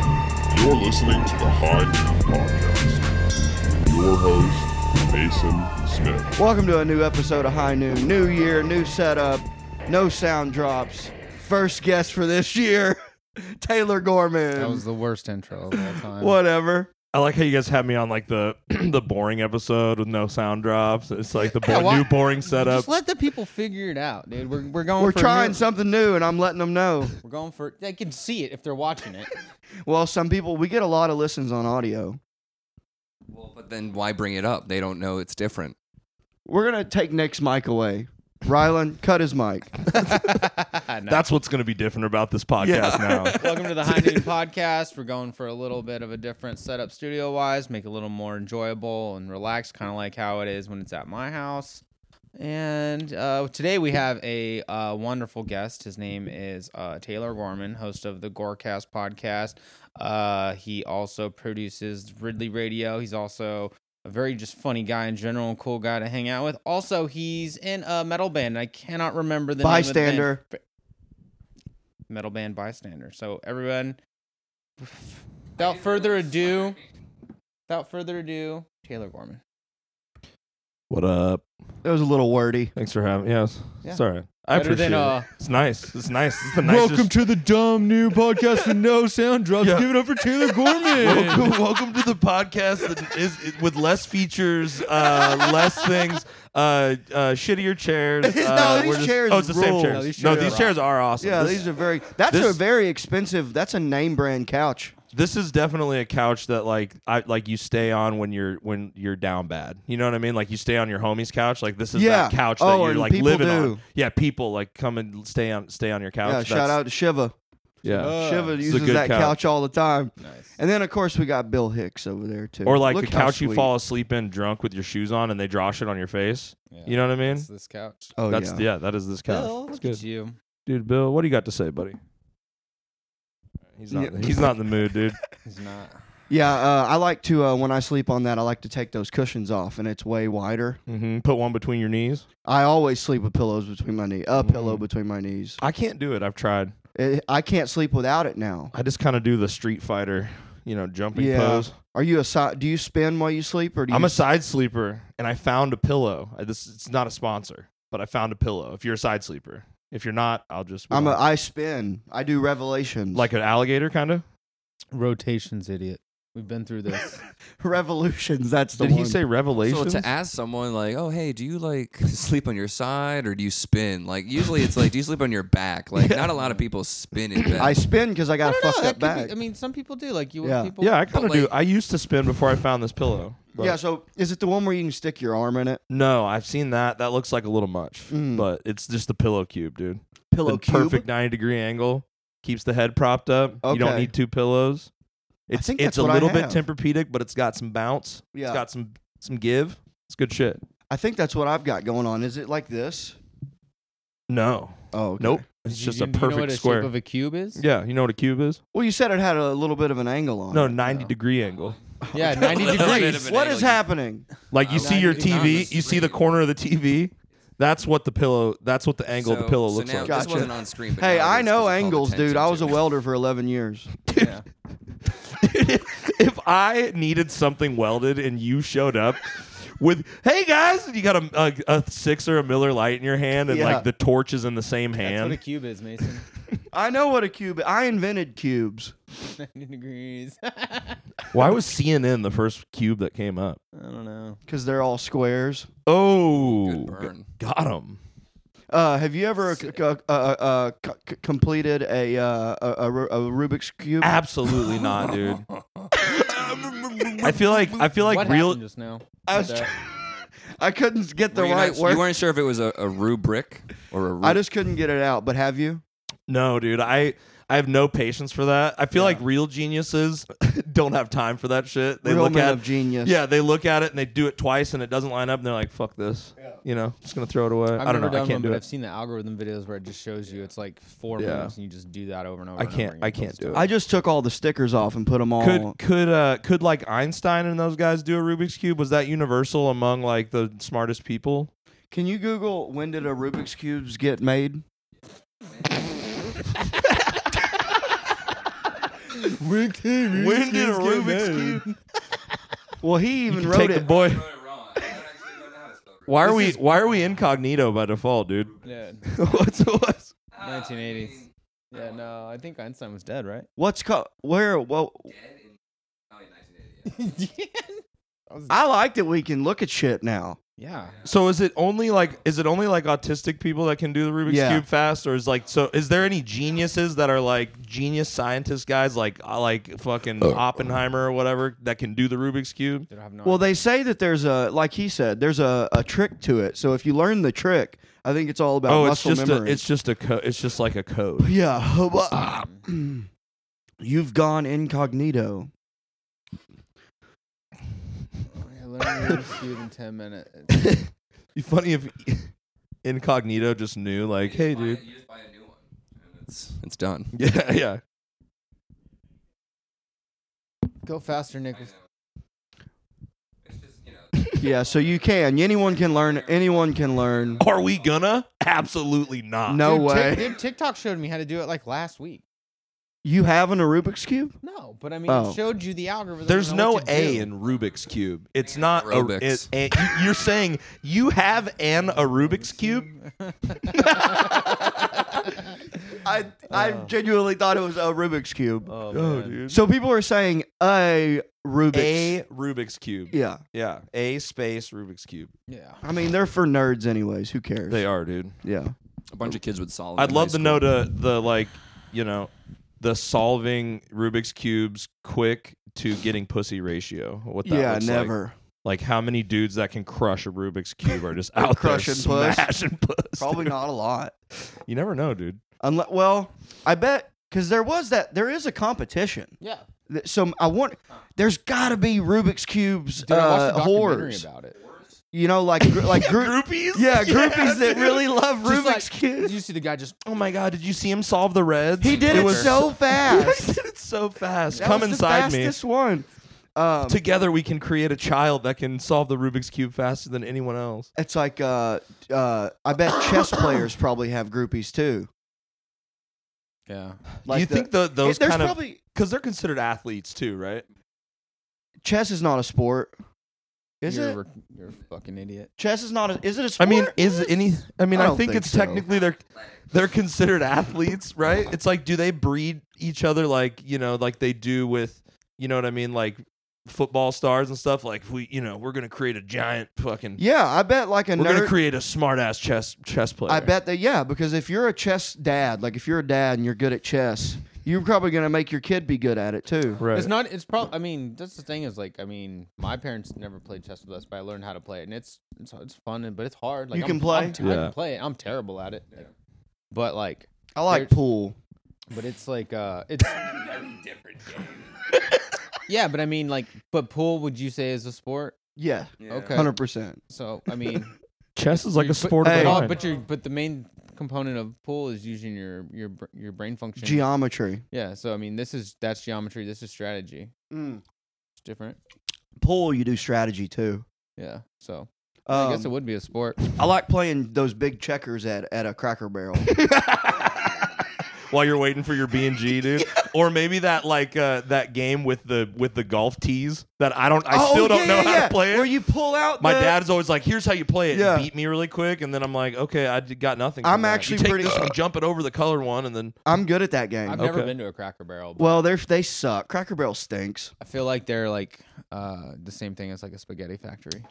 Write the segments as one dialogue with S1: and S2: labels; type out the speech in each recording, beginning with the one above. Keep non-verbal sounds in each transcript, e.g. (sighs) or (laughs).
S1: You're listening to the High Noon Podcast. Your host, Mason Smith.
S2: Welcome to a new episode of High Noon. New year, new setup, no sound drops. First guest for this year, (laughs) Taylor Gorman.
S3: That was the worst intro of all time.
S2: Whatever.
S4: I like how you guys had me on like the (clears throat) the boring episode with no sound drops. It's like the bo-
S3: Yeah, why-
S4: new boring setup.
S3: (laughs) Just let the people figure it out, dude. We're, we're going.
S2: We're
S3: for
S2: trying
S3: new-
S2: something new and I'm letting them (laughs) know.
S3: We're going for. They can see it if they're watching it.
S2: Well, some people, we get a lot of listens on audio.
S5: Well, but then why bring it up? They don't know it's different.
S2: We're going to take Nick's mic away. Rylan, cut his mic.
S4: That's what's going to be different about this
S3: (laughs)
S4: podcast now.
S3: Welcome to the High Noon Podcast. We're going for a little bit of a different setup, studio wise, make it a little more enjoyable and relaxed, kind of like how it is when it's at my house. And uh, today we have a uh, wonderful guest. His name is uh, Taylor Gorman, host of the Gorecast podcast. Uh, he also produces Ridley Radio. He's also a very just funny guy in general, and cool guy to hang out with. Also, he's in a metal band. I cannot remember the name of the band
S2: Bystander.
S3: metal band bystander. So everyone, without further ado, without further ado, Taylor Gorman.
S4: what up?
S2: It was a little wordy.
S4: Thanks for having. Yes,
S3: Yeah.
S4: sorry. I
S3: Better
S4: appreciate
S3: than, uh,
S4: it. It's nice. It's nice. It's the nicest.
S3: to the dumb new podcast
S4: (laughs)
S3: with no sound drops.
S4: Yeah.
S3: it up for Taylor Gorman.
S4: welcome, welcome to the podcast that is with less features, uh, less things, uh, uh, shittier
S3: (laughs)
S4: chairs.
S2: No,
S4: uh,
S2: these
S4: we're just-
S2: chairs
S4: Oh, it's the same
S2: rule.
S4: chairs.
S2: No,
S4: No,
S3: these chairs rock.
S4: these, chairs are awesome.
S2: Yeah,
S4: This-
S2: these are very, that's
S4: this-
S2: a very expensive, that's a name brand couch.
S4: this is definitely a couch that like I like you stay on when you're when you're down bad. You know what I mean? Like you stay on your homie's couch. Like this is
S2: Yeah.
S4: that couch that
S2: Oh,
S4: you're
S2: and
S4: like
S2: people
S4: living
S2: do.
S4: on. Yeah, people like come and stay on stay on your couch.
S2: yeah, shout
S4: That's-
S2: out to uh, Shiva.
S4: Yeah.
S2: Shiva
S4: It's a
S2: uses
S4: good
S2: that couch.
S4: couch.
S2: all the time.
S3: Nice.
S2: And then of course we got Bill Hicks over there too.
S4: or like
S2: Look
S4: a
S2: how
S4: couch you
S2: sweet.
S4: fall asleep in drunk with your shoes on and they draw shit on your face.
S3: Yeah.
S4: You know what I mean?
S3: It's this couch.
S2: Oh
S4: That's
S2: yeah.
S4: yeah. that is this couch.
S3: Bill,
S4: It's
S3: look
S4: good.
S3: at you.
S4: Dude, Bill, what do you got to say, buddy? He's not
S2: Yeah.
S4: he's not in the
S2: (laughs)
S4: mood, dude.
S3: He's not.
S2: Yeah, uh, I like to uh, when I sleep on that. I like to take those cushions off, and it's way wider.
S4: hmm Put one between your knees.
S2: I always sleep with pillows between my knee,
S3: Mm-hmm.
S2: a pillow between my knees.
S4: I can't do it. I've tried.
S2: It, I can't sleep without it now.
S4: I just kind of do the Street Fighter, you know, jumping
S2: Yeah.
S4: pose.
S2: Are you a si- do you spin while you sleep or do you?
S4: I'm a side sleeper, and I found a pillow. I, this it's not a sponsor, but I found a pillow. If you're a side sleeper, if you're not, I'll just
S2: I'm a I spin. I do revelations
S4: like an alligator kind of.
S3: Rotations, idiot. We've been through
S4: (laughs)
S3: this.
S2: (laughs) revolutions. That's the
S4: Did he
S2: one.
S4: say
S5: So
S4: revelations?
S5: to ask someone like, "Oh, hey, do you like (laughs) sleep on your side or do you spin?" Like usually it's like, "Do you sleep on your back?" Like not a lot of people spin in bed.
S2: I spin because I got a fucked
S3: that
S2: up
S3: could
S2: back.
S3: Be, I mean, some people do. Like you,
S2: Yeah.
S3: people.
S4: yeah, I kind of
S5: But,
S4: do.
S5: like-
S4: I used to spin before I found this pillow. but-
S2: yeah. So is it the one where you can stick your arm in it?
S4: No, I've seen that. That looks like a little much,
S2: Mm.
S4: but it's just the pillow cube, dude.
S2: Pillow
S4: the
S2: cube.
S4: perfect 90 degree angle keeps the head propped up. You don't
S2: Okay.
S4: need two pillows. It's
S2: think
S4: it's
S2: that's
S4: a
S2: what I
S4: little bit
S2: have.
S4: Tempur-Pedic, but it's got some bounce.
S2: Yeah.
S4: It's got some some give. It's good shit.
S2: I think that's what I've got going on. Is it like this?
S4: No.
S2: Oh okay.
S4: Nope. It's
S3: You-
S4: just
S3: you-
S4: a
S3: you know
S4: perfect
S3: what a
S4: square.
S3: shape of a cube is.
S4: yeah, you know what a cube is?
S2: Well, you said it had a little bit of an angle
S5: Oh,
S2: on
S4: No,
S2: it.
S4: 90 degree angle.
S3: Yeah,
S4: (laughs)
S3: ninety
S5: A little bit
S3: degrees.
S5: of an
S2: What
S5: angle.
S2: is happening?
S4: Like you
S5: Wow.
S4: see your
S5: 90 on
S4: TV,
S5: the
S4: you see the
S5: screen.
S4: corner of the TV. That's what the pillow, that's what the angle of the
S5: So-
S4: pillow
S5: so
S4: looks
S5: now,
S4: like.
S2: Gotcha.
S5: This wasn't on screen. But
S2: Hey,
S5: now it
S2: I
S5: is
S2: know
S5: 'cause it called
S2: angles, dude. I
S5: attention
S2: was
S5: to
S2: a
S5: it.
S2: welder for 11
S5: (laughs)
S2: years.
S3: Yeah.
S4: (laughs) if I needed something welded and you showed up with, hey guys, and you got a, a, a six or a Miller Light in your hand and
S2: Yeah.
S4: like the torch is in the same
S3: That's what a
S5: (laughs)
S4: hand.
S3: cube is, Mason. (laughs)
S2: I know what a cube. I invented cubes.
S3: 90 degrees. (laughs)
S4: Why was CNN the first cube that came up?
S3: I don't know.
S2: because they're all squares.
S4: Oh,
S5: (laughs) Good burn.
S4: got him.
S2: Uh, have you ever c-
S5: Sick.
S2: c- uh, uh, c- c- completed a, uh, a, a Ru- a Rubik's cube?
S4: Absolutely not, (laughs) dude. I feel like I feel like
S3: what
S4: real.
S3: happened just now?
S2: I, was
S3: With
S2: tr-
S3: that?
S2: I couldn't get the
S5: Were you,
S2: right
S5: not- you
S2: word.
S5: weren't sure if it was a, a rubric or a. Ru-
S2: I just couldn't get it out. But have you?
S4: No, dude, I I have no patience for that. I feel like real geniuses (laughs) don't have time for that shit. They
S2: Real
S4: look
S2: men
S4: at
S2: of genius.
S4: Yeah, they look at it and they do it twice and it doesn't line up and they're like, "Fuck this," you know, just gonna throw it away.
S3: I've
S4: I do
S3: never
S4: not know.
S3: done
S4: I can't
S3: one,
S4: do
S3: but
S4: it.
S3: I've seen the algorithm videos where it just shows you it's like four
S4: Yeah.
S3: moves and you just do that over and over.
S4: I
S3: and over
S4: can't-
S3: again
S4: I
S3: until
S4: can't
S3: it's
S4: do it.
S3: done.
S2: I just took all the stickers off and put them all.
S4: Could could uh could like Einstein and those guys do a Rubik's cube? Was that universal among like the smartest people?
S2: Can you Google when did a Rubik's cubes get made?
S3: (laughs)
S4: When did Rubik's Cube?
S2: Well, he
S4: You
S2: even
S4: can
S2: wrote
S4: take
S2: it.
S4: the boy. Why are we Why are we incognito by default, dude? (laughs)
S3: Yeah,
S4: what's what's
S3: 1980s. Yeah, no, I think Einstein was dead, (laughs) right?
S2: What's called where? Well,
S3: (laughs)
S2: I like that we can look at shit now.
S3: yeah.
S4: so? Is it only like is it only like autistic people that can do the Rubik's
S2: Yeah.
S4: cube fast, or is like so? Is there any geniuses that are like genius scientist guys like uh, like fucking Oppenheimer or whatever that can do the Rubik's cube?
S3: Dude, I have no
S2: Well, they say that there's a like he said there's a, a trick to it. So if you learn the trick, I think it's all about
S4: Oh, it's
S2: muscle
S4: just
S2: memory.
S4: a it's just a co- it's just like a (laughs) code.
S2: (laughs) yeah.
S4: (clears throat)
S2: but- You've gone incognito.
S3: idea. I learned Rubik's Cube in 10 minutes. It's
S4: (laughs) Be funny if (laughs) incognito just knew like, hey, dude.
S5: It's, it's done.
S4: (laughs) Yeah, yeah.
S3: Go faster, Nicholas.
S2: Yeah. So you can. Anyone can learn. Anyone can learn.
S4: Are we gonna? Absolutely not.
S2: No
S3: Dude, Tik-
S2: way.
S3: dude, TikTok showed me how to do it like last week.
S2: You having a Rubik's cube?
S3: No, but I mean,
S2: Oh.
S3: it showed you the algorithm.
S4: There's
S3: and
S4: no
S3: what to
S4: A
S3: do.
S4: in Rubik's cube. It's not a,
S5: Aerobics.
S4: it- a- you- You're saying you have an a Rubik's
S5: (laughs)
S4: cube?
S2: I I genuinely thought it was a Rubik's cube.
S3: Oh, man.
S4: dude.
S2: Uh. so people are saying a Rubik's.
S4: A Rubik's cube.
S2: yeah.
S4: Yeah. A space Rubik's cube.
S3: Yeah.
S2: I mean, they're for nerds, anyways. Who cares?
S4: They are, dude.
S2: Yeah.
S5: A bunch of kids would solve. it
S4: I'd
S5: in
S4: love to
S5: high school.
S4: know the the like, you know, the solving Rubik's cubes quick to getting pussy ratio. What that
S2: yeah.
S4: looks like.
S2: Never.
S4: Like how many dudes that can crush a Rubik's cube are just out
S2: Crushing
S4: there
S2: puss.
S4: smashing puss.
S2: (laughs) Probably
S4: dude.
S2: not a lot.
S4: You never know, dude.
S2: Unless, well, I bet because there was that. There is a competition.
S3: Yeah.
S2: Th- So I want. There's got to be Rubik's cubes
S3: Dude, I watched
S2: uh,
S3: a documentary
S2: whores.
S3: about it.
S2: You know, like gr- like group.
S4: Groupies? (laughs)
S2: (laughs) Yeah, groupies that
S4: dude.
S2: really love
S3: Just
S2: Rubik's
S3: like- Did
S2: cubes.
S3: you see the guy just
S4: Oh my god, did you see him solve the reds?
S2: He did it,
S4: was-
S2: so
S4: (laughs) He
S2: fast.
S4: did it so fast.
S2: That
S4: Come
S2: was the
S4: inside me.
S2: fastest one. Um,
S4: Together we can create a child that can solve the Rubik's cube faster than anyone else.
S2: it's like uh, uh, I bet chess players probably have groupies too.
S3: Yeah.
S2: Like
S4: Do you
S2: the-
S4: think the, those
S2: there's
S4: kind of
S2: probably
S4: because they're considered athletes too, right?
S2: chess is not a sport. Is
S3: you're, a
S2: it?
S3: rec- you're a fucking idiot.
S2: chess is not. A, is it a sport?
S4: I mean, is any? I mean,
S2: I
S4: I,
S2: don't
S4: think,
S2: think
S4: it's
S2: so.
S4: technically they're they're considered athletes, right? It's like, do they breed each other like you know, like they do with you know what I mean, like football stars and stuff? Like we, you know, we're gonna create a giant fucking.
S2: yeah, I bet like a
S4: we're
S2: nerd.
S4: gonna create a smart ass chess chess player.
S2: I bet that yeah, because if you're a chess dad, like if you're a dad and you're good at chess, you're probably gonna make your kid be good at it too.
S4: Right.
S3: It's not. It's probably. I mean, that's the thing. Is like, I mean, my parents never played chess with us, but I learned how to play it, and it's it's, it's fun, and but it's hard. Like,
S2: You
S3: I'm-
S2: can play?
S3: I'm te- I
S4: Yeah.
S3: can play it. I'm terrible at it. Like, But like,
S2: I like
S3: There's-
S2: pool.
S3: but it's like, uh, it's very different yeah, but I mean, like, but pool. Would you say is a sport?
S2: Yeah,
S3: Okay.
S2: hundred percent.
S3: So I
S4: (laughs)
S3: mean,
S4: chess is like a
S3: but-
S4: sport
S2: Hey.
S4: of
S3: oh,
S4: the
S3: but your but the main component of pool is using your your br- your brain function.
S2: Geometry.
S3: yeah. So I mean, this is that's geometry. This is strategy. It's different.
S2: Pool, you do strategy too.
S3: Yeah. So
S2: Um,
S3: I guess it would be a sport.
S2: I like playing those big checkers at at a Cracker
S3: (laughs)
S2: Barrel.
S4: While you're waiting for your B
S2: (laughs)
S4: and G, dude, or maybe that like uh, that game with the with the golf tees that I don't, I
S2: Oh,
S4: still
S2: yeah,
S4: don't know
S2: yeah,
S4: how
S2: yeah.
S4: to play it.
S2: Where you pull out.
S4: My
S2: the-
S4: dad's always like, "Here's how you play it."
S2: Yeah.
S4: And beat me really quick, and then I'm like, "Okay, I d- got nothing."
S2: I'm
S4: from that.
S2: actually
S4: you take
S2: pretty- (laughs)
S4: This one, jump it over the color one, and then
S2: I'm good at that game.
S3: I've never
S4: Okay.
S3: been to a Cracker Barrel. But
S2: well, they they suck. Cracker Barrel stinks.
S3: I feel like they're like uh, the same thing as like a spaghetti factory.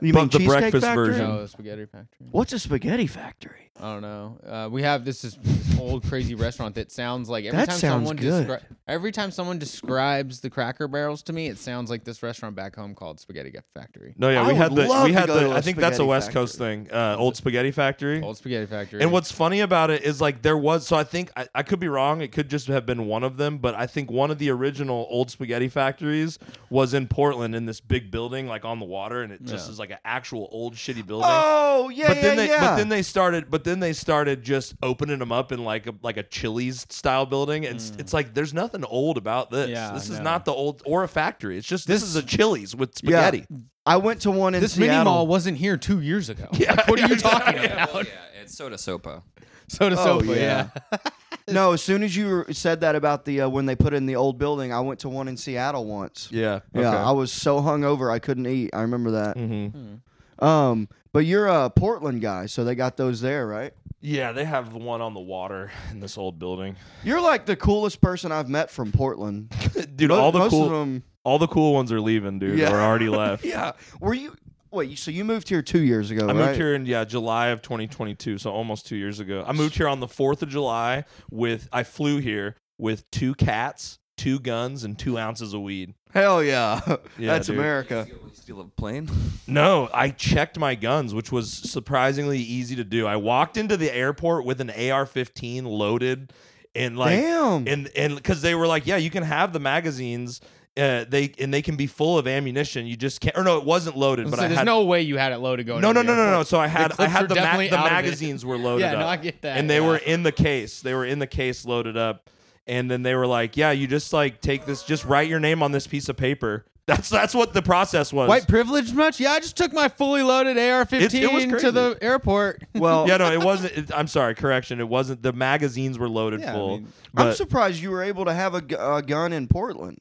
S2: You
S4: But
S2: mean
S4: the
S2: Cheesecake
S4: breakfast
S2: Factory?
S4: version.
S3: No, a spaghetti factory.
S2: What's a spaghetti factory?
S3: I don't know. Uh, we have this, is, this old crazy restaurant that sounds like every
S2: That
S3: time
S2: sounds
S3: someone
S2: good.
S3: descri- every time someone describes the Cracker Barrels to me, it sounds like this restaurant back home called Spaghetti Factory.
S4: no, yeah,
S2: I
S4: we
S2: would
S4: had the
S2: love
S4: we
S2: to
S4: had
S2: go to
S4: the.
S2: a
S4: I think that's a
S2: spaghetti
S4: West Coast thing. Uh, old spaghetti factory.
S3: Old Spaghetti Factory.
S4: And what's funny about it is like there was so I think I, I could be wrong. It could just have been one of them, but I think one of the original old spaghetti factories was in Portland in this big building like on the water, and it just
S3: Yeah.
S4: is like an actual old shitty building.
S2: Oh yeah,
S4: but then
S2: yeah,
S4: they
S2: yeah.
S4: but then they started but then they started just opening them up in like a like a Chili's style building and it's, it's like there's nothing old about this.
S3: Yeah,
S4: this is
S3: no.
S4: not the old or a factory. It's just this, is a Chili's with spaghetti.
S2: I went to one in
S3: this
S2: Seattle.
S3: (laughs) mini mall wasn't here two years ago. Like, what are you talking about?
S5: Yeah, it's soda sopa.
S3: Soda
S2: Oh,
S3: Sopa,
S2: yeah.
S3: yeah.
S2: No, as soon as you said that about the uh, when they put in the old building, I went to one in Seattle once.
S4: Yeah.
S2: Yeah, I was so hungover I couldn't eat. I remember that.
S4: mm-hmm.
S2: Um, but you're a Portland guy, so they got those there, right?
S4: Yeah, they have one on the water in this old building.
S2: You're like the coolest person I've met from Portland.
S4: dude,
S2: Mo-
S4: (laughs) all the
S2: most
S4: cool
S2: of them.
S4: (laughs) all the cool ones are leaving, dude.
S2: Yeah. (laughs)
S4: We're already left.
S2: Yeah. Were you? Wait. you- So you moved here two years ago,
S4: I
S2: right?
S4: moved here in yeah July of 2022, so almost two years ago. I moved here on the 4th of July with I flew here with two cats, two guns, and two ounces of weed.
S2: Hell yeah. (laughs)
S4: Yeah,
S2: That's
S4: dude.
S2: America.
S5: Steal a plane?
S4: No, I checked my guns, which was surprisingly easy to do. I walked into the airport with an AR-15 loaded, and like
S2: Damn.
S4: and and because they were like, yeah, you can have the magazines. Uh, they and they can be full of ammunition. You just can't. Or no, it wasn't loaded.
S3: So
S4: But I
S3: there's
S4: had
S3: no way you had it loaded going.
S4: no,
S3: into
S4: no,
S3: the
S4: no, no, no.
S3: airport.
S4: So I had I
S3: clips
S4: had
S3: are
S4: the ma-
S3: definitely
S4: the
S3: out of it.
S4: magazines were loaded
S3: Yeah,
S4: up,
S3: no, I get that,
S4: and they
S3: yeah.
S4: were in the case. They were in the case loaded up, and then they were like, yeah, you just like take this, just write your name on this piece of paper. (laughs) That's that's what the process was.
S3: White privilege much? Yeah, I just took my fully loaded
S4: It's- it was
S3: AR-15
S4: crazy.
S3: to the airport. (laughs)
S2: well,
S4: yeah, no, it wasn't. It, I'm sorry, correction. It wasn't. The magazines were loaded
S3: Yeah, I
S4: full.
S3: mean,
S2: I'm
S4: but-
S2: surprised you were able to have a, gu- a gun in Portland.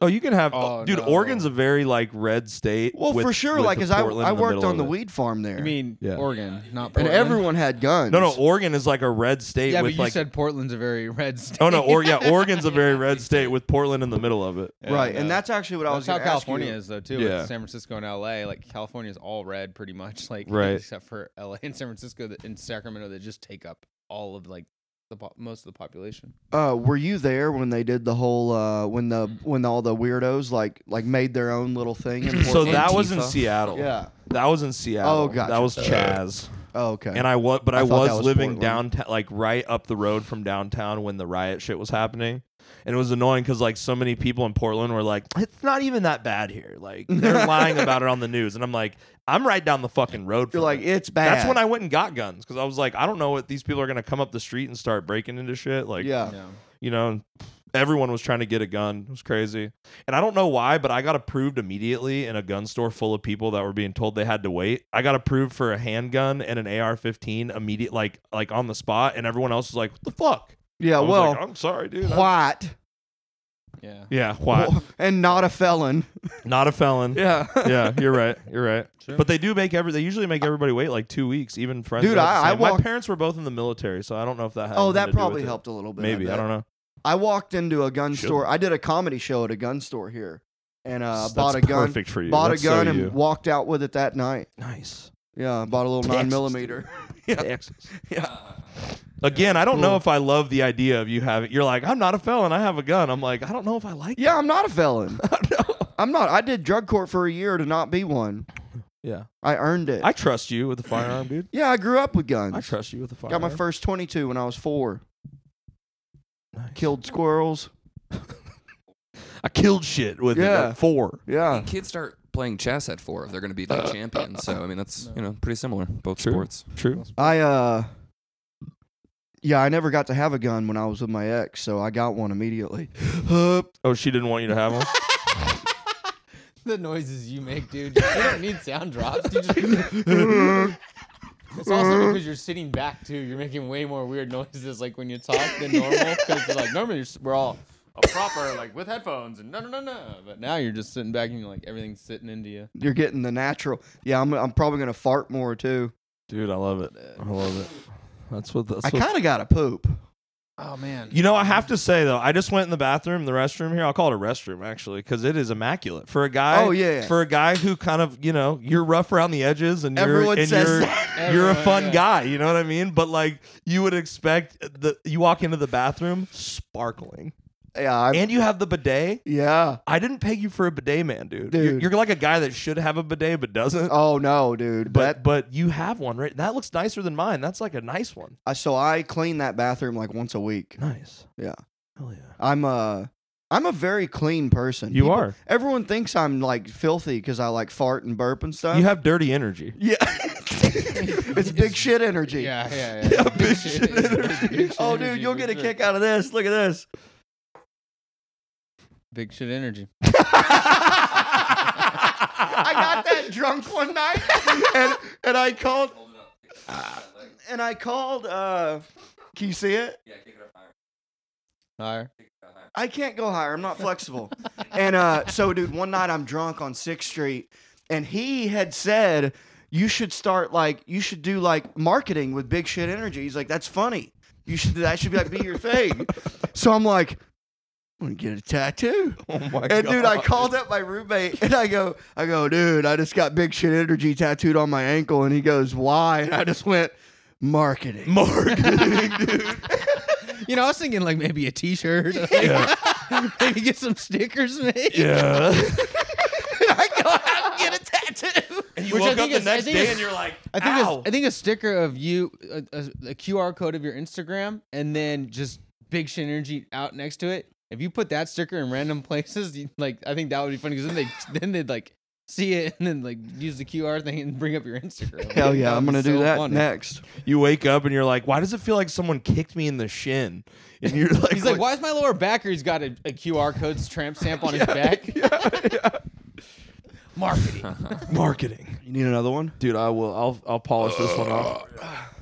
S4: oh, you can have,
S3: Oh,
S4: dude.
S3: no.
S4: Oregon's a very like red state.
S2: Well,
S4: with-
S2: for sure.
S4: with
S2: Like,
S4: the
S2: as I,
S4: Portland
S2: I
S4: in
S2: worked
S4: middle
S2: on the
S4: of it.
S2: weed farm there.
S3: I mean,
S4: Yeah.
S3: Oregon, not
S2: and
S3: Portland.
S2: everyone had guns.
S4: No, oh, no, Oregon is like a red state
S3: Yeah, but
S4: with
S3: you
S4: like.
S3: said Portland's a very red state.
S4: oh
S3: (laughs)
S4: no, or yeah, Oregon's a very red state with Portland in the middle of it.
S2: right. And that's actually what I was
S3: That's how
S2: gonna ask
S3: California
S2: you.
S3: is though too.
S4: Yeah.
S3: With San Francisco and LA, like California's all red pretty much, like (laughs)
S4: Right.
S3: except for LA and San Francisco that- and Sacramento that just take up all of like the po- most of the population.
S2: Uh, were you there when they did the whole uh, when the when all the weirdos like like made their own little thing? In
S4: So
S2: Portland?
S4: that was in
S5: Antifa.
S4: Seattle.
S2: yeah.
S4: That was in Seattle.
S2: Oh, gotcha.
S4: That was Chaz.
S2: Oh, okay.
S4: And I was, but I,
S2: I thought
S4: was,
S2: that was
S4: living
S2: Portland.
S4: downtown, like right up the road from downtown when the riot shit was happening. And it was annoying because like so many people in Portland were like, "It's not even that bad here."
S2: (laughs)
S4: Like they're lying about it on the news, and I'm like, "I'm right down the fucking road."
S2: You're
S4: from
S2: like
S4: it."
S2: it's bad.
S4: That's when I went and got guns because I was like, I don't know what these people are gonna come up the street and start breaking into shit. Like,
S2: yeah.
S3: Yeah.
S4: you know, and everyone was trying to get a gun. It was crazy. And I don't know why, but I got approved immediately in a gun store full of people that were being told they had to wait. I got approved for a handgun and an AR-15 immediate, like like on the spot, and everyone else was like, "What the fuck?"
S2: Yeah.
S4: I was
S2: Well,
S4: like, "Oh, I'm sorry, dude. I'm-
S2: white
S3: Yeah.
S4: yeah, what?
S2: (laughs) and not a felon.
S4: (laughs) Not a felon.
S2: Yeah.
S5: (laughs)
S4: yeah, you're right. You're right.
S2: (laughs)
S3: True.
S4: But they do make every. They usually make everybody wait like two weeks. Even friends.
S2: Dude,
S4: that have the
S2: I- I
S4: same-
S2: walked-
S4: my parents were both in the military, so I don't know if that. Had
S2: Oh,
S4: anything
S2: that
S4: to do
S2: probably
S4: with it.
S2: helped a little bit.
S4: Maybe I,
S2: bet.
S4: don't know.
S2: I walked into a gun
S4: Should.
S2: store. I did a comedy show at a gun store here, and uh,
S4: That's
S2: bought a gun.
S4: Perfect for you.
S2: Bought
S4: That's
S2: a gun
S4: so
S2: and
S4: you.
S2: walked out with it that night.
S4: nice.
S2: Yeah, I bought a little
S4: Texas,
S2: nine
S4: dude. (laughs)
S2: millimeter.
S4: Again, I don't know
S2: Cool.
S4: if I love the idea of you having. You're like, I'm not a felon. I have a gun. I'm like, I don't know if I like.
S2: Yeah, I'm not a
S4: (laughs)
S2: felon. I'm not. I did drug court for a year to not be one.
S4: Yeah,
S2: I earned it.
S4: I trust you with a firearm, dude.
S2: (laughs) yeah, I grew up with guns.
S4: I trust you with a firearm.
S2: Got my first 22 when I was four.
S4: Nice.
S2: Killed squirrels.
S4: I killed shit with it,
S2: Yeah.
S4: like four.
S2: Yeah.
S5: Kids start playing chess at four if they're going to be like champions. So I mean, that's you know pretty similar. Both
S4: Uh, True.
S5: sports.
S4: True.
S2: I uh Yeah, I never got to have a gun when I was with my ex, so I got one immediately. (laughs) Hup.
S4: Oh, she didn't want you to
S2: (laughs)
S4: have one.
S3: The noises you make, dude. You don't need sound drops. You just. (laughs) It's also because you're sitting back too. You're making way more weird noises, like when you talk, than normal. Because like normally you're, s- we're all a proper like with headphones and no no no no. But now you're just sitting back and you're like everything's sitting into you.
S2: You're getting the natural. Yeah, I'm I'm probably going to fart more too.
S4: Dude, I love it. I love it. That's what. That's
S2: I kind of got to poop.
S3: Oh man.
S4: You know, I have to say though, I just went in the bathroom, the restroom here. I'll call it a restroom actually, because it is immaculate for a guy.
S2: Oh, yeah.
S4: for a guy who kind of you know you're rough around the edges and you're
S2: Everyone
S4: and
S2: says
S4: you're,
S2: that. (laughs)
S4: you're a
S3: Everyone,
S4: fun
S3: yeah.
S4: guy. You know what I mean? But like you would expect the you walk into the bathroom sparkling,
S2: Yeah, I
S4: and you have the bidet.
S2: Yeah.
S4: I didn't pay you for a bidet, man, dude. You're-
S2: Dude.
S4: You're, like a guy that should have a bidet but doesn't.
S2: Oh no, dude.
S4: but
S2: that,
S4: but you have one, right? That looks nicer than mine. That's like a nice one.
S2: I- so I clean that bathroom like once a week.
S4: Nice.
S2: Yeah.
S4: Hell yeah.
S2: I'm uh I'm a very clean person.
S4: You
S2: People-
S4: are.
S2: Everyone thinks I'm like filthy cuz I like fart and burp and stuff.
S4: You have dirty energy.
S2: (laughs)
S4: (laughs)
S2: Yeah. it's big shit energy.
S3: Yeah yeah yeah.
S4: big (laughs) shit
S3: energy.
S2: Oh, dude, you'll get a kick out of this. Look at this.
S4: (laughs)
S3: Big shit energy.
S4: (laughs)
S2: I got that drunk one night, and, and I called. and I called. uh Can you see it?
S5: Yeah, kick it up higher.
S3: Higher.
S5: Kick it up higher.
S2: I can't go higher. I'm not flexible. (laughs) and uh, so, dude, one night I'm drunk on Sixth Street, and he had said you should start like you should do like marketing with big shit energy. He's like, that's funny. You should that should be like be your thing. (laughs) so I'm like, I'm gonna get a (laughs) tattoo.
S4: Oh my
S2: And dude, I called up my roommate and I go, I go, dude, I just got big shit energy tattooed on my ankle. And he goes, why? And I just went, marketing. (laughs)
S4: (laughs) Marketing, dude.
S3: You know, I was thinking like maybe a (laughs) T-shirt. (laughs) maybe get some stickers made.
S4: Yeah.
S3: I go out and get a tattoo.
S4: And you
S3: Which I
S4: woke up
S3: think
S4: the
S3: is- I
S4: next
S3: think
S4: day
S3: is-
S4: and you're like,
S3: I think
S4: Ow.
S3: it's- I think a sticker of you, a, a, a QR code of your Instagram, and then just big Shinergy out next to it. If you put that sticker in random (laughs) places, you, like I think that would be funny because then they (laughs) then they'd like see it and then like use the QR thing and bring up your Instagram.
S2: Hell yeah,
S3: That
S2: I'm
S3: would be
S2: gonna do
S3: so
S2: that
S3: funny.
S2: next.
S4: you wake up and you're like, why does it feel like someone kicked me in the shin? And
S2: (laughs)
S4: you're like,
S3: He's like, why is my lower backer? He's got a, a QR code tramp stamp on his
S2: (laughs)
S3: back. Marketing.
S4: (laughs) Marketing.
S2: You need another one?
S4: Dude, I will. I'll. I'll polish this one off.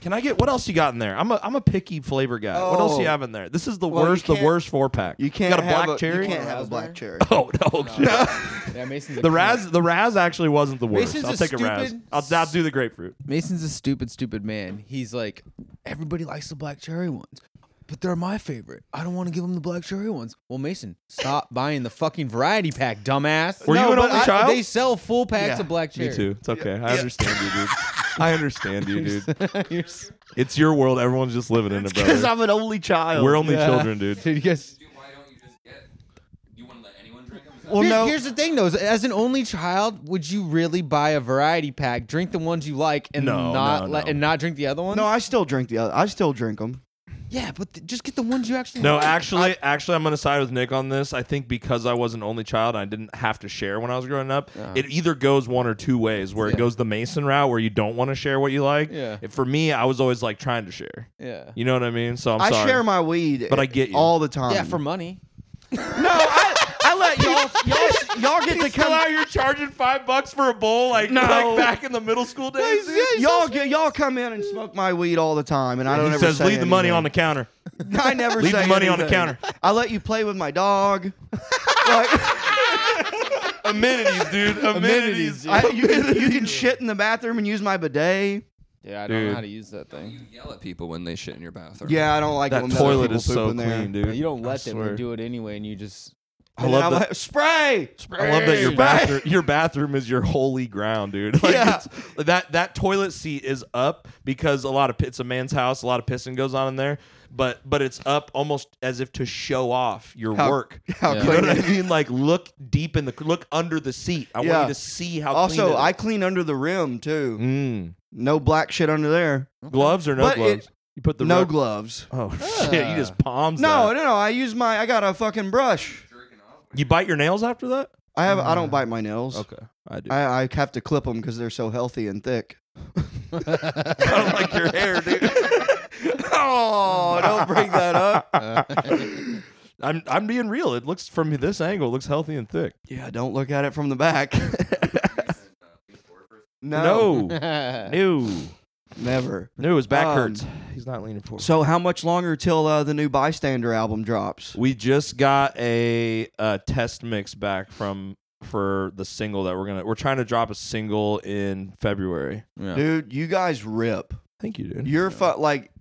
S4: Can I get what else you got in there? I'm a. I'm a picky flavor guy. What else
S2: Oh.
S4: you have in there? This is the
S2: Well, you
S4: worst. The
S2: can't-
S4: worst four pack.
S2: You can't
S4: got a
S2: have
S4: black cherry.
S2: You can't have a
S3: Raspberry?
S2: black cherry.
S4: (laughs) Oh no!
S3: Yeah, Mason's a
S4: The
S3: cunt.
S4: Raz. The Raz actually wasn't the worst.
S3: Mason's
S4: I'll
S3: a
S4: take a Raz.
S3: stupid-
S4: I'll, I'll do the grapefruit.
S3: Mason's a stupid, stupid man. He's like, everybody likes the black cherry ones, but they're my favorite. I don't want to give them the black cherry ones. Well, Mason,
S4: (laughs)
S3: stop buying the fucking variety pack, dumbass.
S4: Were you an
S3: but
S4: only
S3: I-
S4: child?
S3: They sell full packs
S2: Yeah,
S3: of black cherry.
S4: Me
S3: (laughs)
S4: too. It's okay. I understand you, dude. I
S2: (laughs)
S4: understand you, dude.
S3: You're
S4: (laughs)
S3: s-
S4: It's your world. Everyone's just living in it, brother.
S2: I'm an only child.
S4: We're only
S3: Yeah.
S4: children, dude.
S3: Dude, you guys-
S5: Dude, why don't you just get? You want to let anyone drink them? Is that-
S2: well,
S3: Here-
S2: no,
S3: Here's the thing, though. is As an only child, would you really buy a variety pack, drink the ones you like, and
S4: No,
S3: not
S4: no,
S3: let-
S4: no.
S3: and not drink the other ones?
S2: no. I still drink the other. I still drink them.
S3: yeah, but th- just get the ones you actually.
S4: No,
S3: like.
S4: actually, actually, I'm gonna side with Nick on this. I think because I was an only child, and I didn't have to share when I was growing up. It either goes one or two ways, where it
S3: Yeah.
S4: goes the Mason route, where you don't want to share what you like.
S3: Yeah.
S4: If- for me, I was always like trying to share.
S3: Yeah.
S4: You know what I mean? So I'm
S2: I
S4: sorry.
S2: share my weed,
S4: But I get you.
S2: all the time.
S3: Yeah, for money.
S2: no, I, I let
S4: (laughs)
S2: y'all y'all y'all get to
S4: Come
S2: come.
S4: out, you're charging five bucks for a bowl, like,
S2: No.
S4: like back in the middle school days. dude.
S2: Y'all get y'all come in and smoke my weed all the time, and I don't
S4: he
S2: ever
S4: says,
S2: say
S4: "Leave the money
S2: anything.
S4: on
S2: (laughs)
S4: the counter."
S2: I never
S4: Leave
S2: say
S4: the money on the
S2: anything.
S4: counter.
S2: I let you play with my
S4: (laughs)
S2: dog. like,
S4: Amenities, dude. Amenities.
S3: dude.
S2: I, you, can, you can shit in the bathroom and use my bidet.
S3: Yeah, I don't
S4: Dude.
S3: know how to use that thing.
S5: You yell at people when they shit in your bathroom.
S2: Yeah, I don't like it
S4: That
S2: when
S4: toilet
S2: people
S4: is
S2: poop
S4: so
S2: in
S4: clean,
S2: there.
S4: dude.
S3: You don't
S4: I
S3: let them
S4: swear.
S3: do it anyway, and you just
S4: I love
S2: And I'm
S4: that.
S2: like, spray.
S4: I love that your
S2: Spray.
S4: bathroom your bathroom is your holy ground, dude. (laughs) Like
S2: Yeah.
S4: it's- that that toilet seat is up because a lot of it's a man's house, a lot of pissing goes on in there, but but it's up almost as if to show off your
S2: How- (laughs)
S4: work.
S2: how
S4: you
S2: clean
S4: know what
S2: it
S4: I mean? Like look deep in the look under the seat. I
S2: Yeah.
S4: want you to see how.
S2: Also,
S4: clean
S2: I
S4: it Mm.
S2: clean under the rim too.
S4: is.
S2: No black shit under there.
S4: Mm. gloves or no
S2: But it-
S4: gloves? you put the
S2: no
S4: rub-
S2: gloves.
S4: (laughs) Oh shit! You just palms.
S2: No,
S4: that.
S2: no, no. I use my. I got a fucking brush.
S4: you bite your nails after that.
S2: I have. I don't bite my nails.
S4: Mm. Okay, I do.
S2: I, I have to clip them because they're so healthy and thick.
S4: (laughs) I don't like your hair, dude.
S2: (laughs)
S4: (laughs)
S2: Oh, don't bring that up.
S4: I'm I'm being real. It looks from this angle, it looks healthy and thick.
S2: (laughs) Yeah, don't look at it from the back. (laughs) no,
S4: No. No.
S2: (laughs) never.
S4: No, his back
S2: Um,
S4: hurts. He's not leaning forward.
S2: So, how much longer till uh, the new Bystander album drops?
S4: we just got a, uh test mix back from for the single that we're gonna we're trying to drop a single in February.
S2: Dude, you guys rip.
S4: Thank you,
S2: (laughs)
S4: dude.
S2: You're fu- like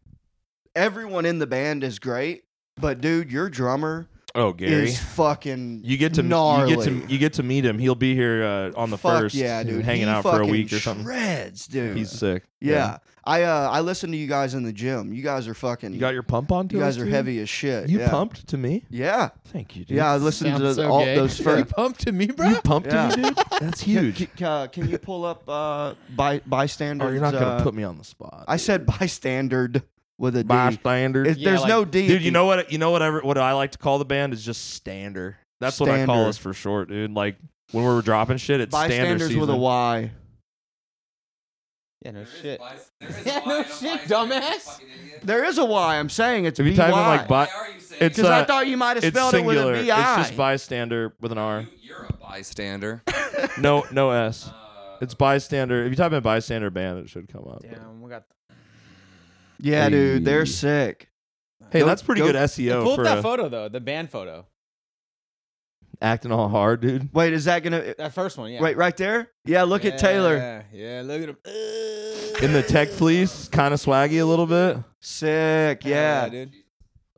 S2: everyone in the band is great, but dude, your drummer
S4: oh, Gary.
S2: is fucking.
S4: You get to
S2: gnarly.
S4: you get to you get to meet him. He'll be here uh, on the
S2: Fuck
S4: first,
S2: yeah, dude.
S4: hanging
S2: He
S4: out for a
S2: fucking
S4: week or something.
S2: Shreds, dude.
S4: He's sick.
S2: yeah. I uh, I listen to you guys in the gym. You guys are fucking.
S4: you got your pump on.
S2: you guys are heavy as shit.
S4: You
S2: yeah.
S4: pumped to me.
S2: Yeah,
S4: Thank you, dude.
S2: yeah. I listened to all those
S3: Are you
S2: first.
S3: pumped to me, bro?
S4: (laughs) you pumped
S2: Yeah.
S4: to me, dude. That's
S2: Can,
S4: huge.
S2: can- uh, can you pull up uh, by bystander?
S4: Oh, you're not gonna put me on the spot.
S2: uh, I said bystander with a D.
S4: bystander.
S2: It- there's
S3: like-
S2: no D. at
S4: Dude,
S2: the-
S4: you know what? You know what? Ever, what I like to call the band is just stander. That's what I call
S2: Stander.
S4: us for short, dude. Like when we were dropping shit, it's standard
S2: bystanders
S4: season.
S2: with a Y.
S3: Yeah, no
S5: There is
S3: shit.
S5: bi- there is a
S3: Yeah,
S5: line
S3: no
S5: of
S3: shit,
S5: bisexual, you
S3: dumbass.
S5: fucking idiot.
S2: There is a Y. I'm saying it's
S4: If you
S2: B
S4: type in
S2: Y.
S4: like bi,
S5: Why are you saying
S4: it's
S2: Because I
S4: uh,
S2: thought you might have
S4: it's
S2: spelled
S4: singular.
S2: it with a
S4: It's
S2: B-I.
S4: just bystander with an R.
S5: you're a bi-
S3: (laughs)
S5: Bystander.
S4: No, no S.
S5: uh,
S4: It's bystander. If you type in bystander band, it should come up.
S3: Damn, we got.
S2: Yeah, dude,
S5: Hey.
S2: they're sick.
S4: Hey,
S2: Go-
S4: that's pretty
S2: go-
S4: good SEO
S3: Pull
S4: for
S3: up that
S4: uh,
S3: photo though, the band photo.
S4: acting all hard, dude.
S2: Wait, is that gonna
S3: That first one, yeah.
S2: wait right there? Yeah, look at Taylor.
S3: Yeah, yeah, look at him.
S4: In the
S3: (laughs)
S4: tech fleece, kind of swaggy a little bit.
S2: Sick.
S3: Hell
S2: Yeah.
S3: dude.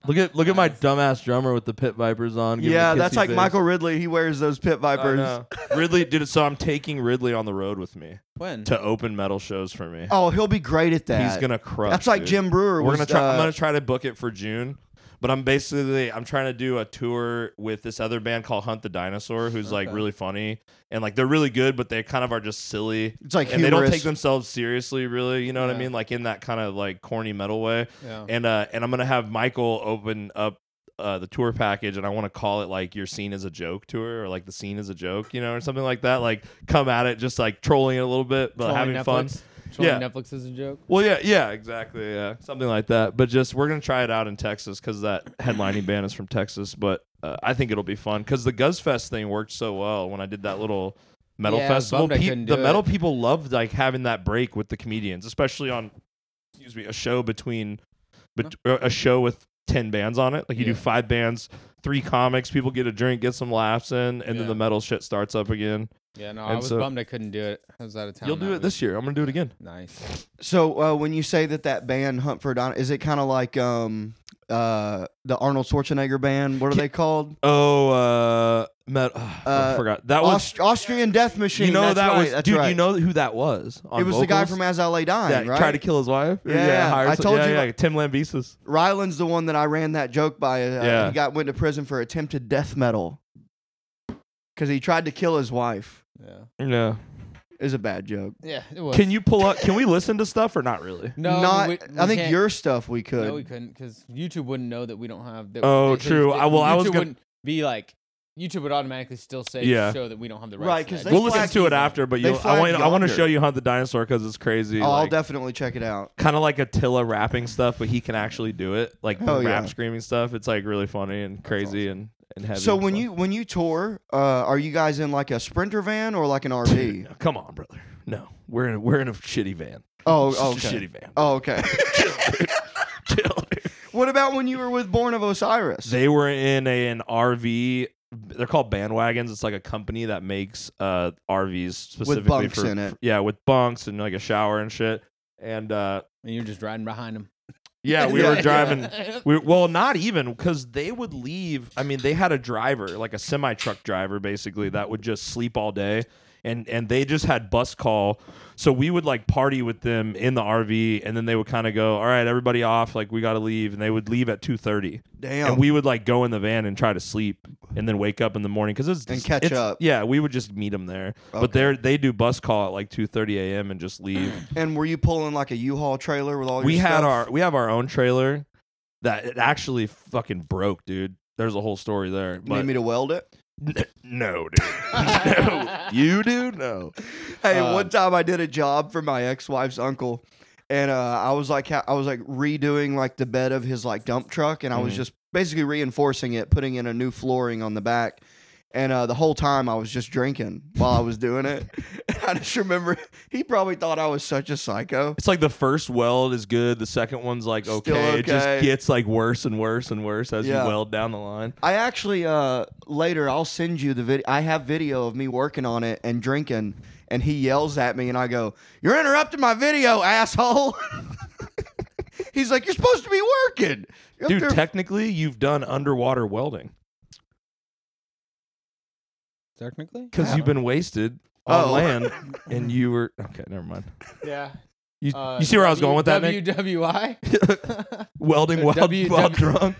S4: Look at look at my dumbass drummer with the pit vipers on. giving
S2: Yeah,
S4: the
S2: that's
S4: kissy
S2: like
S4: face.
S2: Michael Ridley. He wears those pit
S4: I
S2: vipers.
S4: know. (laughs) Ridley, dude. So I'm taking Ridley on the road with me
S3: When?
S4: to open metal shows for me.
S2: Oh, he'll be great at that.
S4: He's gonna crush.
S2: That's like
S4: dude.
S2: Jim Brewer.
S4: We're
S2: was,
S4: gonna try. I'm
S2: uh,
S4: gonna try to book it for June, but I'm basically I'm trying to do a tour with this other band called Hunt the Dinosaur, who's like
S3: Okay.
S4: really funny and like they're really good, but they kind of are just silly
S2: It's like
S4: and they don't
S2: humorous.
S4: take themselves seriously, really. You know what I
S3: Yeah.
S4: mean? Like in that kind of like corny metal way.
S3: Yeah.
S4: And uh, and I'm gonna have Michael open up. Uh, the tour package, and I want to call it like your scene is a joke tour, or like the scene is a joke, you know, or something like that. Like come at it, just like trolling it a little bit, but
S3: Trolling
S4: having fun.
S3: Netflix? Trolling
S4: Yeah.
S3: Netflix is a joke.
S4: Well, yeah, yeah, exactly, yeah, something like that. But just we're gonna try it out in Texas because that headlining band is from Texas. But uh, I think it'll be fun because the Guzzfest thing worked so well when I did that little metal
S3: Yeah, I was
S4: festival.
S3: bummed I
S4: Pe-
S3: couldn't
S4: the
S3: do
S4: metal
S3: it.
S4: people loved like having that break with the comedians, especially on excuse me a show between, bet- uh, a show with ten bands on it. Like you do
S3: Yeah.
S4: five bands, three comics, people get a drink, get some laughs in, and
S3: Yeah.
S4: then the metal shit starts up again.
S3: Yeah, no, I
S4: And
S3: was
S4: so-
S3: bummed I couldn't do it. I was out of town.
S4: You'll do
S3: that
S4: it this year. I'm gonna do it again.
S3: week. Nice.
S2: So uh, when you say that that band Hunt for Don, is it kind of like um uh the Arnold Schwarzenegger band? What are they called?
S4: Oh, uh, met-
S2: Uh,
S4: (sighs) I forgot that was
S2: Aust- Austrian Death Machine.
S4: you know
S2: that's
S4: that
S2: right,
S4: was
S2: that's
S4: dude.
S2: right.
S4: You know who that was? on
S2: it was the guy
S4: vocals?
S2: from As I Lay
S4: yeah,
S2: Dying, right?
S4: tried to kill his wife.
S2: Yeah, yeah.
S4: hired
S2: I
S4: some-
S2: told
S4: yeah,
S2: you
S4: yeah,
S2: about-
S4: Tim Lambesis.
S2: Ryland's the one that I ran that joke by. Uh,
S4: Yeah.
S2: He got went to prison for attempted death metal because he tried to kill his wife.
S3: Yeah.
S4: Yeah.
S2: Is a bad joke.
S3: Yeah, it was.
S4: Can you pull up? Can we listen to stuff or not really?
S3: No,
S2: Not.
S3: we- we
S2: I think
S3: can't-
S2: your stuff we could.
S3: No, we couldn't because YouTube wouldn't know that we don't have. That they-
S4: Oh,
S3: they-
S4: true.
S3: they-
S4: I- well, I was
S3: YouTube
S4: gonna-
S3: wouldn't be like YouTube would automatically still say
S4: Yeah.
S3: show that we don't have the rights.
S2: Right,
S3: to
S2: 'cause
S3: that.
S2: They
S4: we'll listen
S2: flagged
S4: to it
S2: you.
S4: after, but
S2: They
S4: you, I want
S2: flagged
S4: I want
S2: yonder.
S4: to show you Hunt the Dinosaur because it's crazy.
S2: oh, I'll
S4: like,
S2: definitely check it out.
S4: kind of like Attila rapping stuff, but he can actually do it, like the
S2: Hell yeah.
S4: rap screaming stuff. It's like really funny and crazy and and heavy.
S2: So
S4: and
S2: when
S4: fun.
S2: you when you tour, uh, are you guys in like a sprinter van or like an RV?
S4: No, come on, brother, no, we're in a, we're in a shitty van.
S2: oh,
S4: It's just
S2: okay.
S4: a shitty van.
S2: Oh, okay.
S4: (laughs) Chill.
S2: what about when you were with Born of Osiris?
S4: They were in a, an RV. They're called bandwagons. It's like a company that makes uh, RVs specifically
S2: bunks
S4: for
S2: in it.
S4: yeah, with bunks and like a shower and shit. And uh,
S3: and you're just riding behind (coughs)
S4: (coughs)
S3: them.
S4: yeah, we
S2: (laughs) Yeah,
S4: were driving. We, well, not even because they would leave. I mean, they had a driver, like a semi truck driver, basically that would just sleep all day, and and they just had bus call. So we would like party with them in the RV, and then they would kind of go, "All right, everybody off, like we got to leave," and they would leave at two thirty.
S2: Damn.
S4: And we would like go in the van and try to sleep, and then wake up in the morning because it's
S2: And
S4: it's-
S2: catch
S4: it's-
S2: up.
S4: Yeah, we would just meet them there, but
S2: Okay.
S4: they're they do bus call at like two thirty a.m. and just leave
S2: (clears throat) and were you pulling like a U-Haul trailer with all your
S4: we had
S2: stuff?
S4: our we have our own trailer that it actually fucking broke, dude. There's a whole story there.
S2: You
S4: But
S2: Need me to weld it?
S4: N- no, dude. no. You do?
S2: (laughs)
S4: No.
S2: Hey,
S4: Um,
S2: one time I did a job for my ex-wife's uncle, and uh, I was like, ha- I was like redoing like the bed of his like dump truck, and I was
S4: Mhm.
S2: just basically reinforcing it, putting in a new flooring on the back. And uh, the whole time I was just drinking while I was doing it. (laughs) I just remember he probably thought I was such a psycho.
S4: It's like the first weld is good, the second onene's like
S2: Still
S4: okay. It just
S2: okay.
S4: gets like worse and worse and worse as
S2: Yeah.
S4: you weld down the line.
S2: I actually uh, later I'll send you the video. I have video of me working on it and drinking, and he yells at me, and I go, "You're interrupting my video, asshole." (laughs) He's like, "You're supposed to be working, You're up
S4: Dude,
S2: there-
S4: technically you've done underwater welding.
S3: Technically,
S4: Because you've been wasted on
S2: Oh. (laughs)
S4: land and you were okay, never mind.
S3: yeah.
S4: You,
S3: Uh,
S4: you see where I was going with that,
S3: (laughs)
S4: Nick?
S3: WWI
S4: (laughs) Welding while,
S3: W- (laughs)
S4: while
S3: W-
S4: drunk.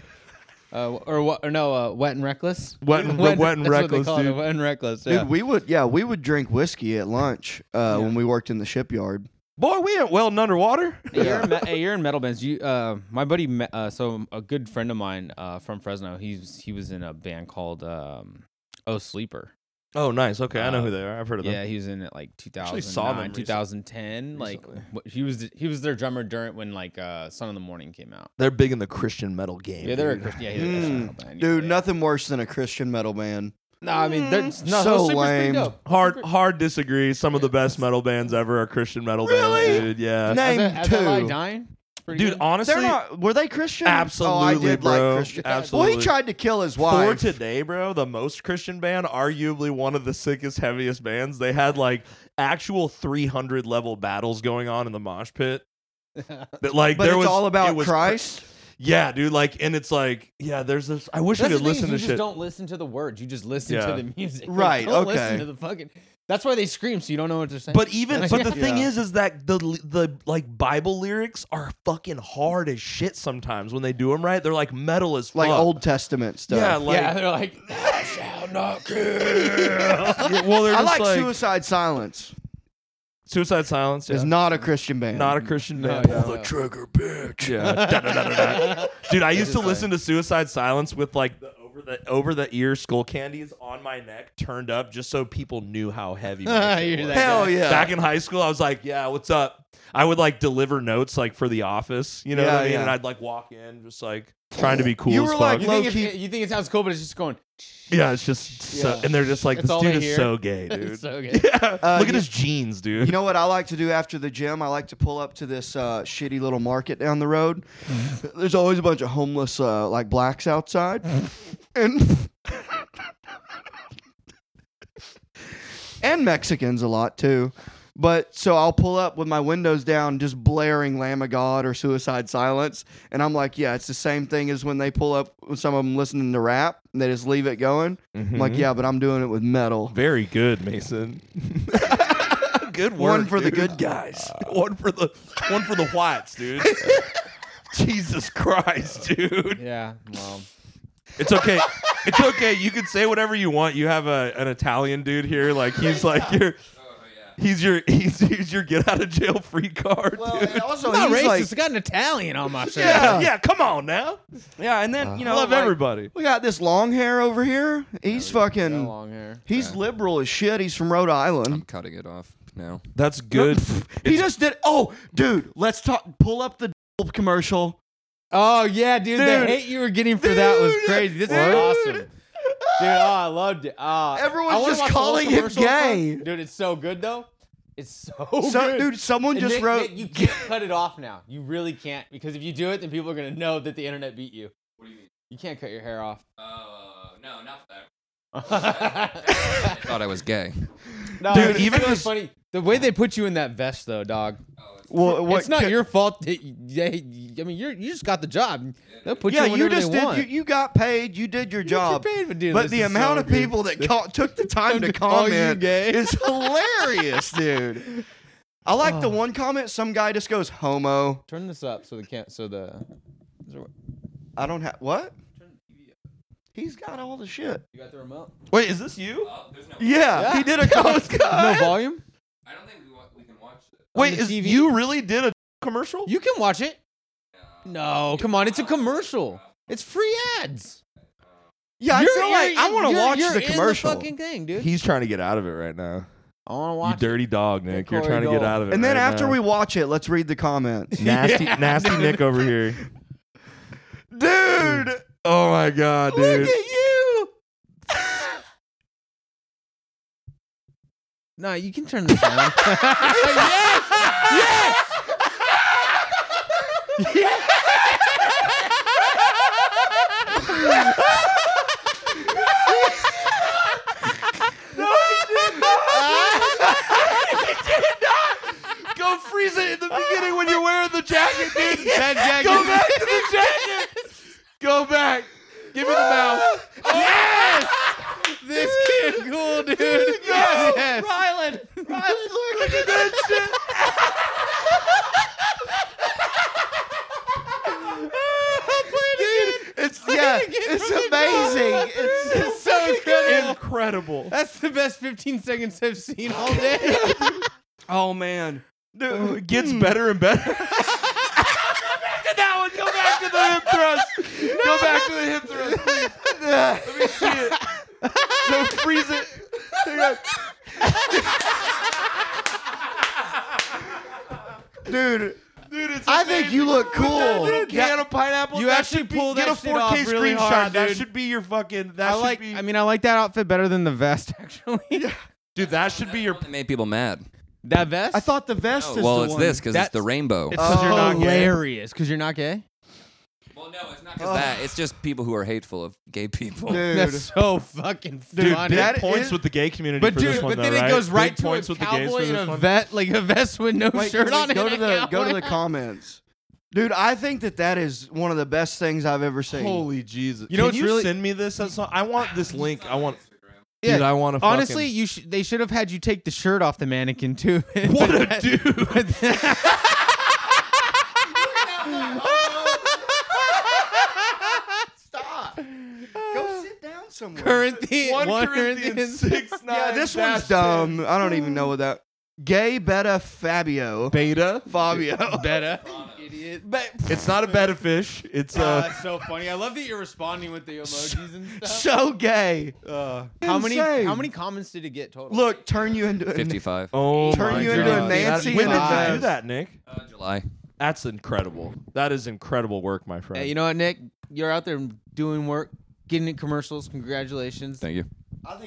S3: uh, or what? Or no, uh, wet and reckless.
S4: Wet and- Wet
S3: (laughs) that's
S4: and
S3: what they
S4: Reckless,
S3: call it,
S4: dude.
S3: Wet and reckless.
S2: dude."
S3: Yeah.
S2: We would, yeah, we would drink whiskey at lunch uh, when we worked in the shipyard.
S4: Boy, we ain't welding underwater.
S3: Hey, you're, in me- hey, you're in metal bands. You, uh, my buddy, me- uh, so a good friend of mine uh, from Fresno. He's he was in a band called um, Oh Sleeper.
S4: Oh, nice. Okay, I know
S3: Uh,
S4: who they are. I've heard of them.
S3: Yeah, he was in it like 2009,
S4: saw them recent-
S3: 2010. Like
S4: recently.
S3: wh- he was he was their drummer during when like uh, Son of the Morning came out.
S4: They're big in the Christian metal game.
S3: Yeah, they're a
S4: dude. Hmm.
S3: Christian. Yeah, he's a Christian
S2: Mm,
S3: metal band. yeah,
S2: Dude,
S3: yeah.
S2: nothing worse than a Christian metal band.
S3: No, I mean they're no,
S2: so
S3: Sleeper's pretty
S2: lame.
S3: dope.
S4: hard.
S3: Sleeper-
S4: Hard disagree. Some of the best metal bands ever are Christian metal
S2: Really?
S4: bands, dude. Yeah.
S2: No.
S3: As
S2: Name
S3: a- as a lie
S2: two.
S3: dying. pretty
S4: dude.
S3: good.
S4: Uh, Honestly,
S2: They're not. Were they Christian? Oh, I
S4: Absolutely,
S2: did
S4: bro.
S2: like Christian.
S4: Absolutely.
S2: Well, he tried to kill his
S4: for
S2: wife.
S4: today, bro, the most Christian band, arguably one of the sickest, heaviest bands. They had like actual 300 level battles going on in the mosh
S3: (laughs)
S4: pit. That like
S2: but
S4: there
S2: it's
S4: was
S2: all
S4: it
S2: about
S4: was-
S2: Christ.
S4: Yeah, dude. Like, and it's like, yeah, there's this. I wish
S3: That's
S4: I
S3: the
S4: could
S3: thing is
S4: listen
S3: you
S4: to
S3: just
S4: shit.
S3: don't listen to the words. You just listen
S4: Yeah.
S3: to the music. Like,
S2: Right,
S3: don't
S2: okay.
S3: Listen to the fucking. That's why they scream, so you don't know what they're saying.
S4: But e- even,
S3: (laughs)
S4: but the
S3: Yeah.
S4: thing
S2: Yeah.
S4: is, is that the the like Bible lyrics are fucking hard as shit. Sometimes when they do them right, they're like metal as fuck.
S2: like Old Testament stuff.
S4: yeah, like
S3: yeah, they're like, "Thou shalt not kill."
S4: well,
S3: (laughs)
S4: they're
S2: I
S4: just
S2: like,
S4: like
S2: Suicide Silence.
S4: Suicide Silence
S2: Is
S4: yeah.
S2: not a Christian band.
S4: not a Christian
S3: No,
S4: band.
S3: yeah,
S4: Pull the
S3: no.
S4: trigger, bitch. Yeah. (laughs)
S2: (laughs)
S4: Da-da-da-da-da. Dude, I used to listen to Suicide Silence with like the over the over the ear skull candies on my neck turned up just so people knew how
S3: (laughs)
S4: heavy. my shit
S3: You're
S4: was.
S3: that
S2: Hell
S3: guy.
S2: yeah.
S4: Back in high school, I was like, "Yeah, what's up?" I would like deliver notes like for the office, you know
S2: Yeah,
S4: what I mean?
S2: yeah.
S4: And I'd like walk in just like trying to be cool
S2: You
S4: as
S2: were
S4: fuck.
S2: like-
S3: You
S2: Low
S3: think, it's-
S2: key-
S3: you think it sounds cool, but it's just going.
S4: (laughs) yeah, it's just so,
S3: Yeah.
S4: and they're just like,
S3: That's
S4: "This
S3: all
S4: dude
S3: they
S4: is
S3: hear. (laughs)
S4: so gay, dude."
S3: It's so good.
S4: yeah,
S2: (laughs) Uh,
S4: look at
S2: you-
S4: his jeans, dude.
S2: You know what I like to do after the gym? I like to pull up to this uh, shitty little market down the road.
S4: Mm-hmm.
S2: There's always a bunch of homeless, uh, like blacks outside,
S4: Mm-hmm.
S2: and and Mexicans a lot too. But so I'll pull up with my windows down, just blaring "Lamb of God" or "Suicide Silence," and I'm like, "Yeah, it's the same thing as when they pull up with some of them listening to rap. And they just leave it going." I'm like, "Yeah, but I'm doing it with metal.
S4: Very Mm-hmm. good, Mason. good work.
S2: One for the (laughs)
S4: dude.
S2: good guys."
S4: one for the one for the whites, dude. (laughs) Jesus Christ, dude.
S3: Yeah, (laughs) well,
S4: It's okay. It's okay. You can say whatever you want. You have a an Italian dude here. Like he's like your
S5: Oh,
S4: he's your he's, he's your get out of jail free card.
S2: Well,
S4: dude.
S2: and also
S3: I'm not
S2: he's
S3: racist.
S2: like,
S3: I got an Italian on my shirt.
S4: yeah, yeah, come on now. Uh,
S2: Yeah, and then you
S4: I
S2: know,
S4: love
S2: like,
S4: everybody.
S2: We got this long hair over here. He's
S3: Got
S2: fucking.
S3: long hair.
S2: He's liberal as shit. He's from Rhode
S5: I'm
S2: Island.
S5: cutting it off now.
S4: That's
S2: (laughs)
S4: good.
S2: He just did. Oh, dude, let's talk. Pull up the (laughs) commercial.
S3: Oh yeah, dude, the
S2: Dude.
S3: hate you were getting for that was
S2: Dude.
S3: crazy. This is
S2: What?
S3: awesome. Dude, oh, I loved it. Uh,
S2: Everyone's
S3: I wanna
S2: just
S3: watch the whole
S2: calling him
S3: commercial again.
S2: gay.
S3: Dude, it's so good though. It's so,
S2: So,
S3: Oh, good.
S2: dude, someone
S3: And
S2: just
S3: Nick-
S2: wrote.
S3: Nick, you can't cut it off now. You really can't because if you do it, then people are gonna know that the internet beat you.
S5: What do you mean?
S3: You can't cut your hair off.
S5: Oh no, not that.
S3: no, (laughs)
S5: I thought I was gay.
S4: Dude,
S3: it's
S4: even
S3: really
S4: this-
S3: funny the way they put you in that vest though, dog.
S2: well, what,
S3: it's not your fault. That you, they, I mean, you're you just got the job. They'll put
S2: Yeah,
S3: you. in
S2: you
S3: whatever
S2: just
S3: they
S2: did.
S3: want.
S2: You, you got paid. You did your job.
S3: paid for doing
S2: but
S3: this
S2: the
S3: is so
S2: amount of
S3: good.
S2: people that ca- took the
S3: (laughs)
S2: time to
S3: Oh, you
S2: comment
S3: gay. (laughs)
S2: is hilarious, dude. I like the
S3: Oh.
S2: one comment. Some guy just goes homo.
S3: Turn this up so the can't so the. Is there,
S2: I don't have what. He's got all the shit.
S3: you got the remote?
S4: Wait, is this you?
S2: Yeah,
S3: Uh, Yeah.
S2: Uh, he did
S3: (laughs)
S2: a comic.
S3: No volume.
S5: I don't think we, wa- we can watch this.
S4: Wait,
S3: the
S4: is
S3: TV?
S4: you really did a commercial?
S3: You can watch it. No, come on, it's a commercial. It's free ads.
S2: yeah,
S3: You're-
S2: I feel
S3: you're
S2: like I
S3: in-
S2: want to
S3: you're-
S2: watch
S3: you're
S2: the
S3: in
S2: commercial.
S3: fucking thing, dude.
S4: He's trying to get out of it right now.
S3: I want to
S4: You
S3: watch. it.
S4: dirty dog, Nick. You're
S3: Corey
S4: trying to get
S3: Gold.
S4: out of it.
S2: and then
S4: right
S2: after
S4: now. (laughs)
S2: we watch it, let's read the comments.
S4: nasty, nasty Nick over here, dude. Oh my god,
S3: (laughs)
S4: dude.
S2: you.
S3: No, you can
S2: (laughs)
S3: turn this on. yes, yes.
S4: Go freeze it in the beginning when you're wearing the jacket, dude.
S3: That jacket.
S4: Go back to the jacket. Go back. Give me the mouth. Yes.
S3: This kid
S2: (laughs)
S3: cool, dude.
S4: Yes,
S3: yes.
S2: Rylan, Rylan, look at that shit. It's
S4: (laughs)
S2: yeah, it's amazing. It's, it's so
S3: incredible.
S4: Incredible.
S3: That's the best 15 seconds I've seen all day.
S2: Oh man,
S4: It gets better and better. go back to that one. Go back to the hip thrust. Go back to the hip thrust, please.
S2: (laughs)
S4: Let me see it. No, freeze it. Hang on.
S2: dude,
S4: Dude, it's
S2: I think you look cool.
S4: Little can of pineapple.
S3: You
S4: that
S3: actually
S4: should be-
S3: pull
S4: get
S3: that
S4: a 4K
S3: shit off really
S4: screenshot.
S3: hard,
S4: that
S3: dude.
S4: should be your fucking. That
S3: I
S4: should
S3: like.
S4: be, (laughs)
S3: I mean, I like that outfit better than the vest, actually.
S4: dude, that should be your.
S5: It made people mad. Oh,
S3: That vest?
S2: I thought the vest is
S5: well,
S2: the
S5: it's
S2: one.
S5: this because it's the
S4: That's-
S5: rainbow.
S4: it's- 'Cause
S3: oh,
S4: you're not gay.
S3: hilarious because you're not gay.
S5: well, no, it's not 'cause that. It's just people who are hateful of gay people. (laughs)
S2: Dude.
S3: That's so fucking
S4: Dude,
S3: funny.
S4: big
S2: that
S4: points
S2: is-
S4: with the gay community
S3: but
S4: for
S3: dude,
S4: this one,
S3: but
S4: though,
S3: then it goes right
S4: Big
S3: to a
S4: points with the gays for
S3: cowboy and
S4: this
S3: a
S4: one.
S3: vet, like a vest with no
S2: Wait,
S3: shirt
S2: wait,
S3: on.
S2: go to
S3: and a
S2: the go to
S3: cowboy
S2: the
S3: hat.
S2: comments. Dude, I think that that is one of the best things I've ever seen.
S4: Holy Jesus!
S3: You know
S4: Can
S3: what's
S4: you
S3: really-
S4: send me this? That's not- I want this link. I want.
S3: Yeah.
S4: Dude, I want to.
S3: Honestly, you sh- they should have had you take the shirt off the mannequin too. (laughs)
S4: What a
S3: But-
S4: dude.
S3: but then-
S2: Stop. Go sit down somewhere.
S3: Corinthians,
S4: one,
S3: one (laughs)
S4: Corinthians six nine.
S2: yeah, this
S4: dash
S2: one's dumb. I don't even
S4: Hmm.
S2: know what that. Gay Beta Fabio.
S4: Beta.
S2: Fabio.
S4: (laughs)
S3: Beta, idiot. But
S4: It's not a betta fish. It's uh,
S3: that's so funny. I love that you're responding with the emojis and stuff.
S2: so gay.
S4: uh
S3: How many?
S2: Insane.
S3: How many comments did it get total?
S2: Look, turn you into a
S5: 55.
S4: oh
S2: Turn
S4: my
S2: you into a
S4: God.
S2: Nancy
S4: When did you do
S2: Lies.
S4: that, Nick?
S5: Uh, July.
S4: That's incredible. That is incredible work, my friend.
S3: Hey, you know what, Nick? You're out there doing work, getting in commercials. Congratulations.
S5: Thank you.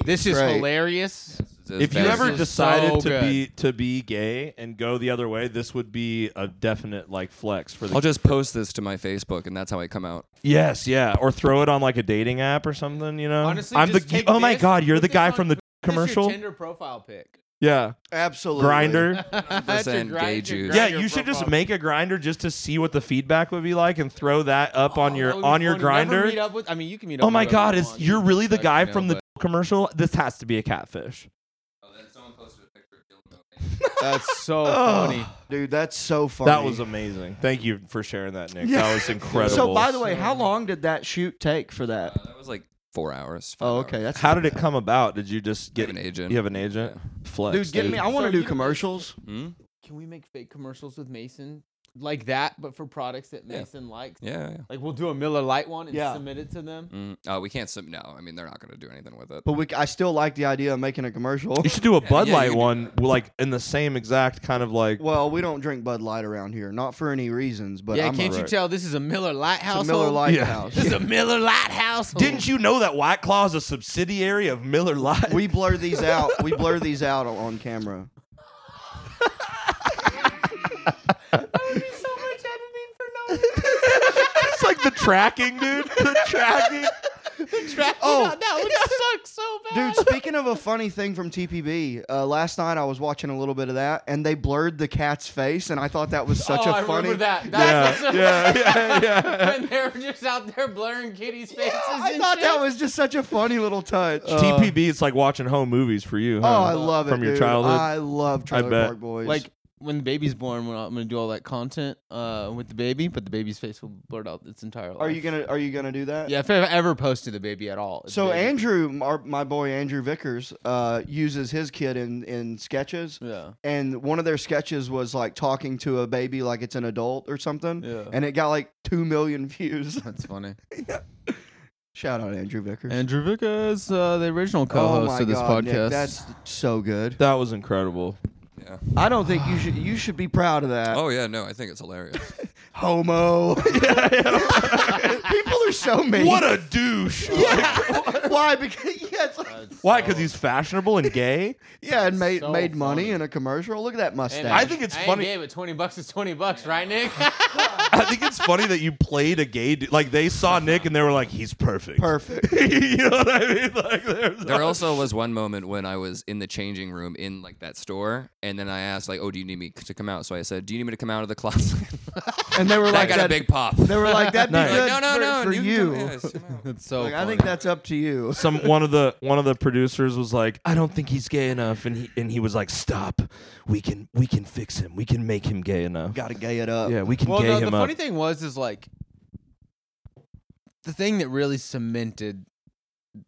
S3: This is
S2: Great.
S3: hilarious.
S4: if you
S3: This
S4: ever
S3: is
S4: decided
S3: so
S4: to
S3: good.
S4: be to be gay and go the other way, this would be a definite like flex for the.
S5: I'll just post this to my Facebook, and that's how I come out.
S4: yes, yeah, or throw it on like a dating app or something. You know,
S3: Honestly,
S4: I'm
S3: just
S4: the.
S3: take
S4: oh my
S3: this,
S4: God, you're
S3: put
S4: the
S3: this
S4: guy
S3: on-
S4: from the
S3: This is your
S4: commercial.
S3: Tinder profile pic.
S4: Yeah,
S2: Absolutely.
S4: grinder.
S3: (laughs) That's (laughs) your
S5: 100%
S3: grind-
S5: gay
S3: your
S4: Yeah,
S5: Jews.
S3: grinder
S4: you should just
S3: profile.
S4: make a grinder just to see what the feedback would be like and throw that up on
S3: Oh, that would
S4: your
S3: be
S4: on your
S3: funny. Never meet
S4: grinder.
S3: up with- I mean, you can meet up.
S4: Oh my
S3: with whoever
S4: god,
S3: you
S4: it's
S3: want.
S4: you're really the
S3: Sucks,
S4: guy
S3: you know,
S4: from the
S3: but-
S4: commercial? This has to be a catfish.
S3: That's so
S2: Ugh.
S3: funny.
S2: Dude, that's so funny.
S4: That was amazing. Thank you for sharing that, Nick.
S2: Yeah.
S3: (laughs)
S4: That was incredible.
S2: So, by the way, how long did that shoot take for that?
S5: Uh, That was like four hours. five
S2: Oh, okay. That's
S4: how did it come about? Did you just
S5: Hours.
S4: get
S5: Have an agent.
S4: You have an agent? Flex.
S2: dude, get me. I want to
S3: So
S2: do
S3: you-
S2: commercials.
S5: Hmm?
S3: Can we make fake commercials with Mason like that, but for products that Mason likes?
S5: Yeah. yeah.
S3: Like we'll do a Miller Light one and
S2: Yeah.
S3: submit it to them.
S5: Mm, oh, we can't. Sub- no, I mean they're not going to do anything with it.
S2: But we, I still like the idea of making a commercial.
S4: You should do a Bud
S5: yeah, you
S4: Light
S5: can do
S4: one, like in the same exact kind of like.
S2: Well, we don't drink Bud Light around here, not for any reasons. But
S3: yeah,
S2: I'm
S3: can't
S2: a,
S3: you
S4: right.
S3: tell this is a Miller
S2: it's a
S3: Lighthouse?
S2: Miller Light
S4: Yeah.
S2: house.
S3: This is a Miller Lighthouse.
S4: Didn't you know that White Claw is a subsidiary of Miller Lite?
S2: We blur these out. We blur these out on- on camera.
S3: so much (laughs) editing for no
S4: (laughs) it's like the tracking, dude.
S2: (laughs)
S4: The tracking.
S3: reason.
S2: Oh.
S3: oh, that would suck so bad.
S2: Dude, speaking of a funny thing from TPB, uh, last night I was watching a little bit of that, and they blurred the cat's face, and I thought that was such
S3: oh,
S2: a
S3: I
S2: funny.
S3: remember that.
S4: Yeah,
S3: That's that's-
S4: (laughs) yeah, yeah,
S3: (laughs)
S4: yeah.
S3: when they were just out there blurring kitties' faces.
S2: I
S3: and
S2: thought
S3: shit.
S2: that was just such a funny little touch.
S4: TPB, it's like watching home movies for you. Huh?
S2: oh, I love it
S4: From your
S2: dude.
S4: childhood.
S2: I love Trailer
S4: bet.
S2: Park Boys.
S3: like when the baby's born. When I'm gonna do all that content uh, with the baby, but the baby's face will blurt out its entire.
S2: are
S3: life.
S2: you gonna are you gonna do that?
S3: Yeah, if I ever posted the baby at all. it's
S2: So
S3: baby.
S2: Andrew, our, my boy Andrew Vickers, uh, uses his kid in in sketches.
S3: (laughs) Yeah.
S2: and one of their sketches was like talking to a baby like it's an adult or something.
S3: Yeah.
S2: And it got like two million (laughs) views.
S3: That's
S2: (laughs)
S3: funny.
S2: Shout out Andrew Vickers.
S3: Andrew Vickers, uh, the original
S2: oh
S3: co-host
S2: my
S3: of this
S2: God, Nick,
S3: podcast.
S2: that's so good.
S4: That was incredible.
S5: Yeah.
S2: I don't think you should you should be proud of that.
S5: Oh yeah. No, I think
S2: (laughs)
S5: it's hilarious.
S2: Homo. (laughs) People are so mean.
S4: What a
S2: (laughs)
S4: douche.
S2: yeah. (laughs) Why? Because yeah, it's like,
S4: Why? Because he's fashionable and gay?
S2: (laughs) yeah, and made
S3: so
S2: made money
S3: funny.
S2: in a commercial. Look at that mustache.
S4: I think it's funny-
S3: Yeah, but twenty bucks is twenty bucks,
S2: (laughs)
S3: right, Nick? (laughs)
S4: I think it's funny that you played a gay dude. Like, they saw Nick and they were like, he's perfect.
S2: perfect.
S4: (laughs) you know what I mean? Like, there's
S5: There also was one moment when I was in the changing room in like that store, and then I asked like, "Oh, do you need me c- to come out?" So I said, "Do you need me to come out of the closet?" (laughs)
S2: And they were
S5: I
S2: like
S5: got a
S2: that-
S5: big pop.
S2: They were like that'd be
S4: Nice.
S2: good
S5: Like, no, no,
S2: for,
S5: no,
S2: for
S5: can
S2: you.
S5: come- yeah,
S2: (laughs)
S5: just come out."
S3: That's so.
S2: Like, I
S3: funny.
S2: think that's up to you. (laughs)
S4: some one of the one of the producers was like, "I don't think he's gay enough," and he and he was like, "Stop, we can we can fix him. We can make him gay enough.
S2: Got to gay it up.
S4: Yeah, we can
S3: well,
S4: gay
S3: no,
S4: him
S3: the
S4: up."
S3: funny thing was is like the thing that really cemented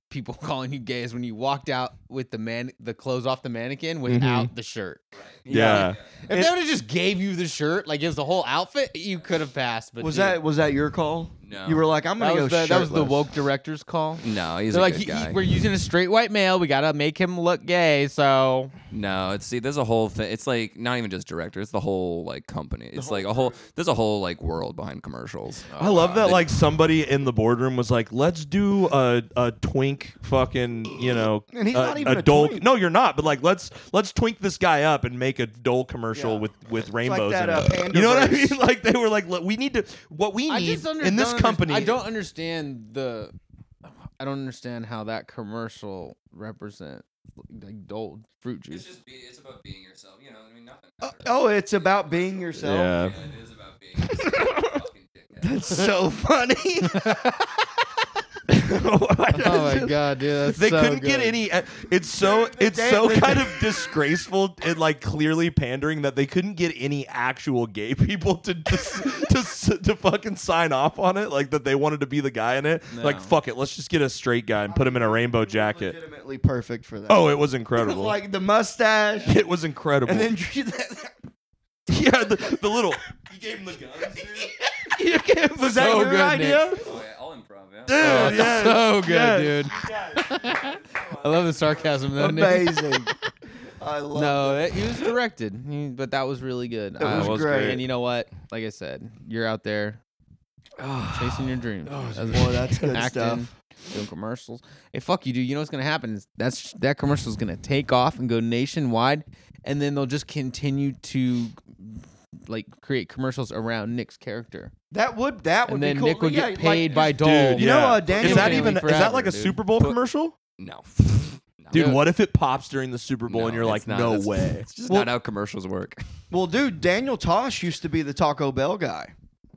S3: people (laughs) calling you gay is when you walked out with the man the clothes off the mannequin without the shirt.
S4: yeah.
S3: If they would have just gave you the shirt, like it was the whole outfit, you could have passed. But
S2: Was
S3: dude,
S2: that was that your call?
S5: No.
S2: You were like, I'm
S3: that
S2: gonna
S3: was,
S2: go
S3: the, that was the
S2: shirtless.
S3: woke director's call?
S5: No, he's
S3: They're
S5: a
S3: like,
S5: good
S3: "He- he-
S5: guy.
S3: we're using a straight white male. We gotta make him look gay. So
S5: No, it's see, there's a whole thing. It's like not even just director. It's the whole like company. It's like a whole. There's a whole like world behind commercials. Uh,
S4: Uh, I love that. Like somebody in the boardroom was like, "Let's do a, a twink like fucking you know
S2: And he's
S4: a,
S2: not even a
S4: Dole-
S2: twink.
S4: No, you're not. But like let's let's twink this guy up and make a Dole commercial
S2: Yeah.
S4: with with rainbows
S2: that, uh,
S4: in it. You know what I
S2: Pandaverse.
S4: mean? (laughs) Like they were like "Look, we need to what we
S3: I
S4: need
S3: just under-
S4: in this
S3: don't under-
S4: company.
S3: I
S4: (laughs)
S3: don't understand the. I don't understand how that commercial represent like Dole fruit
S5: It's
S3: juice.
S5: just be, it's about being yourself. You know, I mean, nothing.
S2: Oh, it's about being yourself.
S5: Yeah, it is about being yourself. Fucking dickhead.
S2: That's (laughs) so funny.
S4: (laughs)
S3: Oh my god, dude! That's
S4: They
S3: so
S4: couldn't get
S3: good.
S4: any. uh, It's so it's
S2: day-
S4: so
S2: the-
S4: kind of disgraceful and like clearly pandering that they couldn't get any actual gay people to just to, s- to fucking sign off on it. Like that they wanted to be the guy in it. Like
S3: No.
S4: fuck it, let's just get a straight guy and put him in a rainbow
S2: (laughs)
S4: jacket.
S2: Legitimately perfect for that.
S4: Oh, it was
S2: (laughs)
S4: incredible.
S2: like the mustache,
S4: it was incredible.
S2: and then
S4: (laughs) yeah, the, the little. You gave him the guns. Dude. you gave
S2: (laughs)
S4: him
S2: was that
S3: So
S2: your
S3: good,
S2: idea?
S5: Oh, yeah, I'll improv. Yeah.
S3: Oh,
S4: Dude, yeah.
S3: So good, dude.
S4: Yeah.
S3: (laughs) I love the sarcasm though. Nick.
S2: Amazing. I love.
S3: No, it, he was directed, he- but that was really good.
S2: That was
S4: was great. great.
S3: And you know what? Like I said, you're out there chasing your dreams. As-
S2: Boy,
S3: (laughs)
S2: that's Ah, good
S3: acting,
S2: stuff.
S3: doing commercials. Hey, fuck you, dude. You know what's gonna happen is that's that commercial's gonna take off and go nationwide, and then they'll just continue to like create commercials around Nick's character,
S2: That would that would
S3: and
S2: be
S3: then
S2: cool.
S3: Nick would
S2: Yeah,
S3: get
S2: like-
S3: paid by Dole.
S4: Dude,
S2: You
S4: yeah.
S2: know, uh, Daniel
S4: is that
S3: Family
S4: even is
S3: forever,
S4: that like a
S3: dude.
S4: Super Bowl commercial?
S5: No. (laughs) No.
S4: Dude,
S3: Yeah.
S4: what if it pops during the Super Bowl
S5: No,
S4: and you're
S5: it's
S4: like,
S5: not-
S4: no
S5: that's-
S4: way?
S5: It's just
S2: Well-
S5: not how commercials (laughs) work.
S2: Well, dude, Daniel Tosh used to be the Taco Bell guy.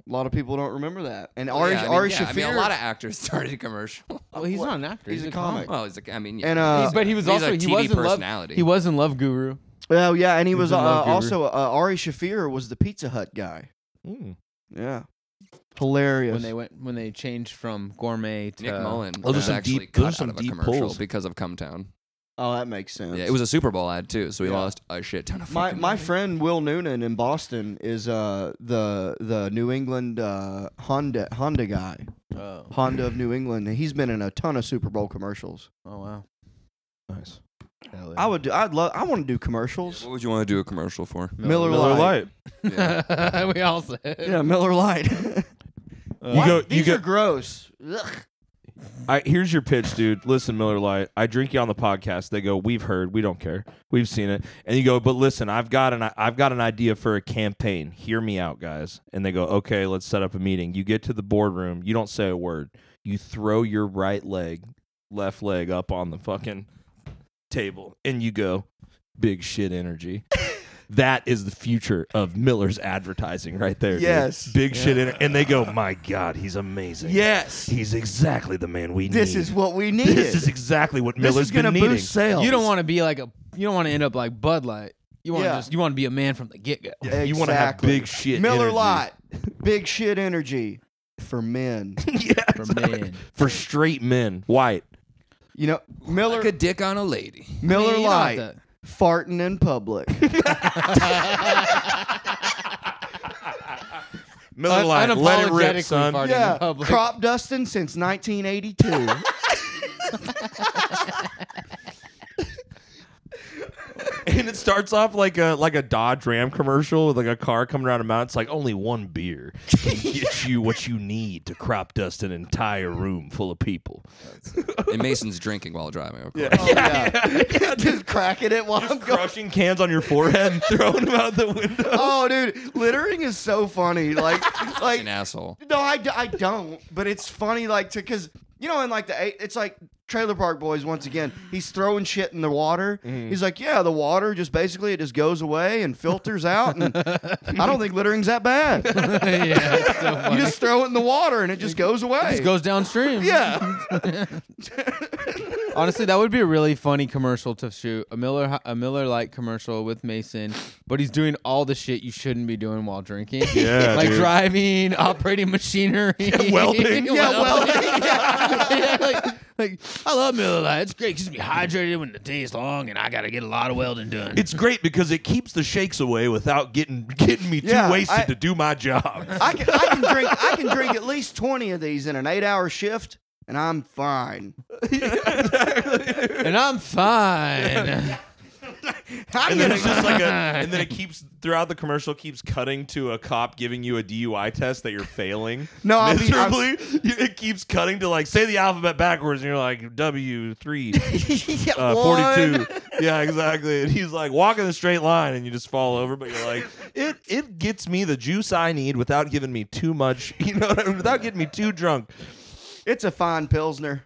S2: A lot of people don't remember that. And Ari,
S5: yeah, I mean,
S2: Ari
S5: yeah,
S2: Shafir.
S5: I mean, a lot of actors (laughs) started commercial.
S3: Well, he's not an actor.
S2: He's
S3: He's,
S2: a
S3: a, comic.
S5: well, he's like, I mean, yeah,
S2: And, uh,
S5: he's a-
S3: But he was
S5: he's
S3: also
S5: a
S3: he
S5: TV
S3: was in love.
S5: personality.
S3: He was in Love Guru.
S2: well, yeah, and he
S3: He's
S2: was
S3: in
S2: uh,
S3: Love Guru.
S2: also uh, Ari Shafir was the Pizza Hut guy.
S4: Mm.
S2: Yeah, hilarious.
S3: when they went when they changed from gourmet to
S5: Nick Mullen
S4: are
S5: was
S4: some
S5: actually
S4: deep- those are
S5: cut
S4: some
S5: out of a
S4: deep
S5: commercial
S4: pulls.
S5: because of Cumtown.
S2: oh, that makes sense.
S5: Yeah, it was a Super Bowl ad too, so we
S2: Yeah.
S5: lost a shit ton of
S2: my
S5: fucking
S2: my
S5: money.
S2: friend Will Noonan in Boston is uh the the New England uh, Honda Honda guy
S3: Oh,
S2: Honda of New England. and He's been in a ton of Super Bowl commercials.
S3: oh wow.
S2: Nice.
S3: Hell yeah.
S2: I would do, I'd love I want to do commercials.
S5: What would you want to do a commercial for?
S2: Miller
S4: Miller
S2: Lite.
S4: Lite.
S3: (laughs)
S5: Yeah.
S3: we all said.
S2: Yeah, Miller (laughs) Lite.
S4: You
S2: Why-
S4: go.
S2: These
S4: you go.
S2: are gross. Ugh.
S4: I, here's your pitch, dude. Listen, Miller Lite. I drink you on the podcast. They go, we've heard. We don't care. We've seen it. And you go, but listen, I've got an I've got an idea for a campaign. Hear me out, guys. And they go, okay, let's set up a meeting. You get to the boardroom. You don't say a word. You throw your right leg, left leg up on the fucking table, and you go, big shit energy. That is the future of Miller's advertising right there. dude.
S2: Yes.
S4: Big shit. ener- and they go, my God, he's amazing.
S2: Yes.
S4: He's exactly the man we
S2: This
S4: need.
S2: is what we needed.
S4: this is exactly what
S2: This
S4: Miller's
S2: is gonna
S4: been needing.
S2: boost sales.
S3: You don't want to be like a. You don't want to end up like Bud Light. You want to
S2: Yeah.
S3: just. You want to be a man from the get go.
S4: Yeah, You want to have
S2: Exactly.
S4: big shit.
S2: Miller
S4: energy.
S2: Lite, big shit energy for men.
S4: (laughs) yeah,
S3: For
S4: exactly.
S3: men.
S4: for straight men, white.
S2: You know, Miller
S5: Like a dick on a lady.
S2: Miller
S3: I mean, you don't have
S2: Lite, farting in
S3: (laughs)
S2: public.
S4: Miller Lite,
S3: Un-
S4: let it rip,
S3: unapologetically
S4: son.
S3: farting. in
S2: yeah,
S3: public.
S2: crop dusting since
S3: (laughs)
S2: 1982.
S4: And it starts off like a like a Dodge Ram commercial with like a car coming around a mountain. It's like only one beer (laughs) can get you what you need to crop dust an entire room full
S2: (laughs)
S4: of people.
S5: And Mason's drinking while driving, of course.
S2: oh, yeah. (laughs) just cracking it while I'm going.
S4: Crushing cans on your forehead and throwing them out the window.
S2: Oh, dude, littering is so funny. Like, like (laughs)
S5: An asshole.
S2: No, I, d- I don't. But it's funny, like, to because you know, in like the eight, it's like Trailer Park Boys once again. He's throwing shit in the water.
S3: Mm-hmm.
S2: He's like, yeah, the water just basically it just goes away and filters out.
S3: (laughs)
S2: And I don't think littering's that bad.
S3: yeah, it's so
S2: You
S3: funny.
S2: just throw it in the water and it just goes away.
S3: Just goes downstream.
S2: yeah,
S3: Honestly, that would be a really funny commercial to shoot a Miller a Miller Light commercial with Mason, but he's doing all the shit you shouldn't be doing while drinking.
S4: (laughs) Yeah,
S3: like
S4: dude.
S3: driving, operating
S4: (laughs)
S3: machinery,
S4: welding.
S3: (laughs)
S2: yeah. Well,
S3: yeah, like, like I love Miller Lite. It's great. Keeps me hydrated when the day is long, and I gotta get a lot of welding done.
S4: It's great because it keeps the shakes away without getting getting me too
S2: Yeah,
S4: wasted
S2: I-
S4: to do my job.
S2: I can, I can drink. I can drink at least twenty of these in an eight-hour shift, and I'm fine.
S3: (laughs) and I'm fine.
S2: I'm
S4: and then
S2: gonna
S4: it's just like a,
S2: (laughs)
S4: and then it keeps throughout the commercial keeps cutting to a cop giving you a DUI test that you're failing
S2: No, I'll be- I'll-
S4: miserably. You- it keeps cutting to like say the alphabet backwards, and you're like
S2: (laughs)
S4: W three
S2: yeah,
S4: uh,
S2: one.
S4: forty two. (laughs) Yeah, exactly. And he's like walking the straight line, and you just fall over. But you're like, it it gets me the juice I need without giving me too much. (laughs) You know, what I mean? without getting me too drunk.
S2: It's a fine pilsner.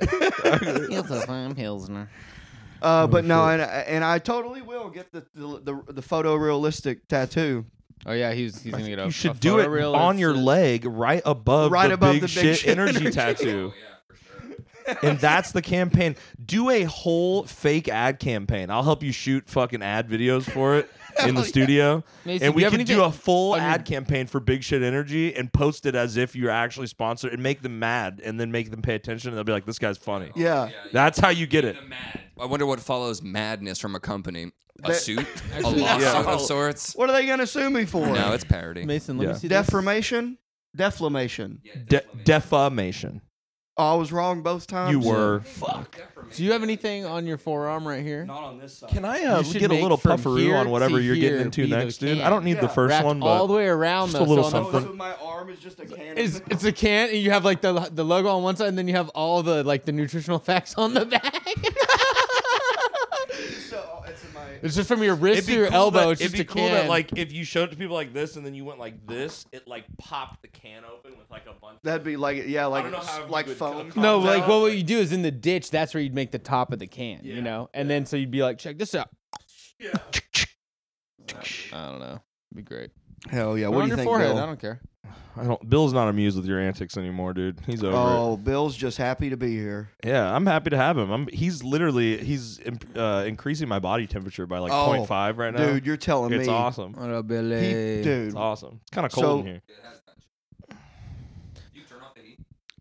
S3: It's a fine pilsner. Oh,
S2: Uh, but no, and and I totally will get the the the, the photorealistic tattoo.
S3: Oh yeah, he's he's gonna get a.
S4: You
S3: a
S4: should do it
S3: photorealistic-
S4: on your leg, right above
S2: Right
S4: the
S2: above
S4: big
S2: the big
S4: shit,
S2: shit
S4: energy,
S2: energy.
S4: tattoo. and that's the campaign. Do a whole fake ad campaign. I'll help you shoot fucking ad videos for it in the studio,
S3: Mason,
S4: and
S3: do
S4: we
S3: you have
S4: can do
S3: anything
S4: a full
S3: on your-
S4: ad campaign for Big Shit Energy and post it as if you're actually sponsored and make them mad and then make them pay attention and they'll be like, "This guy's funny."
S2: Yeah.
S4: That's how you get it.
S5: I wonder what follows madness from a company. A
S2: That-
S5: suit, a lawsuit of sorts.
S2: What are they gonna sue me for?
S5: No, it's parody.
S3: Mason, let
S4: Yeah.
S3: me see this.
S2: Defamation. Deflamation.
S4: De- defamation.
S2: Oh, I was wrong both times.
S4: You were. Fuck.
S3: Do you have anything on on your forearm right here?
S2: not on this side.
S4: Can I uh,
S3: You should
S4: get a
S3: make
S4: little
S3: from
S4: pufferoo
S3: here
S4: on whatever
S3: to
S4: you're
S3: here
S4: getting into
S3: be the
S4: next, dude?
S3: can.
S4: I don't need the
S2: Yeah.
S4: first
S3: Wrapped
S4: one, but
S3: all the way around.
S4: just a
S3: though, so
S4: little
S3: on the-
S4: something.
S2: Oh, so my arm is just a can.
S3: It's,
S2: of-
S3: it's a can, and you have like the the logo on one side, and then you have all the like the nutritional (laughs) facts on the back.
S2: so uh, it's in my.
S3: it's just from your wrist to your elbow. it's
S4: it'd
S3: just
S4: be
S3: a
S4: cool
S3: can.
S4: that like if you showed it to people like this and then you went like this, it like popped the can open with like a bunch.
S2: That'd be like yeah, like
S4: don't know how
S2: like
S4: you would
S2: phone.
S4: come-
S3: no,
S4: comes
S3: like
S4: out,
S3: what would
S4: like-
S3: you do is in the ditch. That's where you'd make the top of the can,
S4: Yeah,
S3: you know, and then so you'd be like, check this out.
S4: Yeah.
S3: I don't know. It'd be great.
S2: Hell yeah!
S3: Put it
S2: What
S3: on
S2: do you
S3: your
S2: think,
S3: forehead.
S2: Bill?
S3: I don't care.
S4: I don't. Bill's not amused with your antics anymore, dude. He's over
S2: Oh, Bill's just happy to be here.
S4: it. Yeah, I'm happy to have him. I'm. He's literally he's imp- uh, increasing my body temperature by like
S2: Oh,
S4: 0.5 right now.
S2: Dude, you're telling
S4: it's
S2: me.
S4: awesome.
S3: What up,
S2: He-
S3: Billy?
S4: It's
S2: dude,
S4: awesome. It's kind of cold
S2: So-
S4: in here.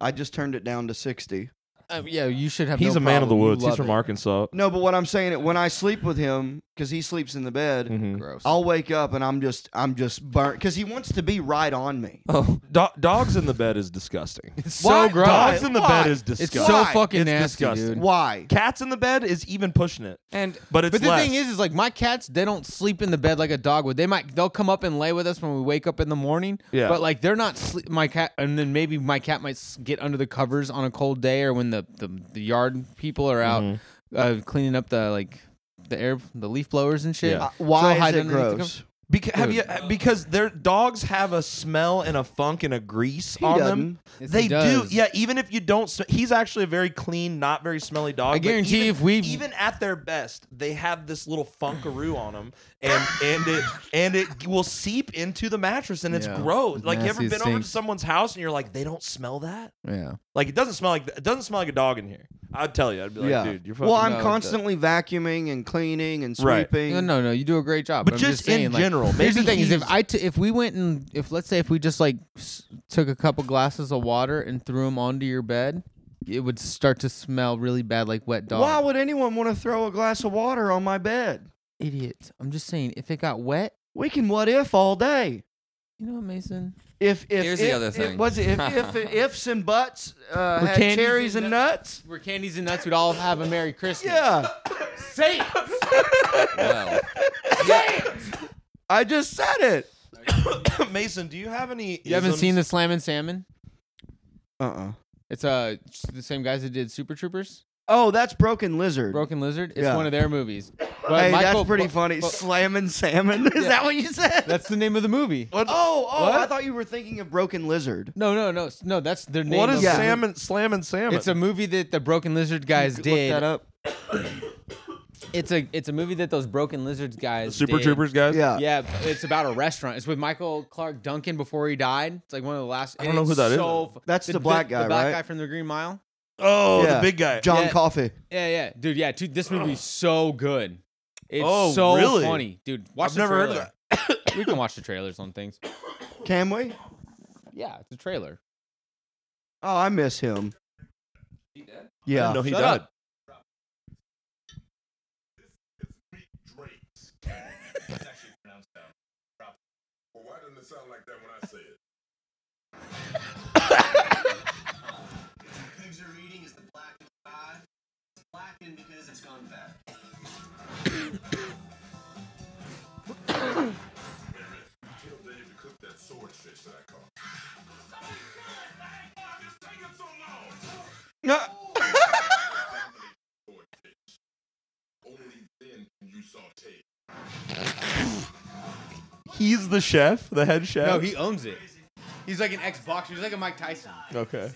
S2: I just turned it down to 60.
S3: Um, yeah, you should have.
S4: He's
S3: no
S4: a man of the
S3: problem. You
S4: woods. He's
S3: love
S4: from
S3: it.
S4: Arkansas.
S2: No, but what I'm saying is when I sleep with him, because he sleeps in the bed,
S4: Mhm.
S3: Gross.
S2: I'll wake up and I'm just I'm just burnt because he wants to be right on me.
S5: Oh,
S4: Do- dogs in the bed is disgusting.
S3: (laughs) It's so gross.
S4: Dogs in the
S2: Why?
S4: bed is disgusting.
S3: It's so
S2: Why?
S3: fucking
S4: It's
S3: nasty,
S4: disgusting.
S3: dude.
S2: Why?
S4: Cats in the bed is even pushing it,
S3: Eh.
S5: and
S4: but it's
S3: But the
S4: less.
S3: thing is, is like my cats, they don't sleep in the bed like a dog would. They might, they'll come up and lay with us when we wake up in the morning.
S4: Yeah.
S3: But like they're not sleep. My cat, and then maybe my cat might s- get under the covers on a cold day or when the the, the yard people are out
S4: Mm-hmm.
S3: uh, cleaning up the like the air, the leaf blowers and shit.
S4: Yeah.
S2: Uh,
S3: So I'll
S2: Why
S3: hide
S2: is it
S3: underneath the
S2: gross?
S4: Because have you because their dogs have a smell and a funk and a grease
S2: He
S4: on them.
S2: doesn't.
S3: Yes,
S4: they
S3: he
S4: do.
S3: does.
S4: Yeah, even if you don't sm- he's actually a very clean, not very smelly dog.
S3: I
S4: but
S3: guarantee
S4: even,
S3: if we-
S4: even at their best, they have this little funkaroo on them and and it and it will seep into the mattress and it's
S3: Yeah.
S4: gross. Like you ever
S3: Nasty
S4: been over to
S3: stinks.
S4: someone's house and you're like they don't smell that?
S3: covers. Yeah.
S4: Like it doesn't smell like it doesn't smell like a dog in here. I'd tell you. I'd be like,
S2: yeah.
S4: dude, you're fucking
S2: well, I'm
S3: No, it
S2: constantly vacuuming and cleaning and
S4: Right.
S2: sweeping.
S3: No, no, no. You do a great job.
S4: But
S3: I'm
S4: just in
S3: saying, like,
S4: general,
S3: here's the
S4: maybe
S3: thing: is if
S4: he's-
S3: I t- if we went and if let's say if we just like s- took a couple glasses of water and threw them onto your bed, it would start to smell really bad, like wet dog.
S2: Why would anyone want to throw a glass of water on my bed?
S3: idiot! I'm just saying, if it got wet,
S2: We can what if all day.
S3: you know, what, Mason.
S2: If if
S5: Here's
S2: if,
S5: the other
S2: if-
S5: thing.
S2: was it if if
S5: (laughs)
S2: ifs and buts uh,
S3: Were
S2: had
S3: candies
S2: cherries
S3: and
S2: and nuts?
S3: We're candies and nuts. We'd all have a Merry Christmas.
S2: Yeah,
S3: Say it.
S5: well,
S2: I just said it.
S4: (coughs) Mason, do you have any
S3: You haven't seen
S4: isms?
S3: the Slammin' Salmon?
S2: Uh uh
S3: It's uh the same guys that did Super Troopers,
S2: Oh, that's broken lizard.
S3: Broken Lizard. It's
S2: Yeah.
S3: one of their movies. But
S2: hey,
S3: Michael-
S2: that's pretty
S3: but-
S2: funny.
S3: but-
S2: Slamming salmon. (laughs) Is that what you said?
S3: That's the name of the movie.
S2: Oh, oh! I
S4: (laughs) What?
S2: thought you were thinking of broken lizard.
S3: No, no, no, s- no. That's their name.
S4: What
S3: of
S4: is
S3: the
S2: Yeah.
S4: salmon? Slam and salmon.
S3: It's a movie that the Broken Lizard guys
S2: Look
S3: did.
S2: that up.
S3: It's a it's a movie that those Broken Lizards guys
S4: Super
S3: did.
S4: Troopers guys.
S2: Yeah.
S3: Yeah, it's about a restaurant. It's with Michael Clark Duncan before he died. It's like one of the last. I
S4: don't know who that is.
S2: That's the black guy,
S3: the black
S2: right?
S3: guy from the Green Mile.
S4: Oh,
S2: Yeah.
S4: the big guy.
S2: John
S3: Yeah.
S2: Coffey.
S3: Yeah, yeah, dude. Yeah, dude. This movie's so good. It's
S4: Oh,
S3: so
S4: really?
S3: funny, dude. Watch
S4: I've
S3: the
S4: never heard of
S3: trailer. we (coughs) can watch the trailers on things.
S2: Can we?
S3: Yeah, it's a trailer.
S2: Oh, I miss him. Yeah.
S4: No, he
S3: Shut
S4: died.
S3: up.
S1: Well, why doesn't it sound like that when I say it?
S6: pigs are eating is the black and the eye. It's blackened because it's gone bad.
S4: He's the chef, the head chef.
S3: No, he owns it. He's like an ex boxer. He's like a Mike Tyson.
S4: okay.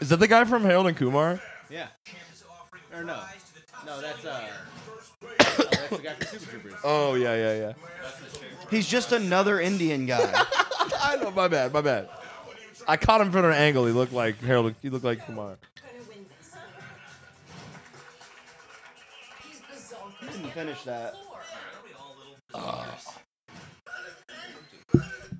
S4: Is that the guy from Harold and Kumar?
S3: Yeah. Or no. No, that's uh. (coughs) no, that's the guy from Super Troopers.
S4: Oh yeah, yeah, yeah.
S2: He's just another Indian guy.
S4: I know. My bad. My bad. I caught him from an angle. He looked like Harold. He looked like Kumar.
S2: Finish that.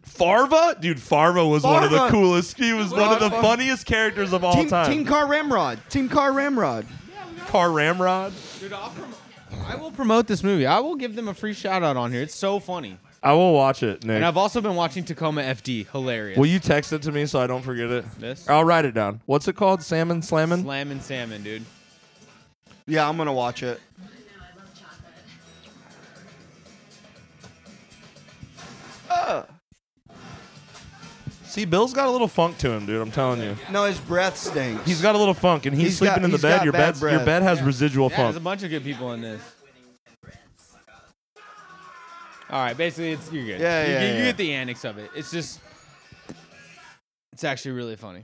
S4: Farva, dude. Farva was one of the
S2: Farva.
S4: coolest. He was one of the
S2: Farva.
S4: funniest characters of all
S2: Team,
S4: time.
S2: team Car Ramrod. Team Car Ramrod.
S4: Car Ramrod.
S3: Dude, I'll prom- I will promote this movie. I will give them a free shout out on here. It's so funny.
S4: I will watch it,
S3: And
S4: Nick.
S3: I've also been watching Tacoma FD. Hilarious.
S4: Will you text it to me so I don't forget it?
S3: This?
S4: I'll write it down. What's it called? Salmon Slammin'?
S3: Slam and salmon, dude.
S2: Yeah, I'm gonna watch it.
S4: See, Bill's got a little funk to him, dude. I'm telling you.
S2: No, his breath stinks.
S4: He's got a little funk, and he's,
S2: He's
S4: sleeping
S2: got-
S4: in the
S2: he's
S4: bed.
S2: got
S4: Your
S2: bad
S4: bed's, your
S2: breath.
S4: bed has residual
S3: Yeah,
S4: funk.
S3: there's a bunch of good people in this. All right, basically, it's you're good.
S2: Yeah,
S3: you,
S2: yeah,
S3: get- you
S2: yeah.
S3: get the annex of it. It's just, it's actually really funny.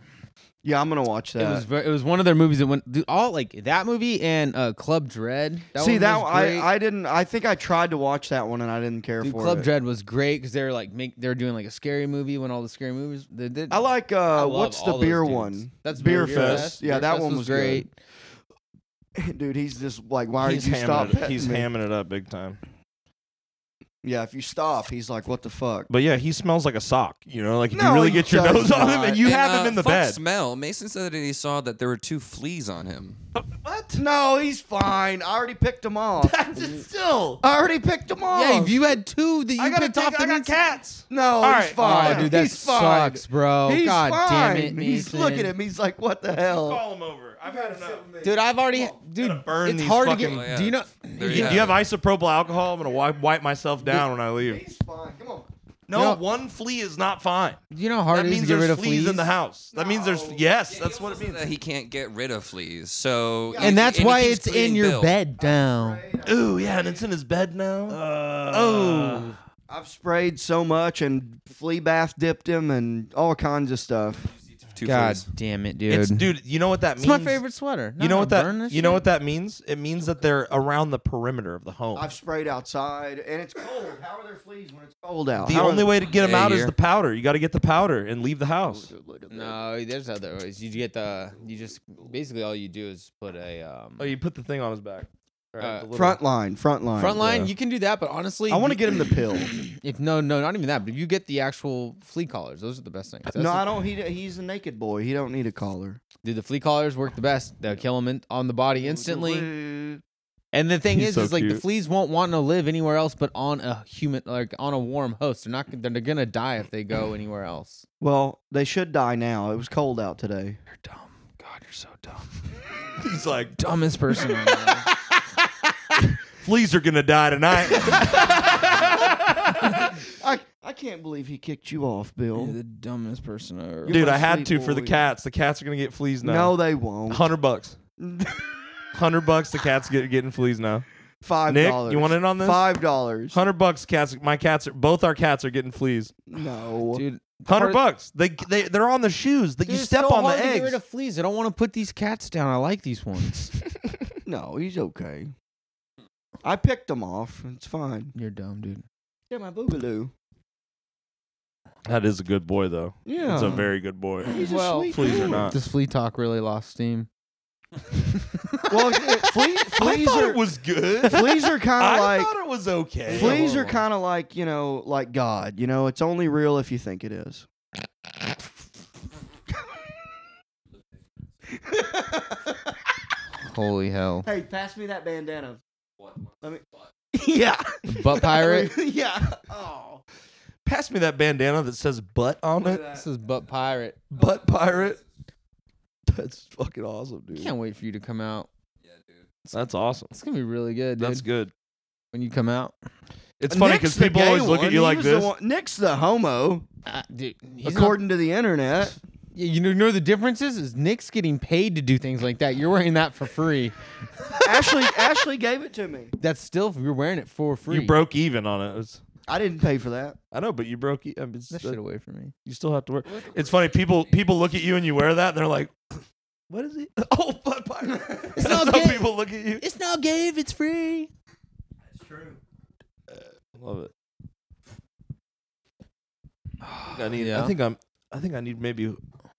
S2: yeah, I'm gonna watch that.
S3: It was ver- it was one of their movies that went dude, all like that movie and uh, Club Dread. That
S2: See
S3: one
S2: that
S3: was
S2: one,
S3: great.
S2: I I didn't. I think I tried to watch that one and I didn't care
S3: Dude,
S2: for
S3: Club
S2: it.
S3: Dread was great because they were like make they were doing like a scary movie when all the scary movies. They did.
S2: I like uh,
S3: I love
S2: what's the
S3: all those
S2: beer
S3: dudes.
S2: one?
S3: That's
S2: Beer Fest. Yeah,
S3: Beer
S2: that
S3: Fest
S2: one was good. (laughs)
S3: great.
S2: Dude, he's just like, why
S4: he's
S2: did you
S4: hamming
S2: stop?
S4: it.
S2: petting
S4: He's
S2: me?
S4: hamming it up big time.
S2: Yeah, if you stop, he's like, what the fuck?
S4: But yeah, he smells like a sock. You know, like if you
S2: No,
S4: really
S2: he
S4: get your
S2: does
S4: nose on him,
S2: not.
S4: and you
S5: And,
S4: have
S5: uh,
S4: him in the
S5: fuck
S4: bed.
S5: Smell. Mason said that he saw that there were two fleas on him.
S2: What? No, he's fine. I already picked him
S3: (laughs)
S2: off.
S4: still.
S2: I already picked him off.
S3: Yeah, you had two that you
S4: I got
S3: picked off.
S4: I
S3: the
S4: got cats.
S2: No,
S4: right.
S2: he's fine.
S3: Oh, dude, that
S2: he's fine.
S3: sucks, bro.
S2: He's
S3: God damn
S2: fine.
S3: it,
S2: He's looking
S3: Mason.
S2: at me. He's like, what the hell?
S4: him over. I've had enough.
S3: Dude, I've already, dude.
S4: burn
S3: it's
S4: these
S3: hard to
S4: fucking-
S3: get.
S5: Oh, yeah.
S3: Do you know?
S5: There
S4: Do you
S5: it.
S4: have isopropyl alcohol? I'm gonna wipe, wipe myself down when I leave.
S2: He's fine. Come on.
S4: No,
S3: Yeah.
S4: one flea is not fine.
S3: Do you know how hard
S4: that
S3: it is
S4: means
S3: to get rid
S4: there's
S3: of
S4: fleas, in the house. That means there's yes. That's what it means.
S5: That he can't get rid of fleas, so
S3: And that's
S5: he
S3: why
S5: keeps
S3: it's in
S5: cleaning
S3: your
S5: Bill.
S3: bed down.
S4: Ooh, yeah, and it's in his bed now. oh,
S2: I've sprayed so much and flea bath dipped him and all kinds of stuff.
S5: Two
S3: God
S5: fleas.
S3: damn it, dude.
S4: it's dude. You know what that
S3: It's my
S4: means?
S3: favorite sweater.
S4: You know what that? You know what that means? It means that they're around the perimeter of the home.
S2: I've sprayed outside and it's cold. How are there fleas when it's cold out?
S4: the
S2: How are
S4: only
S2: there-
S4: way to get them
S5: Yeah,
S4: out is
S5: you're-
S4: the powder. You got to get the powder and leave the house.
S3: No, there's other ways. You get the. You just basically all you do is put a um,
S4: Oh, you put the thing on his back. All
S3: Uh,
S4: the little-
S2: front line, front line.
S3: front line.
S4: yeah.
S3: You can do that, but honestly,
S2: I want to
S3: you-
S2: get him the
S4: (laughs)
S2: pill.
S3: If no, no, not even that. But if you get the actual flea collars, those are the best things. That's
S2: no,
S3: the-
S2: I don't. He he's a naked boy. He don't need a collar.
S3: Dude, the flea collars work the best. They'll kill them in, on the body instantly. And the thing
S4: He's
S3: is,
S4: so
S3: is like the
S4: cute.
S3: fleas won't want to live anywhere else but on a human, like on a warm host. They're not. They're gonna die if they go anywhere else.
S2: Well, they should die now. It was cold out today.
S3: You're dumb. God, you're so dumb.
S4: (laughs) He's like,
S3: Dumbest person. I know.
S4: fleas are gonna
S2: (laughs)
S4: die tonight.
S2: I I can't believe he kicked you off, Bill.
S3: (laughs) You're the dumbest person I ever.
S4: Dude,
S2: my
S4: I had
S2: sweet
S4: to for the
S2: boy.
S4: cats. The cats are gonna get fleas
S2: no.
S4: now.
S2: they won't. (laughs)
S4: hundred bucks. Hundred bucks. The cats get getting fleas now.
S2: Five
S4: Nick,
S2: dollars.
S4: you want in on this?
S2: Five dollars.
S4: Hundred bucks. Cats. My cats are both our cats are getting fleas.
S2: No.
S3: Dude, part-
S4: Hundred bucks. They they they're on the shoes. That
S3: dude,
S4: you
S3: it's
S4: step
S3: so
S4: on the
S3: hard To get
S4: eggs.
S3: rid of fleas. I don't want to put these cats down. I like these ones.
S2: No, he's okay. I picked him off. It's fine.
S3: (laughs) you're dumb, dude.
S2: Yeah, my boogaloo.
S4: that is a good boy though.
S2: Yeah.
S4: It's a very good boy.
S2: He's
S3: Well,
S2: a sweet
S4: Fleas are
S2: boy.
S4: not.
S3: This flea talk really lost steam.
S2: Well, (laughs) it- flea, fleas are
S4: was good.
S2: fleas are kind of like
S4: it was okay.
S2: fleas are kind of like you know like God. You know, it's only real if you think it is.
S3: (laughs) Holy hell.
S2: Hey, pass me that bandana. Let me. (laughs) Yeah.
S3: Butt pirate.
S2: (laughs) yeah. Oh.
S4: Pass me that bandana that says butt on
S2: Look
S4: it.
S2: at
S3: This is butt pirate.
S4: Butt pirate. That's fucking awesome, dude.
S3: Can't wait for you to come out.
S4: That's awesome.
S3: It's gonna be really good, dude.
S4: That's good.
S3: When you come out,
S4: It's funny
S2: Nick's
S4: because
S2: the
S4: people
S2: gay
S4: always look
S2: one.
S4: at you
S2: He
S4: like
S2: was the
S4: this.
S2: one- Nick's the homo,
S3: uh, dude. He's not-
S2: according to the internet.
S4: (laughs)
S3: Yeah, you know, you know the difference is, is Nick's getting paid to do things like that. You're wearing that for free.
S2: Ashley Ashley gave it to me.
S3: That's still you're wearing it for free.
S4: You broke even on it. It's-
S2: I didn't pay for that.
S4: I know, but you broke. e- I mean, it's-
S3: that shit away from me.
S4: you still have to wear. It's funny. People people look at you and you wear that, and they're like, (clears throat) "What is it? (laughs) Oh, butt pirate." That's
S3: not
S4: how
S3: gay.
S4: people look at you.
S3: It's not gay if it's free.
S4: Love it. I need.
S3: Yeah.
S4: I think I'm. I think I need maybe.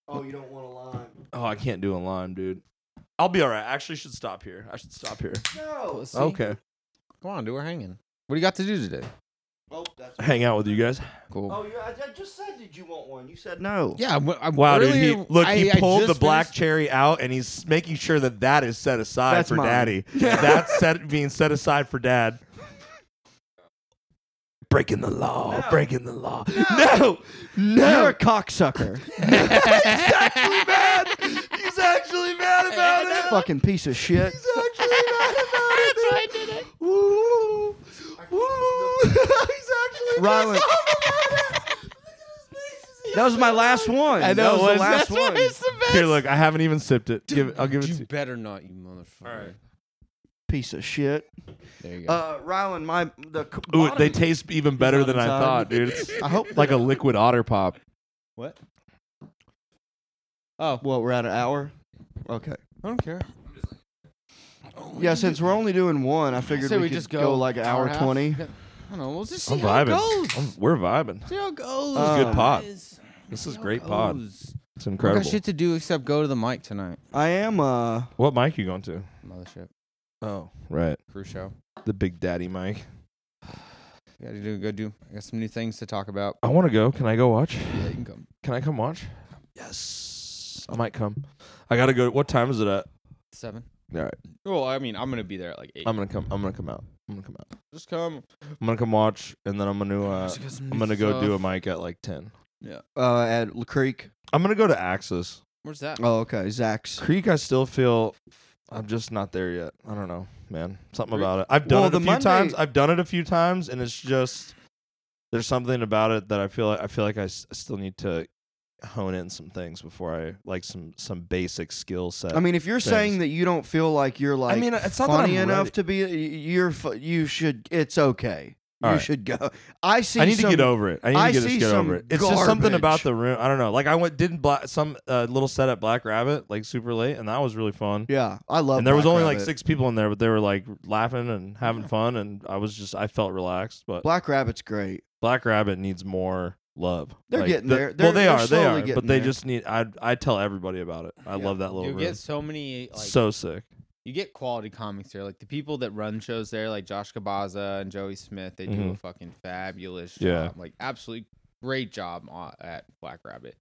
S2: Oh, you don't want a line.
S4: Oh, I can't do a lime, dude. I'll be all right. I actually should stop here. I should stop here.
S2: No.
S4: Okay.
S3: Come on, dude. We're hanging. What do you got to do today?
S2: Oh, that's.
S4: Hang out with you guys.
S3: Cool.
S2: Oh, you, I, I just said, did you want one? You said no.
S3: Yeah. I'm, I'm
S4: Wow,
S3: earlier-
S4: dude! He, look, he
S3: I- I
S4: pulled the
S3: just
S4: black
S3: finished-
S4: cherry out, and he's making sure that that is set aside
S2: That's
S4: for
S2: mine. (laughs)
S4: Daddy. That's set being set aside for Dad. Breaking the law, breaking the law. No, no,
S2: You're a
S4: (laughs)
S2: cocksucker.
S4: actually mad. He's actually mad
S2: (laughs)
S4: about it.
S2: Fucking piece of shit.
S4: He's actually mad about it. That's I did it. Ooh, ooh. He's actually
S2: Rylan.
S4: pissed off about it.
S2: That was my last one. I know. That was the last one.
S4: Here, look, I haven't even sipped it. Give it, I'll give it to
S3: You
S4: you.
S3: better not, you motherfucker.
S2: Piece of shit.
S3: There you go.
S2: Uh, Rylan, my the. c-
S4: Ooh,
S2: bottom-
S4: they taste even better than I
S2: on time.
S4: thought, dude. It's
S2: I hope
S4: like a liquid otter pop.
S3: what? Oh,
S2: Well, we're at an hour. Okay.
S3: I don't care.
S2: Yeah, since we're only doing one, I figured
S3: Say
S2: we, could just go, like an hour
S3: and a half.
S2: twenty.
S3: Yeah. I don't know. We'll just see
S4: I'm
S3: how it
S4: vibing.
S3: goes.
S4: I'm- we're vibing.
S3: See how it goes.
S2: This is good
S4: pod.
S3: guys.
S4: This is
S3: See how
S4: great
S3: it
S4: pod.
S3: goes.
S4: It's
S3: I
S2: Oh
S4: incredible.
S3: got shit to do except go to the mic tonight.
S2: I am. Uh,
S4: What mic you going to?
S3: Mothership.
S4: Oh, right,
S3: Crew show.
S4: the Big Daddy mic.
S3: Got to do. Go do. I got some new things to talk about.
S4: I want to go. Can I go watch?
S3: Yeah, you can come.
S4: Can I come watch? Yes, I might come. I gotta go. What time is it at?
S3: Seven.
S4: All right,
S3: Well, I mean, I'm gonna be there at like 8
S4: I'm gonna come. I'm gonna come out. I'm gonna come out.
S3: just come.
S4: I'm gonna come watch, and then I'm gonna. Uh, I'm gonna go do a mic at like ten.
S2: uh, at La Creek.
S4: I'm gonna go to Axis
S3: Where's that?
S2: Oh, okay, Zach's.
S4: Creek. I still feel I'm just not there yet. I don't know, man. Something
S3: Creek-
S4: about it. I've done
S2: Well,
S4: it
S2: the
S4: a few
S2: Monday-
S4: times. I've done it a few times, and it's just there's something about it that I feel like I feel like I s- still need to hone in some things before I like some some basic skill set.
S2: I mean, if you're
S4: Thanks.
S2: saying that you don't feel like you're like
S4: mean, it's not that
S2: funny
S4: I'm
S2: enough
S4: ready.
S2: to be, you're fu- you should. It's okay.
S4: All
S2: you
S4: right.
S2: should go. I see.
S4: I need
S2: some-
S4: to get over it. I need
S2: I
S4: to get,
S2: see
S4: just get
S2: some
S4: over it. It's just something about
S2: garbage.
S4: the room. I don't know. Like I went did black, some uh, little set at Black Rabbit like super late, and that was really fun.
S2: Yeah, I love.
S4: and there was
S2: Black
S4: only like
S2: Rabbit.
S4: six people in there, but they were like laughing and having fun, and I was just I felt relaxed. But Black,
S2: Black Rabbit's great.
S4: Rabbit needs more love.
S2: They're
S4: Like,
S2: getting
S4: the-
S2: there.
S4: well,
S2: They're-
S4: they
S2: they're
S4: are. They
S2: slowly
S4: are.
S2: getting
S4: But they
S2: there.
S4: just need. I I tell everybody about it. I
S3: Yeah.
S4: love that little
S3: You
S4: room.
S3: get so many like
S4: so sick.
S3: you get quality comics there. Like the people that run shows there, like Josh Cabaza and Joey Smith, they do a
S4: Mhm.
S3: fucking fabulous job.
S4: Yeah.
S3: Like absolutely great job on, at Black Rabbit.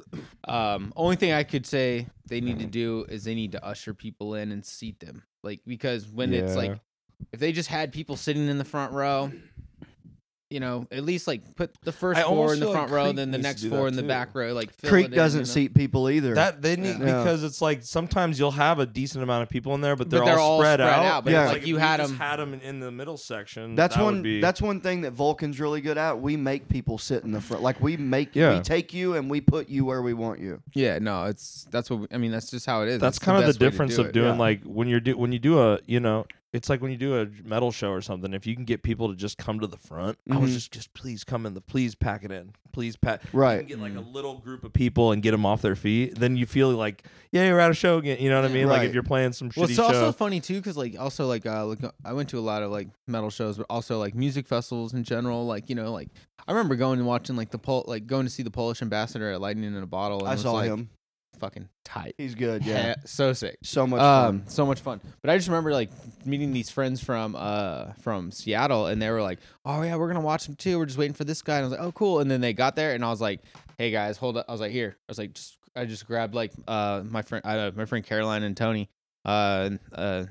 S3: Um, only thing I could say they need to do is they need to usher people in and seat them. Like because when it's
S4: Yeah.
S3: like if they just had people sitting in the front row, you know, at least like put the first
S4: I
S3: four
S4: almost
S3: in the
S4: feel like
S3: front row,
S4: Creek
S3: then the
S4: needs to
S3: next
S4: do
S3: four
S4: that
S3: in the
S4: too.
S3: back row. Like fill it
S2: Creek
S3: in,
S2: doesn't
S3: you know?
S2: seat people either.
S4: That they need
S3: Yeah.
S4: because it's like sometimes you'll have a decent amount of people in there, but
S3: But
S4: they're,
S3: they're
S4: all,
S3: all
S4: spread,
S3: spread
S4: out.
S3: out,
S2: but Yeah. it's
S4: It's
S3: like you had
S4: just
S3: 'em-
S4: had 'em in the middle section.
S2: That's
S4: that would
S2: one.
S4: be-
S2: That's one thing that Vulcan's really good at. We make people sit in the front. Like we make,
S4: Yeah.
S2: we take you and we put you where we want you.
S3: Yeah, no, it's that's what we, I mean. That's just how it is.
S4: that's
S3: It's
S4: kind of the
S3: best way to
S4: difference
S3: do
S4: of
S3: it.
S4: doing
S2: yeah.
S4: like when you're do when you do a you know it's like when you do a metal show or something if you can get people to just come to the front i
S3: Mm-hmm.
S4: was
S2: Mhm.
S4: just just please come in the please pack it in please pack you
S2: Right.
S4: can get like a little group of people and get them off their feet then you feel like yeah you're at a show again you know what i mean like
S2: Right.
S4: if you're playing some shitty
S3: Well, it's
S4: show
S3: also funny too, because like also like uh, like I went to a lot of like metal shows, but also like music festivals in general. Like you know, like I remember going and watching like the Pol- like going to see the Polish ambassador at Lightning in a Bottle. And
S2: I
S3: was,
S2: saw
S3: like,
S2: him.
S3: Fucking tight.
S2: He's good. Yeah.
S3: Heh, so sick.
S2: So much
S3: um,
S2: fun.
S3: so much fun. But I just remember like meeting these friends from uh from Seattle, and they were like, "Oh yeah, we're gonna watch him too. We're just waiting for this guy." And I was like, "Oh cool." And then they got there, and I was like, "Hey guys, hold up." I was like, "Here." I was like, "Just." I just grabbed like uh my friend uh, my friend Caroline and Tony. Uh, uh,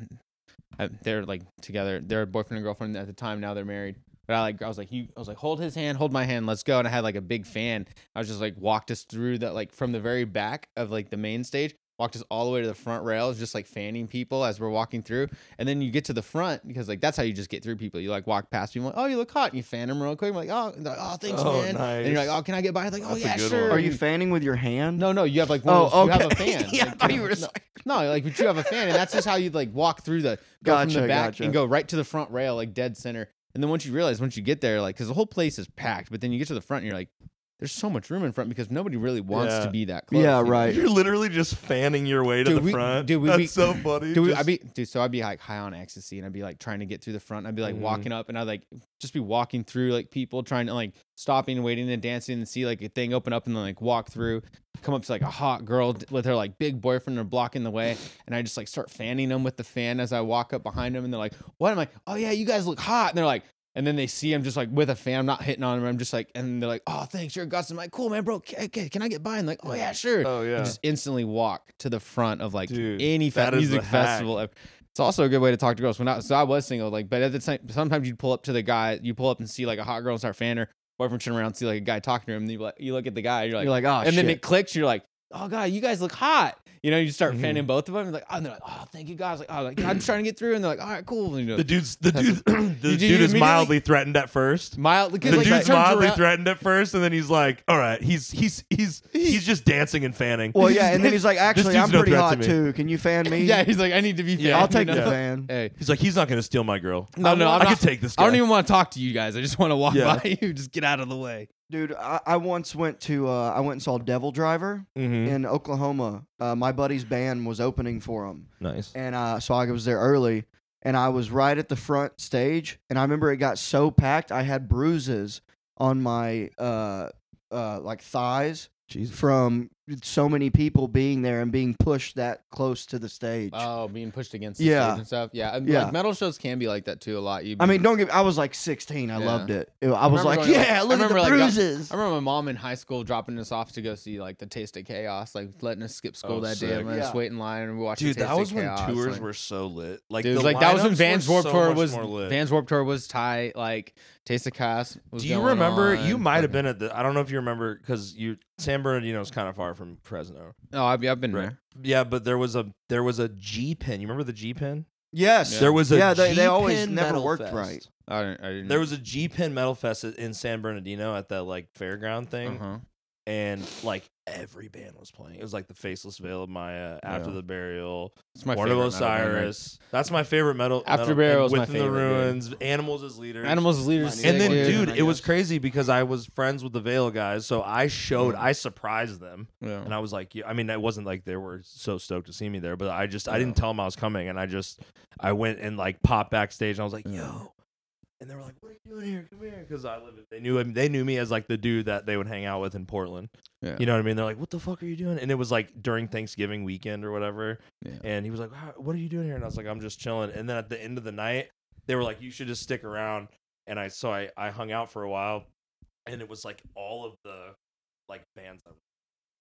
S3: I- they're like together. They're boyfriend and girlfriend at the time. Now they're married. But I like I was like you I was like hold his hand, hold my hand, let's go. And I had like a big fan. I was just like walked us through that like from the very back of like the main stage walked us all the way to the front rails, just like fanning people as we're walking through. And then you get to the front because like that's how you just get through people. You like walk past people, like, oh, you look hot, and you fan them real quick. I'm like, oh, and they're like, oh, thanks,
S4: Oh,
S3: man. And you're
S4: nice.
S3: like, oh, can I get by? Like, oh
S4: That's a
S3: yeah,
S4: good one.
S3: sure.
S2: Are you fanning with your hand?
S3: No, no, you have like one. of
S2: Oh,
S3: those- You have a
S2: (laughs) okay.
S3: fan.
S2: Yeah, I
S3: like,
S2: thought
S3: you
S2: you were
S3: no,
S2: saying-
S3: no, like but you have a fan, and that's just how you like walk through the go from
S2: Gotcha,
S3: the back
S2: gotcha.
S3: and go right to the front rail, like dead center. And then once you realize, once you get there, like because the whole place is packed, but then you get to the front, and you're like, there's so much room in front because nobody really wants
S4: Yeah.
S3: to be that close.
S2: Yeah,
S3: you know?
S2: right.
S4: You're literally just fanning your way to
S3: Dude,
S4: the
S3: we-
S4: front.
S3: dude, we-
S4: That's
S3: we-
S4: so funny.
S3: Dude,
S4: Just-
S3: I'd be dude, so I'd be like high on ecstasy, and I'd be like trying to get through the front. I'd be like
S4: Mhm.
S3: walking up, and I'd like just be walking through like people trying to like stopping, and waiting, and dancing, and see like a thing open up, and then like walk through. Come up to like a hot girl d- with her like big boyfriend, or blocking the way, and I just like start fanning them with the fan as I walk up behind them, and they're like, "What?" I'm like, "Oh yeah, you guys look hot," and they're like. And then they see I'm just like with a fan, I'm not hitting on them. I'm just like, and they're like, oh, thanks, you're a godsend. I'm like, cool, man, bro. Okay, okay, can I get by? And like, oh, yeah, sure
S4: oh yeah.
S3: and just instantly walk to the front of like
S4: Dude,
S3: any fe-
S4: that is
S3: music
S4: the hack.
S3: festival. ever. It's also a good way to talk to girls. When I, so I was single, like, but at the time, sometimes you'd pull up to the guy, you pull up and see like a hot girl and start fanning her. Boyfriend turn around, and see like a guy talking to him, and you, like, you look at the guy, and you're like,
S2: You're like, oh,
S3: and then
S2: shit."
S3: it clicks. You're like, oh god, you guys look hot. You know, you start
S4: Mhm.
S3: fanning both of them, and like, oh, and they're like, oh, thank you guys. Like, oh, like, I'm trying to get through, and they're like, all right, cool. And, you know,
S4: the dude's the
S3: That's-
S4: dude (clears throat) the
S3: You- you
S4: dude is
S3: immediately-
S4: mildly threatened at first.
S3: mild, because
S4: The
S3: like, he
S4: dude's
S3: turns
S4: mildly
S3: around-
S4: threatened at first, and then he's like, "All right, he's he's he's he's just dancing and fanning."
S2: (laughs) Well, yeah,
S3: (laughs)
S2: and then he's like, actually,
S4: dude's
S2: I'm
S4: no
S2: pretty
S4: threat to
S2: hot
S4: me.
S2: too. Can you fan me?
S3: Yeah, he's like, I need to be.
S4: Yeah,
S2: I'll
S3: fanned,"
S2: take
S3: (laughs) you
S2: the
S3: know?
S2: fan.
S3: Hey,
S4: He's like, "He's not going to steal my girl."
S3: no, no, I'm
S4: I
S3: not,
S4: could take this. Guy.
S3: I don't even want to talk to you guys. I just want to walk
S4: Yeah.
S3: by (laughs) you. Just get out of the way.
S2: Dude, I, I once went to uh, I went and saw Devil Driver
S4: Mhm.
S3: Mm-hmm.
S2: in Oklahoma. Uh, my buddy's band was opening for him,
S4: Nice.
S2: and uh, so I was there early, and I was right at the front stage, and I remember it got so packed, I had bruises on my uh, uh, like thighs
S4: Jesus.
S2: from so many people being there and being pushed that close to the stage.
S3: Oh, being pushed against
S2: the Yeah. stage
S3: and stuff. Yeah,
S2: like, Yeah.
S3: metal shows can be like that too a lot. You,
S2: I mean, don't get. I was like 16. I
S3: Yeah.
S2: loved it. It- I was
S3: remember
S2: like,
S3: going, like-
S2: yeah,
S3: I
S2: look at
S3: remember,
S2: the
S3: like, go-
S2: bruises.
S3: I remember my mom in high school dropping us off to go see like the Taste of Chaos, like letting us skip school
S4: Oh,
S3: that day
S4: sick.
S3: and let us
S2: Yeah.
S3: wait in line and we watched.
S4: Dude,
S3: the Taste
S4: that was
S3: of
S4: when
S3: Chaos,
S4: tours
S3: like-
S4: were so lit. Like,
S3: Dude, it
S4: the
S3: was like that was
S4: lineups
S3: when
S4: were
S3: Vans Warped
S4: so
S3: Tour
S4: much
S3: was
S4: more lit.
S3: Vans Warped Tour was tight. Like Taste of Chaos. Was
S4: Do you
S3: going
S4: remember?
S3: on.
S4: You might have
S3: Fucking-
S4: been at the. I don't know if you remember because you San Bernardino is kind of far from Fresno.
S3: No, Oh, I've, I've been
S4: Right.
S3: there.
S4: Yeah, but there was a there was a G pin. You remember the G pin?
S2: yes.
S3: Yeah.
S4: There was a
S2: Yeah, they- they always
S4: G-Pen
S2: never
S4: Metal
S2: worked
S4: Fest.
S2: right.
S3: I didn't. I didn't
S4: There was a G pin metal fest in San Bernardino at that like fairground thing,
S3: Uh-huh.
S4: and like every band was playing. It was like the Faceless Veil of Maya, After
S3: Yeah.
S4: the Burial,
S3: It's my
S4: Born of
S3: favorite metal band, right?
S4: Osiris. That's my favorite metal.
S3: After
S4: metal-
S3: Burial is my
S4: Within the
S3: favorite, dude.
S4: Ruins, Animals as leaders,
S3: Animals as leaders.
S2: Mine
S4: And then,
S2: Sick,
S3: dude.
S4: dude,
S2: I
S4: it was
S2: guess.
S4: crazy because I was friends with the Veil guys, so I showed,
S3: Mm.
S4: I surprised them,
S3: Yeah.
S4: and I was like, yeah, I mean, it wasn't like they were so stoked to see me there, but I just, I
S3: Yeah.
S4: didn't tell them I was coming, and I just, I went and like popped backstage, and I was like,
S3: Yeah.
S4: yo, and they were like, what are you doing here? Come here, because I live. They knew, they knew me as like the dude that they would hang out with in Portland.
S3: Yeah.
S4: You know what I mean? They're like, what the fuck are you doing? And it was like during Thanksgiving weekend or whatever.
S3: Yeah.
S4: And he was like, "How- what are you doing here? And I was like, I'm just chilling. And then at the end of the night, they were like, you should just stick around. And I, so I, I hung out for a while and it was like all of the like bands I was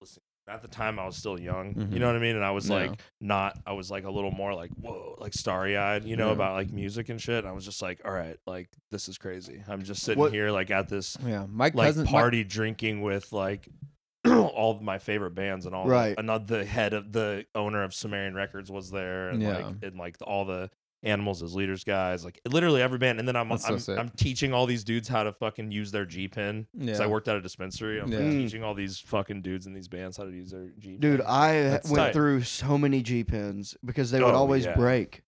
S4: listening to. At the time I was still young,
S3: Mhm.
S4: you know what I mean? And I was
S3: Yeah.
S4: like, not, I was like a little more like, whoa, like starry eyed, you know,
S3: Yeah.
S4: about like music and shit. And I was just like, all right, like this is crazy. I'm just sitting
S2: What-
S4: here like at this
S3: Yeah, my
S4: like
S3: cousin. my-
S4: party drinking with like (clears throat) all of my favorite bands and all
S2: Right.
S4: another the head of the owner of Sumerian Records was there and
S3: Yeah.
S4: like and like all the animals as leaders guys like literally every band and then I'm
S3: That's so
S4: I'm,
S3: sick.
S4: I'm teaching all these dudes how to fucking use their G pin because
S3: Yeah.
S4: I worked at a dispensary I'm
S3: Yeah.
S2: Mm.
S4: teaching all these fucking dudes in these bands how to use their G
S2: Dude, I
S4: That's
S2: went
S4: tight.
S2: through so many G pins because they would
S4: Oh,
S2: always
S4: yeah.
S2: break.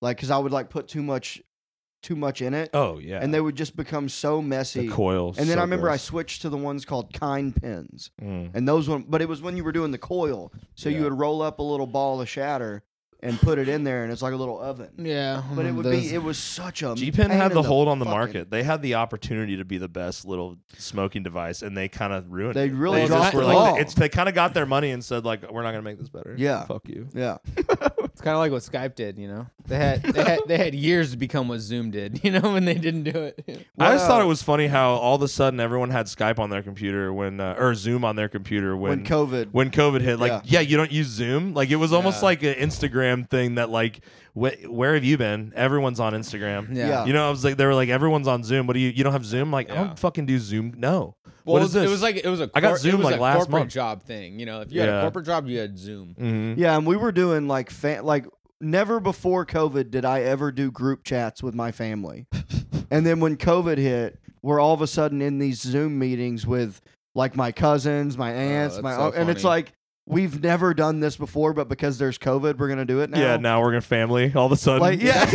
S2: Like, cause I would like put too much, too much in it,
S4: oh yeah
S2: and they would just become so messy.
S4: the coils
S2: and then I remember I switched to the ones called kind pins,
S4: I mm.
S2: and those one, but it was when you were doing the coil, so you
S4: Yeah.
S2: would roll up a little ball of shatter and put it in there, and it's like a little oven.
S3: Yeah,
S2: But it would
S3: those-
S2: be, it was such a
S4: G Pen
S2: pain
S4: had
S2: in
S4: the hold on the
S2: fucking-
S4: market. They had the opportunity to be the best little smoking device, and they kind of ruined
S2: They
S4: it.
S2: really
S4: they
S3: dropped
S4: just were
S3: the
S4: like,
S2: ball.
S4: It's they kind of got their money and said like, we're not gonna make this better.
S2: Yeah.
S4: fuck you.
S2: Yeah,
S3: It's kind of like what Skype did, you know. They had they had they had years to become what Zoom did, (laughs) you know, when they didn't do it.
S4: I just thought
S2: Wow.
S4: it was funny how all of a sudden everyone had Skype on their computer when uh, or Zoom on their computer
S2: when,
S4: when
S2: COVID,
S4: when COVID hit. Like,
S2: Yeah.
S4: yeah. you don't use Zoom. Like, it was almost
S3: Yeah.
S4: like an Instagram thing that like, wh- where have you been? Everyone's on Instagram.
S3: Yeah.
S2: Yeah.
S4: You know, I was like, they were like, everyone's on Zoom. What do you? You don't have Zoom? I'm like, I
S3: Yeah.
S4: don't fucking do Zoom. No.
S3: Well,
S4: what is this?
S3: It was like it was a. Cor-
S4: I got
S3: it
S4: Zoom,
S3: was
S4: like,
S3: a
S4: last
S3: corporate
S4: month.
S3: job thing. You know, if you had
S4: Yeah.
S3: a corporate job, you had Zoom.
S4: Mhm.
S2: Yeah, and we were doing like fa- like never before COVID did I ever do group chats with my
S3: (laughs)
S2: family. and then when COVID hit, we're all of a sudden in these Zoom meetings with like my cousins, my aunts,
S3: Oh, that's
S2: my
S3: so
S2: un- and it's
S3: funny.
S2: like we've never done this before, but because there's COVID, we're gonna do it now.
S4: Yeah, now we're gonna family all of a sudden.
S2: Like yeah,
S4: (laughs)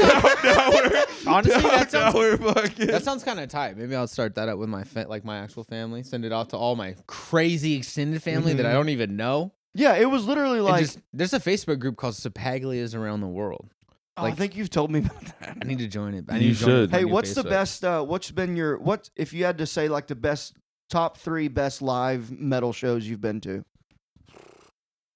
S4: now, now we're
S3: (laughs) Honestly,
S4: now,
S3: that sounds-
S4: now we're fucking.
S3: That sounds kind of tight. Maybe I'll start that up with my fa- like my actual family. Send it off to all my crazy extended family that I
S4: Mm-hmm.
S3: don't even know.
S2: yeah. It was literally
S3: And
S2: like
S3: just- there's a Facebook group called Sepaglias around the world.
S2: oh, I
S3: like-
S2: think you've told me about that.
S3: I need to join it. I
S4: You
S3: need to join it
S4: should.
S3: on
S2: Hey,
S3: your
S2: what's the
S3: Facebook.
S2: best? Uh, what's been your what? If you had to say like the best top three best live metal shows you've been to,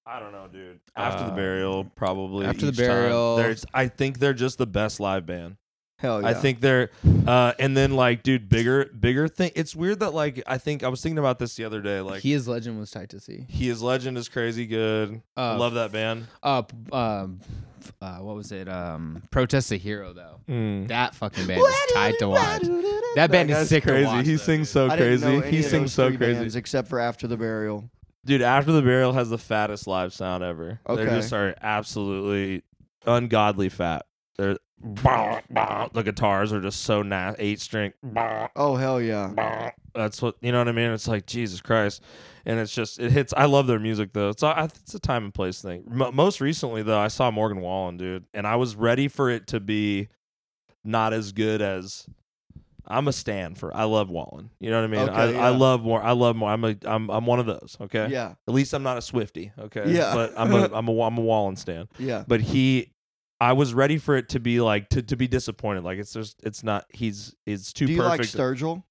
S4: I don't know, dude. After the
S3: Uh,
S4: burial, probably.
S3: After the
S4: each time.
S3: Burial. Oh,
S4: There's, I think they're just the best live band.
S2: hell yeah.
S4: I think they're, uh, and then like, dude, bigger, bigger thing. It's weird that like, I think I was thinking about this the other day. Like,
S3: he is legend was tight to see.
S4: He is legend is crazy good.
S3: Uh,
S4: Love that band.
S3: Uh, p- um, uh, what was it? Um, Protest the Hero though.
S4: Mm.
S3: That fucking band is tight to watch. That band is
S4: guy's
S3: sick
S4: crazy.
S3: to watch.
S4: he
S3: though, dude.
S4: sings so
S2: I didn't know
S4: crazy.
S2: any
S4: He
S2: of
S4: sings
S2: those
S4: so
S2: three
S4: crazy,
S2: bands except for After the Burial.
S4: dude. After the burial has the fattest live sound ever.
S2: Okay.
S4: They just are absolutely ungodly fat. They're (laughs) bah, bah. the guitars are just so nice. Eight string. (laughs) Bah,
S2: Oh hell yeah!
S4: bah. That's what you know what I mean. It's like Jesus Christ, and it's just it hits. I love their music though. It's a, it's a time and place thing. Mo most recently though, I saw Morgan Wallen, dude, and I was ready for it to be not as good as I'm a stand for. I love Wallen. You know what I mean? I,
S2: Okay,
S4: I
S2: yeah.
S4: love more. I love more. I'm a I'm I'm one of those. Okay.
S2: Yeah,
S4: At least I'm not a Swifty. Okay.
S2: Yeah.
S4: But I'm
S2: (laughs)
S4: a I'm a I'm a Wallen stand.
S2: yeah.
S4: But he. I was ready for it to be like to, to be disappointed. Like it's just it's not he's it's too
S2: Do you like
S4: perfect.
S2: Sturgill?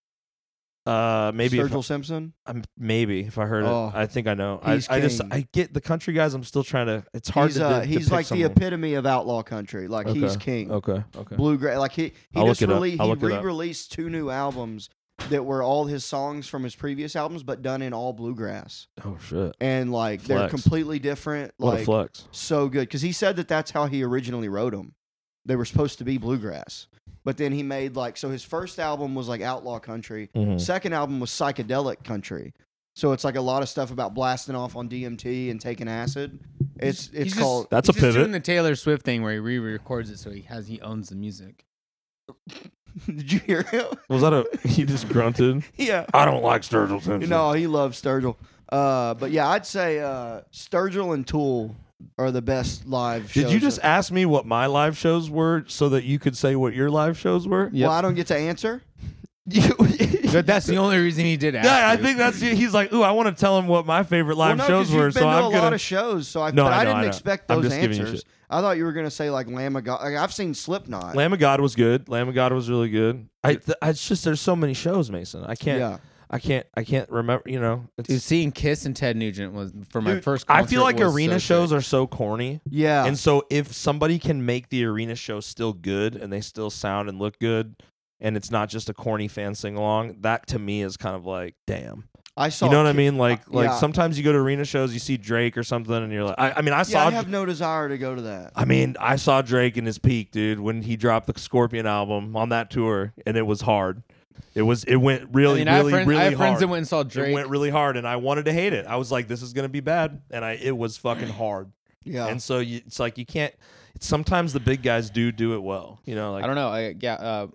S4: uh maybe if,
S2: Sturgill Simpson.
S4: I'm, maybe if I heard
S2: Oh,
S4: it, I think I know. I,
S2: he's
S4: I just
S2: king.
S4: I get the country guys. I'm still trying to. It's hard
S2: he's,
S4: to.
S2: uh,
S4: de-
S2: he's
S4: depict
S2: like the
S4: someone.
S2: epitome of outlaw country. Like he's king.
S4: Okay. Okay.
S2: Bluegrass. Like he he
S4: I'll look
S2: just
S4: it up.
S2: released
S4: I'll
S2: he
S4: look it up.
S2: re-released two new albums that were all his songs from his previous albums, but done in all bluegrass.
S4: Oh shit!
S2: And like they're
S4: Flex.
S2: completely different.
S4: What
S2: Like
S4: a flex.
S2: so good because he said that that's how he originally wrote them. They were supposed to be bluegrass, but then he made like so. His first album was like outlaw country.
S4: Mhm.
S2: Second album was psychedelic country. So it's like a lot of stuff about blasting off on DMT and taking acid. It's it's
S3: He's just-
S2: called (laughs)
S4: That's
S3: he's
S4: a
S3: just
S4: pivot.
S3: doing the Taylor Swift thing where he re-records it so he has he owns the music.
S2: Did you hear him?
S4: Was that a? He just grunted.
S2: (laughs) yeah.
S4: I don't like Sturgill Simpson.
S2: No, he loves Sturgill. Uh, but yeah, I'd say uh, Sturgill and Tool are the best live.
S4: Did
S2: shows
S4: you just
S2: that-
S4: ask me what my live shows were so that you could say what your live shows were?
S2: Well, I don't get to answer. (laughs)
S4: (laughs) You-
S3: But that's the only reason he did. Ask
S4: yeah, I
S3: you.
S4: think that's he's like, ooh, I want to tell him what my favorite live
S2: well, no, 'cause
S4: shows were,
S2: You've been to
S4: so I'm
S2: a
S4: gonna.
S2: lot of shows, so I,
S4: No,
S2: but
S4: I
S2: I,
S4: know,
S2: didn't
S4: I know.
S2: expect
S4: I'm
S2: those
S4: just giving you
S2: answers.
S4: shit.
S2: I thought you were gonna say like Lamb of God. Like, I've seen Slipknot.
S4: Lamb of God was good. Lamb of God was really good. I, th- I it's just there's so many shows, Mason. I can't.
S2: Yeah.
S4: I can't. I can't remember. You know. it's-
S3: Dude, seeing Kiss and Ted Nugent was for my
S4: Dude,
S3: first.
S4: I feel like
S3: concert was so
S4: arena shows
S3: sick.
S4: are so corny.
S2: yeah,
S4: And so if somebody can make the arena show still good and they still sound and look good and it's not just a corny fan sing along, that to me is kind of like, damn.
S2: I saw.
S4: you know what I
S2: Ki-
S4: mean? Like like
S2: yeah.
S4: sometimes you go to arena shows, you see Drake or something and you're like I, I mean I
S2: Yeah,
S4: saw
S2: I have no desire to go to that.
S4: I mean, I saw Drake in his peak, dude, when he dropped the Scorpion album on that tour and it was hard. It was it went
S3: I
S4: really
S3: mean, I have
S4: really
S3: friends,
S4: really
S3: I have friends
S4: hard.
S3: that went and saw Drake.
S4: It went really hard, and I wanted to hate it. I was like, "This is gonna be bad," and I it was fucking hard.
S2: Yeah,
S4: And so you, it's like you can't. It's sometimes the big guys do do it well. You know, like
S3: I don't know. I, yeah, uh,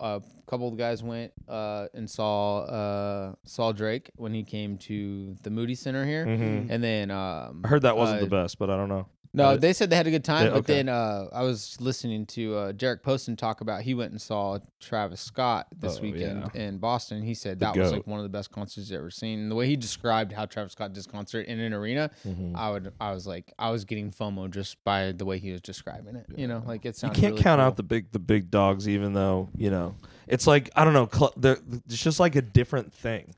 S3: a couple of guys went uh, and saw uh, saw Drake when he came to the Moody Center here,
S4: Mhm.
S3: and then um,
S4: I heard that wasn't
S3: uh,
S4: the best, but I don't know.
S3: No,
S4: but-
S3: they said they had a good time,
S4: Yeah,
S3: but
S4: okay.
S3: then uh, I was listening to uh, Derek Poston talk about he went and saw Travis Scott this
S4: Oh,
S3: weekend in Boston. He said that was like one of the best concerts he's ever seen. And the way he described how Travis Scott did his concert in an arena,
S4: Mm-hmm.
S3: I would, I was like, I was getting FOMO just by the way he was describing it. You know, like it
S4: You
S3: sounds.
S4: can't count out the big the big dogs, even though you know it's like I don't know. Cl- they're- it's just like a different thing.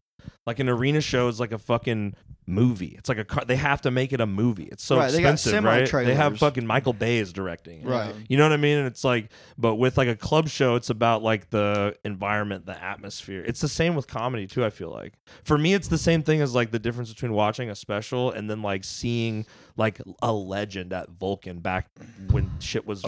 S4: Like an arena show is like a fucking movie. It's like a car. They have to make it a movie. It's so
S2: Right, they got
S4: expensive, right? They have
S2: semi-trailers.
S4: fucking Michael Bay is directing. it.
S2: Right.
S4: You know what I mean? And it's like, but with like a club show, it's about like the environment, the atmosphere. It's the same with comedy too. I feel like for me, it's the same thing as like the difference between watching a special and then like seeing like a legend at Vulcan back when shit was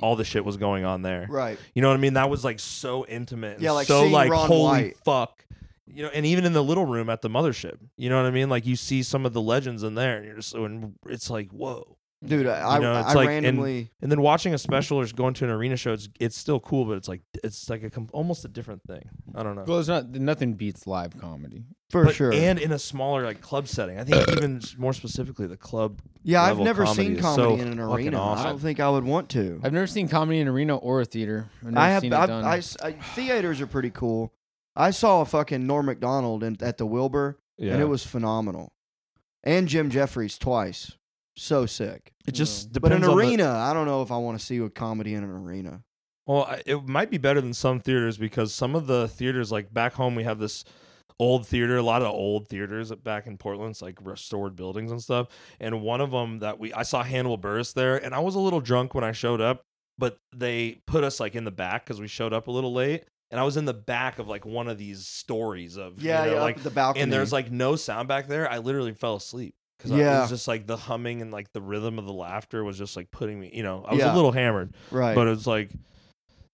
S4: all the shit was going on there.
S2: Oh. right.
S4: You know what I mean? That was like so intimate. And
S2: Yeah, like
S4: so
S2: seeing
S4: like
S2: Ron
S4: holy
S2: White.
S4: fuck you know, and even in the little room at the mothership, you know what I mean? Like you see some of the legends in there, and you're just, and it's like, whoa.
S2: dude. I
S4: You know,
S2: I,
S4: it's
S2: I
S4: like- and-
S2: randomly
S4: And then watching a special or just going to an arena show, it's, it's still cool, but it's like it's like a com- almost a different thing. I don't know.
S3: Well, there's not nothing beats live comedy.
S2: for
S4: But-
S2: sure.
S4: And in a smaller like club setting, I think even s- more specifically the club.
S2: yeah, I've
S4: level
S2: never
S4: comedy
S2: seen
S4: is
S2: comedy
S4: so
S2: in an
S4: fucking
S2: arena. I
S4: awesome.
S2: don't think I would want to.
S3: I've never seen comedy in an arena or a theater. I've never
S2: I have
S3: seen
S2: I,
S3: it done.
S2: I s- I- theaters are pretty cool. I saw a fucking Norm Macdonald in, at the Wilbur,
S4: Yeah,
S2: and it was phenomenal. And Jim Jeffries twice. So sick.
S4: It just
S2: But
S4: depends
S2: an
S4: on the-
S2: arena, I don't know if I want to see a comedy in an arena.
S4: Well, I- it might be better than some theaters because some of the theaters, like back home, we have this old theater, a lot of old theaters back in Portland, it's like restored buildings and stuff. And one of them that we, I saw Hannibal Burris there, and I was a little drunk when I showed up, but they put us like in the back because we showed up a little late. And I was in the back of like one of these stories of, you
S2: Yeah,
S4: know,
S2: yeah,
S4: like
S2: like the balcony.
S4: and there's like no sound back there. I literally fell asleep because it
S2: Yeah.
S4: was just like the humming and like the rhythm of the laughter was just like putting me. You know, I was
S2: Yeah.
S4: a little hammered,
S2: right.
S4: but it's like,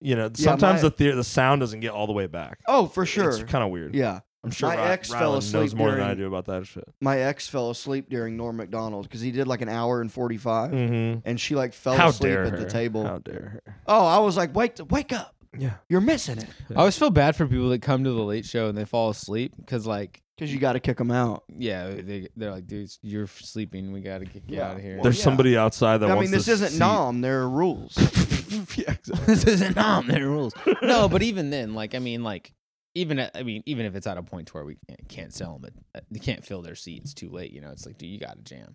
S4: you know, sometimes
S2: my-
S4: the the the sound doesn't get all the way back.
S2: oh, for sure.
S4: it's kind of weird.
S2: yeah.
S4: I'm sure
S2: my
S4: Ry-
S2: ex fell
S4: Rylan knows
S2: asleep
S4: more than I
S2: during-
S4: do about that shit.
S2: My ex fell asleep during Norm Macdonald because he did like an hour and 45,
S4: Mm-hmm.
S2: and she like fell
S4: How
S2: asleep
S4: dare
S2: at
S4: her.
S2: the table.
S4: How dare her?
S2: Oh, I was like, wake, wake up.
S4: Yeah.
S2: You're missing it.
S3: I always feel bad for people that come to the late show and they fall asleep because, like,
S2: Because you got to kick them out.
S3: yeah, they they're like, dude, you're sleeping. We got to kick you
S2: Yeah.
S3: out of here.
S2: Well,
S4: There's
S2: yeah.
S4: somebody outside that
S2: I
S4: wants
S2: mean, this
S4: to
S2: isn't
S4: see-
S2: nom. There are rules. (laughs)
S4: yeah,
S3: (laughs)
S4: exactly.
S3: this isn't nom. There are rules. No, but even then, like, I mean, like, even at- I mean, even if it's at a point to where we can't- can't sell them, you can't fill their seats too late. You know, it's like, dude, you got to jam.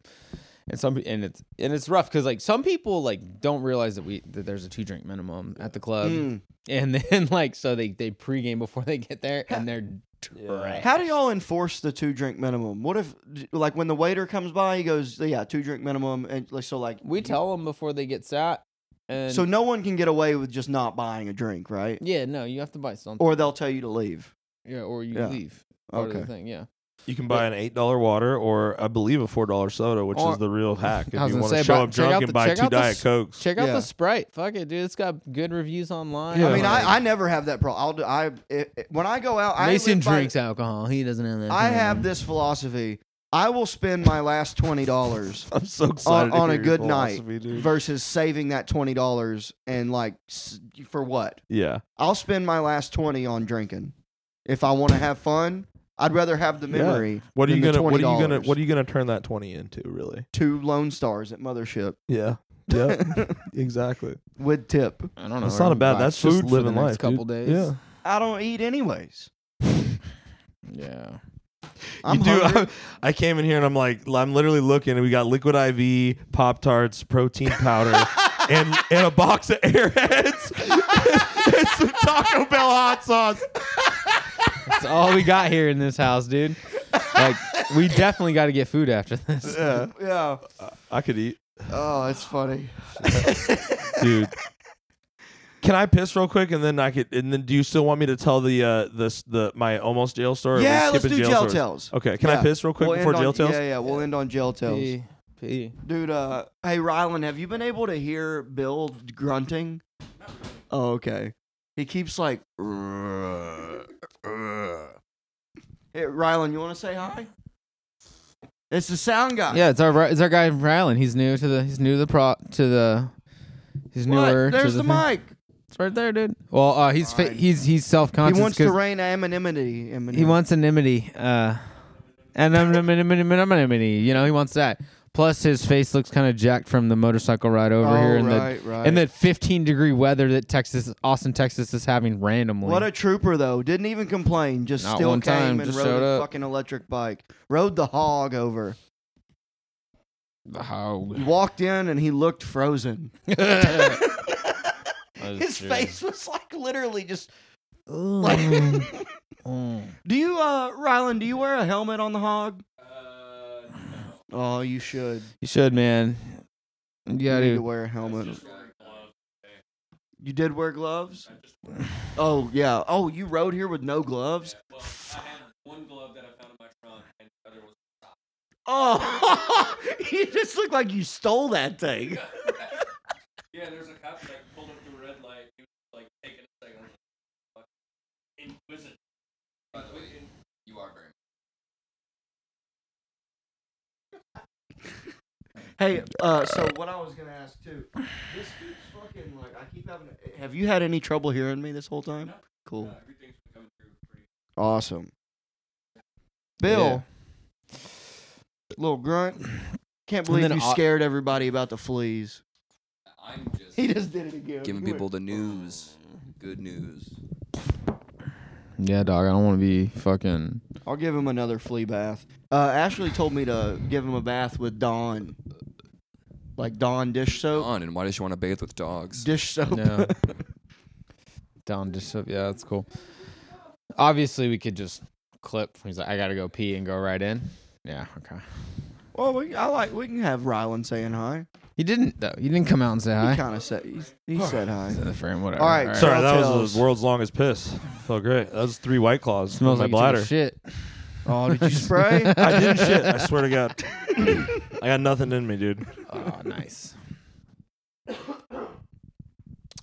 S3: And some and it's and it's rough because like some people like don't realize that we that there's a two drink minimum at the club,
S2: Mm.
S3: and then (laughs) like so they they pregame before they get there and they're trash.
S2: How do y'all enforce the two drink minimum? What if, like, when the waiter comes by, he goes, "Yeah, two drink minimum," and like, so like,
S3: We tell them before they get sat, and
S2: so no one can get away with just not buying a drink, right?
S3: yeah, no, you have to buy something,
S2: Or they'll tell you to leave.
S3: yeah, or you
S2: yeah.
S3: leave. Part of
S2: Okay.
S3: the thing, yeah.
S4: You can buy an eight dollar water or I believe a four dollar soda, which
S3: Or-
S4: is the
S2: (laughs)
S4: real hack. If
S3: I was
S4: you
S3: gonna
S4: want to
S3: say,
S4: show
S3: but
S4: up
S3: check out
S4: drunk
S3: the-
S4: and buy
S3: check
S4: two
S3: out the
S4: diet
S3: s-
S4: cokes,
S3: Check out
S2: Yeah.
S3: the Sprite. Fuck it, dude. It's got good reviews online.
S4: Yeah.
S2: I mean,
S4: Like-
S2: I, I never have that problem. I'll do, I it, it- when I go out, I
S3: Mason
S2: live by-
S3: drinks alcohol. He doesn't have that.
S4: Mm-hmm.
S2: I have this philosophy. I will spend my last twenty dollars
S4: (laughs) I'm so
S2: on,
S4: excited to
S2: on a
S4: hear your
S2: good night
S4: philosophy, dude.
S2: versus saving that twenty dollars and like s- for what?
S4: Yeah,
S2: I'll spend my last twenty on drinking. If I want to have fun, I'd rather have the
S4: Yeah.
S2: memory.
S4: What are
S2: than
S4: you
S2: the
S4: gonna? What are you gonna?
S2: $20.
S4: What are you gonna turn that twenty into? Really?
S2: Two Lone Stars at Mothership
S4: Yeah.
S2: (laughs)
S4: Yeah. exactly.
S2: with tip.
S3: I don't know.
S4: That's
S3: We're
S4: not a
S3: gonna
S4: bad.
S3: buy
S4: That's
S3: food
S4: just
S3: for
S4: living
S3: the next
S4: life.
S3: Couple
S4: dude.
S3: days.
S4: Yeah.
S2: I don't eat anyways.
S3: Yeah.
S2: I'm
S4: you do.
S2: hungry.
S4: I, (laughs) I came in here and I'm like, I'm literally looking, and we got liquid IV, Pop Tarts,
S3: (laughs)
S4: protein powder, and and a box of Airheads, and some Taco Bell hot sauce.
S3: That's all we got here in this house, dude. Like, we definitely got to get food after this.
S2: (laughs)
S4: Yeah,
S2: yeah.
S4: I could eat,
S2: Uh-huh. Oh, it's funny.
S4: dude. Can I piss real quick and then I could and then do you still want me to tell the uh this the my almost jail story? or are we
S2: yeah, let's
S4: skipping
S2: do jail
S4: stories?
S2: tells.
S4: Okay, can I
S2: Yeah.
S4: piss real quick
S2: We'll
S4: before
S2: end
S4: jail
S2: on-
S4: tells?
S2: Yeah, yeah. We'll end on jail tells.
S3: P. P.
S2: Dude, uh, hey Rylan, have you been able to hear Bill grunting? Oh, okay. He keeps like. Hey, Rylan, you want to say hi? It's the sound guy.
S3: Yeah, it's our it's our guy Rylan. He's new to the he's new to the pro to the he's
S2: What?
S3: newer. to
S2: There's the,
S3: thing.
S2: mic.
S3: It's right there, dude. Well, uh, he's fa-
S2: Fine.
S3: he's he's self
S2: He
S3: conscious.
S2: wants to reign anonymity.
S3: He wants anonymity. Uh, and anonymity. You know, he wants that. Plus, his face looks kind of jacked from the motorcycle ride over
S2: Oh,
S3: here, and
S2: right,
S3: the
S2: right.
S3: and the 15 degree weather that Texas, Austin, Texas, is having randomly.
S2: What a trooper though! Didn't even complain. Just
S3: Not
S2: still
S3: one
S2: came
S3: time,
S2: and
S3: just
S2: rode
S3: showed
S2: a
S3: up.
S2: fucking electric bike. Rode the hog over.
S3: how (laughs)
S2: He walked in and he looked frozen. (laughs) His
S3: true. (laughs)
S2: face was like literally just like. Hmm. (laughs) do you, uh, Rylan? Do you wear a helmet on the hog? Oh, you should.
S3: you should, man. You
S2: You
S3: gotta
S2: need to wear a helmet. You did wear gloves. Oh yeah. Oh, you rode here with no gloves. Oh, (laughs) you just look like you stole that thing.
S6: Yeah, there's a cop that pulled up to a red light. He was like taking a second. Inquisitive. By the way, in-
S2: Hey, uh, so what I was gonna ask too. This keeps fucking like I keep having. Have you had any trouble hearing me this whole time? Cool.
S6: everything's been coming through pretty.
S2: Awesome. Bill, little grunt. Can't believe
S3: then
S2: you
S3: au-
S2: scared everybody about the fleas.
S6: I'm just.
S2: He just did it again.
S5: Giving
S2: He
S5: people
S2: went-
S5: the news. Good news.
S3: Yeah, dog. I don't want to be fucking.
S2: I'll give him another flea bath. Uh, Ashley told me to give him a bath with Dawn, like Dawn dish
S3: Oh.
S2: soap.
S5: On and why does she want to bathe with dogs?
S2: Dish soap.
S3: (laughs) Yeah. Down just so yeah, that's cool. Obviously, we could just clip. He's like, I gotta go pee and go right in. Yeah, okay.
S2: (laughs) Well, we, I like we can have Rylan saying hi.
S3: He didn't though. He didn't come out and say
S2: He
S3: hi.
S2: kind of said he, he
S4: Oh,
S2: said hi.
S3: The frame, whatever.
S2: All right,
S4: Sorry, that
S2: Cocktails.
S4: was the world's longest piss. Felt great. That was three white claws. in
S3: smells
S4: my
S3: like you took a
S4: bladder.
S3: shit.
S2: Oh, did you
S3: (laughs)
S2: spray?
S4: I didn't shit. I swear to God. I got nothing in me, dude.
S3: Oh, nice.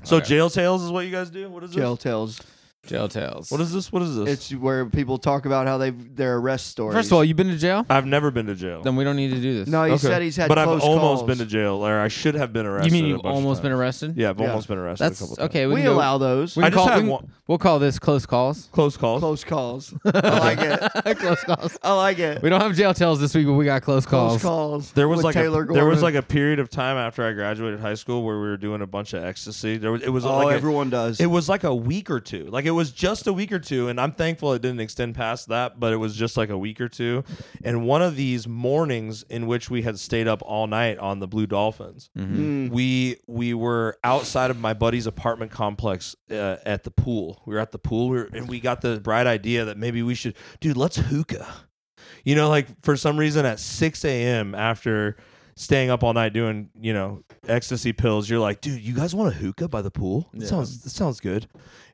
S4: So
S3: Okay.
S4: jail tales is what you guys do. What is this?
S2: Jail tales.
S3: Jail tales.
S4: What is this? What is this?
S2: It's where people talk about how they their arrest stories.
S3: First of all, you been to jail?
S4: I've never been to jail.
S3: Then we don't need to do this.
S2: no, he
S4: Okay.
S2: said he's had.
S4: but I've
S2: close
S4: almost
S2: calls.
S4: been to jail, or I should have been
S3: you
S4: arrested.
S3: mean
S4: a
S3: you've
S4: bunch of
S3: almost been
S4: times.
S3: arrested?
S4: Yeah, I've
S2: Yeah.
S4: almost been arrested.
S3: That's
S4: a couple
S3: okay. We,
S2: We
S3: can go-
S2: allow those
S3: We can
S4: Times. I just
S3: call.
S4: had
S3: We can-
S4: one-
S3: we'll call this close calls.
S4: close calls.
S2: close calls.
S4: (laughs)
S2: I like it.
S3: (laughs) close calls.
S2: I like it.
S3: We don't have jail tales this week, but we got close
S2: Close
S3: calls.
S2: calls.
S4: There was
S2: with
S4: like
S2: Taylor
S4: a, there was
S2: Gordon.
S4: like a period of time after I graduated high school where we were doing a bunch of ecstasy. There was it was
S2: oh,
S4: like a-
S2: everyone does.
S4: It was like a week or two. Like it was just a week or two, and I'm thankful it didn't extend past that, but it was just like a week or two. And one of these mornings in which we had stayed up all night on the Blue Dolphins,
S2: Mm.
S4: we we were outside of my buddy's apartment complex uh, at the pool. We were at the pool, we were, and we got the bright idea that maybe we should, dude, let's hookah. You know, like for some reason at 6 a.m. after staying up all night doing, you know, ecstasy pills, you're like, dude, you guys want a hookah by the pool? That sounds that sounds good.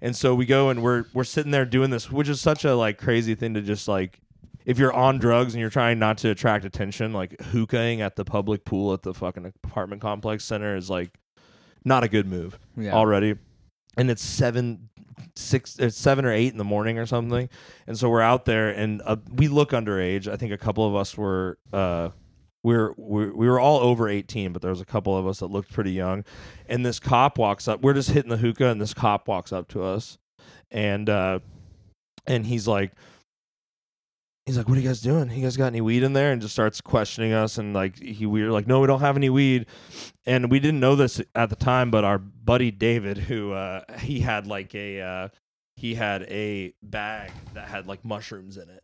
S4: And so we go and we're we're sitting there doing this, which is such a like crazy thing to just like if you're on drugs and you're trying not to attract attention, like hookahing at the public pool at the fucking apartment complex center is like not a good move
S3: Yeah.
S4: already. And it's seven, six, it's seven or eight in the morning or something. And so we're out there, and uh, we look underage. I think a couple of us were, uh, we were we we were all over eighteen, but there was a couple of us that looked pretty young. And this cop walks up. We're just hitting the hookah, and this cop walks up to us, and uh, and he's like. He's like, "What are you guys doing? You guys got any weed in there?" And just starts questioning us, and like he, we were like, "No, we don't have any weed." and we didn't know this at the time, but our buddy David, who uh, he had like a uh, he had a bag that had like mushrooms in it,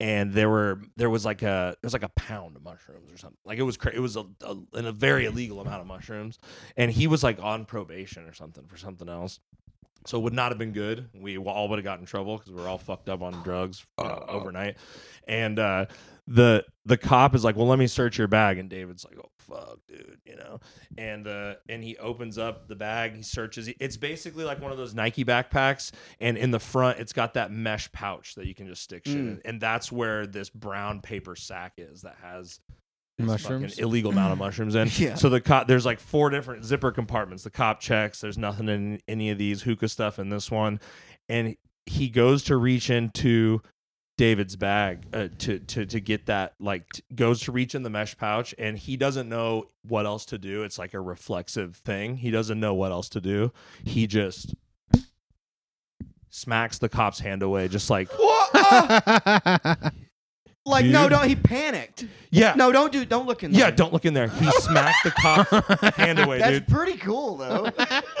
S4: and there were there was like a it was like a pound of mushrooms or something. Like it was cra- it was a, a, in a very illegal amount of mushrooms, and he was like on probation or something for something else. So it would not have been good. We all would have gotten in trouble because we were all fucked up on drugs you know, overnight. And uh, the the cop is like, "Well, let me search your bag." And David's like, "Oh fuck, dude," you know. And uh, and he opens up the bag. He searches. It's basically like one of those Nike backpacks, and in the front, it's got that mesh pouch that you can just stick shit in, and that's where this brown paper sack is that has. this fucking
S3: Mushrooms?
S4: illegal amount of mushrooms in.
S2: Mm. Yeah.
S4: So the cop, there's like four different zipper compartments. The cop checks. There's nothing in any of these hookah stuff in this one, and he goes to reach into David's bag uh, to to to get that like t- goes to reach in the mesh pouch and he doesn't know what else to do. It's like a reflexive thing. He doesn't know what else to do. He just smacks the cop's hand away just like
S2: Whoa, ah! like no,
S4: Dude.
S2: don't. He panicked.
S4: yeah.
S2: No, don't do. Don't look in.
S4: Yeah,
S2: there.
S4: don't look in there. He smacked the
S2: (laughs)
S4: cop's hand away,
S2: That's
S4: dude.
S2: pretty cool
S4: (laughs)
S2: though.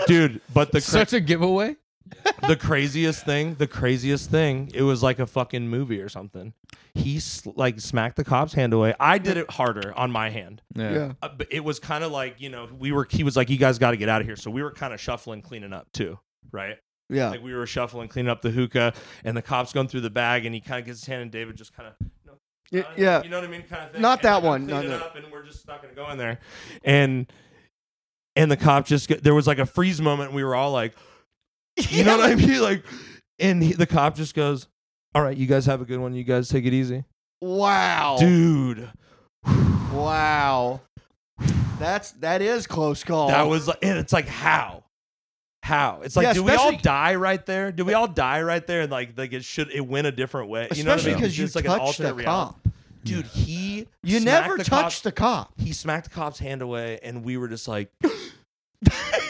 S4: Dude, but the cra-
S3: Such a giveaway.
S4: the craziest thing, the craziest thing, it was like a fucking movie or something. He sl- like smacked the cop's hand away. I did it harder on my hand.
S2: yeah.
S4: uh, but it was kind of like you know we were he was like you guys got to get out of here so we were kind of shuffling cleaning up too right
S2: Yeah.
S4: like we were shuffling cleaning up the hookah and the cops going through the bag and he kind of gets his hand and david just kind of
S2: Y- yeah.
S4: uh, you know what i mean kind of thing
S2: Not
S4: And
S2: that
S4: we're gonna
S2: one.
S4: clean
S2: No,
S4: it
S2: no.
S4: up and we're just not gonna go in there and and the cop just go- there was like a freeze moment and we were all like you know what i mean like and he, the cop just goes all right you guys have a good one you guys take it easy
S2: Wow.
S4: dude
S2: Wow. That's that is close call.
S4: That was like, and it's like how, how? It's like,
S2: Yeah,
S4: do we all
S2: especially-
S4: die right there? Do we all die right there? And like, like it should it went a different way? You know what I
S2: especially
S4: mean?
S2: because you
S4: It's like an
S2: touched
S4: alternate
S2: a
S4: reality.
S2: cop.
S4: dude, he
S2: You
S4: smacked
S2: never
S4: the
S2: touch
S4: cop's-
S2: the cop.
S4: he smacked the cop's hand away, and we were just (laughs) like,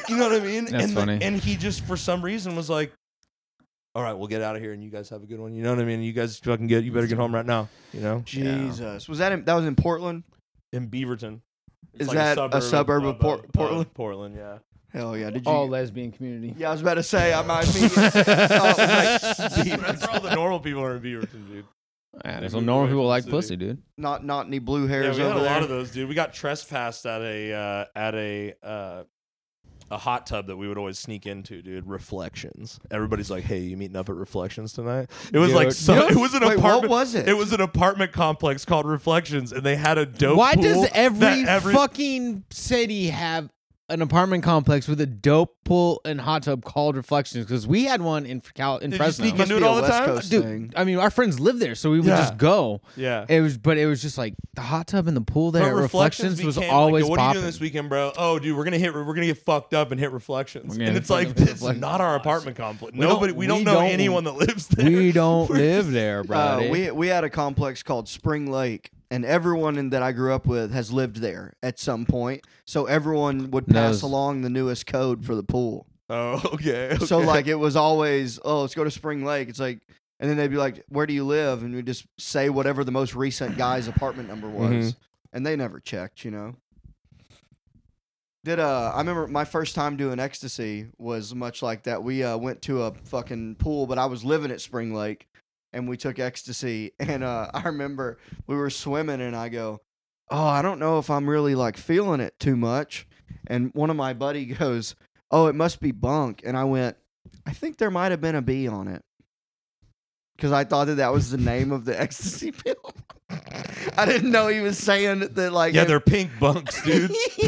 S4: you know what I mean?
S3: That's
S4: and the-
S3: funny.
S4: and he just for some reason was like, all right, we'll get out of here, and you guys have a good one. You know what I mean? You guys fucking get, you better get home right now. You know,
S2: Jesus, was that in, that was in Portland?
S4: in Beaverton. It's
S2: Is
S4: like
S2: that a
S4: suburb, uh,
S2: suburb of Por- Portland?
S4: Portland, (laughs) yeah.
S2: Hell yeah! Did you?
S3: All lesbian community.
S2: yeah, I was about to say I might be. (laughs)
S4: Oh
S2: I was
S4: (laughs)
S2: like,
S4: That's where all the normal people are in Beaverton, dude.
S3: Yeah, there's
S4: They moved
S3: normal
S4: away
S3: people
S4: from
S3: like
S4: the
S3: pussy,
S4: city.
S3: dude.
S2: not not any blue
S4: Yeah,
S2: hairs
S4: we had
S2: over
S4: a
S2: there. Uh,
S4: lot of those, dude. We got trespassed at a uh, at a uh, a hot tub that we would always sneak into, dude. Reflections. Everybody's like, "Hey, you meeting up at Reflections tonight?" It was like
S3: Dude.
S4: so.
S3: Yes.
S4: It was an
S2: Wait, what
S4: apartment.
S2: was it?
S4: It was an apartment complex called Reflections, and they had a dope.
S3: Why
S4: pool
S3: does
S4: that
S3: every, fucking city have an apartment complex with a dope pool and hot tub called Reflections? Because we had one in Cal- in
S4: Did you
S3: Fresno.
S4: sneak in-
S2: Must
S4: do it
S2: be a
S4: all the
S2: West
S4: time?
S2: Coast
S3: Dude,
S2: thing.
S3: I mean, our friends live there, so we would
S4: Yeah.
S3: just go.
S4: Yeah.
S3: It was, but it was just like the hot tub and the pool there.
S4: But
S3: at Reflections, was
S4: became, like,
S3: always
S4: What are you
S3: popping.
S4: doing this weekend, bro? Oh, dude, we're gonna hit. We're gonna get fucked up and hit Reflections,
S3: We're gonna
S4: and it's
S3: fucking
S4: like
S3: hit
S4: it's
S3: Reflections.
S4: not our apartment complex.
S3: don't-
S4: Nobody. We don't
S3: we
S4: know
S3: don't-
S4: anyone that lives there. (laughs)
S3: We don't
S4: We're
S3: live
S4: just-
S3: there, bro.
S2: Uh, we we had a complex called Spring Lake, and everyone in- that I grew up with has lived there at some point. So everyone would pass
S3: Knows.
S2: along the newest code for the pool.
S4: Oh, (laughs) okay.
S2: So
S4: okay.
S2: like it was always, oh, let's go to Spring Lake. It's like, and then they'd be like, where do you live? And we just say whatever the most recent guy's apartment number was, and they never checked, you know. Did uh, I remember my first time doing ecstasy was much like that. We uh went to a fucking pool, but I was living at Spring Lake, and we took ecstasy. (laughs) And uh, I remember we were swimming, and I go, oh, I don't know if I'm really like feeling it too much. And one of my buddy (laughs) goes, oh, it must be bunk. And I went, I think there might have been a bee on it. Because I thought that that was the name of the (laughs) ecstasy pill. I didn't know he was saying that, like,
S4: Yeah,
S2: it-
S4: they're pink bunks, dude. (laughs)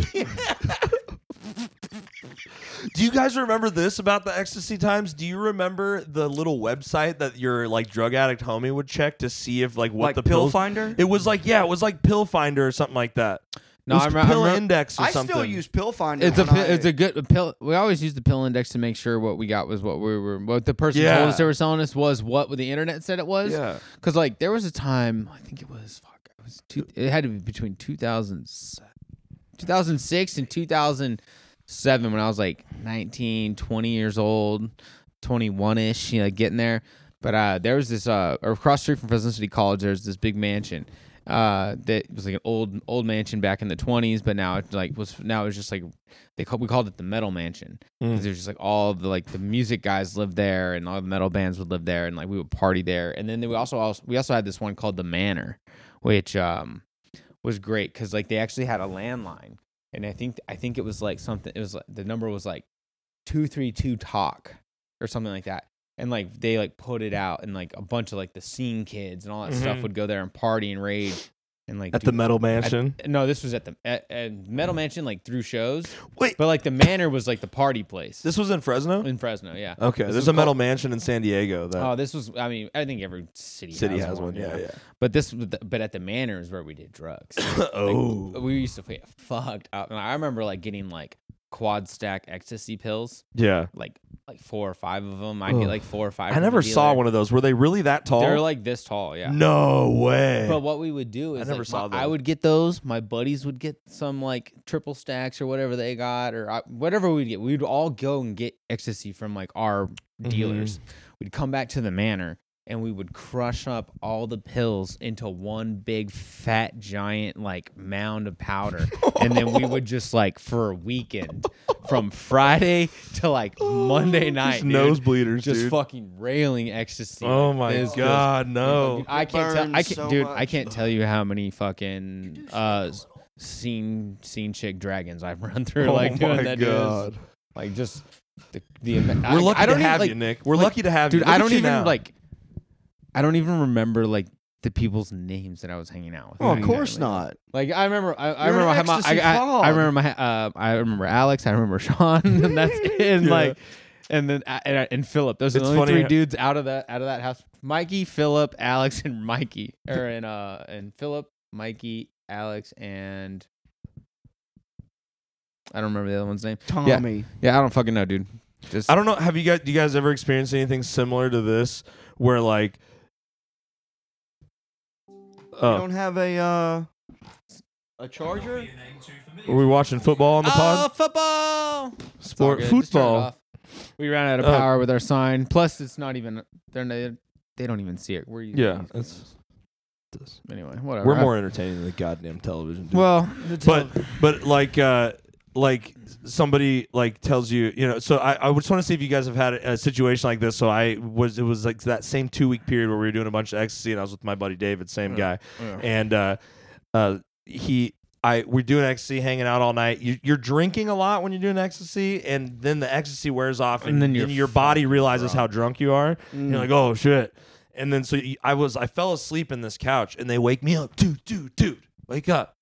S4: Do you guys remember this about the ecstasy times? Do you remember the little website that your like drug addict homie would check to see if like what
S2: like
S4: the
S2: pill
S4: pills?
S2: finder.
S4: It was like yeah, it was like Pill Finder or something like that.
S3: No,
S4: It was
S3: I remember- I
S4: Pill
S3: remember-
S4: Index or
S2: I
S4: something.
S2: still use pill finder.
S3: It's a
S2: when
S3: pill,
S2: I-
S3: it's a good a pill. We always use the pill index to make sure what we got was what we were what the person
S4: Yeah.
S3: told us they were selling us was what the internet said it was.
S4: Yeah.
S3: Because like there was a time I think it was fuck it was two, it had to be between 2000, 2006 and two thousand seven when I was like 19, 20 years old, twenty one ish, you know, getting there. But uh, there was this uh, or across the street from Fresno City College, there's this big mansion. Uh, that was like an old old mansion back in the 20s, but now it like was now it's just like they call, we called it the metal mansion because there's just like all of the like the music guys lived there and all the metal bands would live there and like we would party there and then we also also we also had this one called the manor which um was great because like they actually had a landline and i think i think it was like something it was like the number was like 232 talk or something like that and like they like put it out and like a bunch of like the scene kids and all that stuff
S4: Mhm.
S3: would go there and party and rage and like
S4: at the
S3: do-
S4: Metal Mansion.
S3: no this was at the at, at metal mansion like through shows
S4: Wait,
S3: but like the manor was like the party place
S4: this was in Fresno.
S3: in Fresno, yeah.
S4: okay,
S3: This
S4: there's
S3: was
S4: a Metal
S3: called-
S4: Mansion in San Diego that
S3: Oh, this was. I mean, I think every city
S4: city
S3: has,
S4: has one.
S3: you
S4: Yeah,
S3: know.
S4: yeah.
S3: But this, but at the manor is where we did drugs.
S4: oh,
S3: we used to get (laughs) fucked up. And I remember like getting like quad stack ecstasy pills,
S4: yeah.
S3: like like four or five of them. I get like four or five.
S4: I never saw one of those. Were they really that tall?
S3: They're like this tall, yeah.
S4: no way.
S3: But what we would do is
S4: never
S3: like,
S4: saw
S3: my- I
S4: them.
S3: would get those. My buddies would get some like triple stacks or whatever they got or I, whatever we'd get. We'd all go and get ecstasy from like our dealers.
S4: Mm-hmm.
S3: We'd come back to the manor and we would crush up all the pills into one big fat giant like mound of powder and then we would just like for a weekend from friday to like monday night
S4: (laughs) Just
S3: dude,
S4: nosebleeders,
S3: just
S4: dude.
S3: fucking railing ecstasy
S4: Oh
S3: Like,
S4: my
S3: this was
S4: god, no.
S3: Dude, I can't tell.
S2: burn
S3: I can't,
S2: so
S3: dude. I
S2: much.
S3: can't tell you how many fucking uh scene scene chick dragons I've (laughs) run through.
S4: Oh
S3: like doing
S4: my
S3: that.
S4: God.
S3: Is, like just the the. ama- I,
S4: We're lucky
S3: I don't
S4: to
S3: even,
S4: have
S3: like,
S4: you, Nick. We're
S3: like,
S4: lucky to have
S3: dude.
S4: you. Look
S3: I
S4: at
S3: don't
S4: you
S3: even
S4: now.
S3: like. I don't even remember like the people's names that I was hanging out with.
S2: Oh, of
S3: Like,
S2: course
S3: like-
S2: not.
S3: Like I remember, I, I
S2: You're an
S3: remember how my, I,
S2: ecstasy
S3: I, I
S2: frog.
S3: remember my, uh, I remember Alex, I remember Sean, (laughs) and
S4: (laughs)
S3: that's it. And
S4: Yeah.
S3: like, and then I- and, I- and Philip. Those are the
S4: It's
S3: only
S4: funny
S3: three
S4: how-
S3: dudes out of that out of that house. Mikey, Philip, Alex, and Mikey, or and uh and Philip, Mikey, Alex, and I don't remember the other one's name.
S2: Tommy.
S3: Yeah, I don't fucking know, dude. Just
S4: I don't know. Have you guys? Do you guys ever experienced anything similar to this, where like,
S2: You
S4: Oh,
S2: don't have a uh, a charger?
S4: are we watching football on the
S3: Oh,
S4: pod?
S3: football! It's all
S4: Sport
S3: good. Just turn it
S4: football.
S3: off. We ran out of
S4: Oh.
S3: power with our sign. Plus, it's not even. They're not, they don't even see it. We're using
S4: Yeah,
S3: these
S4: that's-
S3: things. anyway. Whatever.
S4: We're (laughs) more entertaining than the goddamn television. dude.
S3: well.
S4: but but like uh like somebody like tells you you know so i, I just want to see if you guys have had a, a situation like this so i was it was like that same two week period where we were doing a bunch of ecstasy and i was with my buddy david same guy and uh uh he I we're doing ecstasy, hanging out all night. You, you're drinking a lot when you're doing ecstasy, and then the ecstasy wears off, and,
S3: And then
S4: then
S3: you're Mm.
S4: your body realizes how drunk you are. And you're like, oh shit! And then so you, I was, I fell asleep in this couch, and they wake me up, dude, dude, dude, wake up!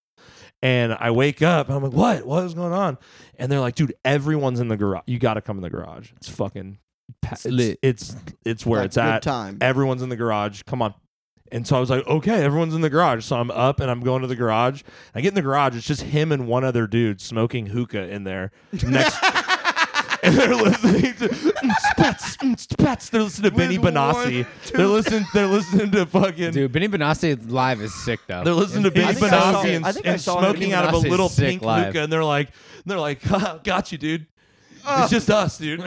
S4: And I wake up and I'm like, what? What is going on? And they're like, dude, everyone's in the garage. You got to come in the garage. It's fucking pa- it's,
S3: lit.
S4: It's it's where
S2: Like,
S4: it's
S2: good
S4: at.
S2: time.
S4: Everyone's in the garage. Come on. And so I was like, okay, everyone's in the garage. So I'm up and I'm going to the garage. I get in the garage. It's just him and one other dude smoking hookah in there
S2: (laughs)
S4: next. and they're listening to mm, spats, mm, spats. They're listening to Benny
S2: one,
S4: Benassi. They're listening. They're listening to fucking.
S3: Dude, Benny Benassi live is sick though.
S4: They're listening to Benny
S2: I think I saw-
S4: Benassi and,
S2: I think I
S4: and
S2: saw him.
S4: smoking out of a
S3: Benassi is
S4: little
S3: sick
S4: pink
S3: live.
S4: Luca, and they're like, they're like, (laughs) "Ha, got you, dude. It's just
S2: (laughs)
S4: us, dude.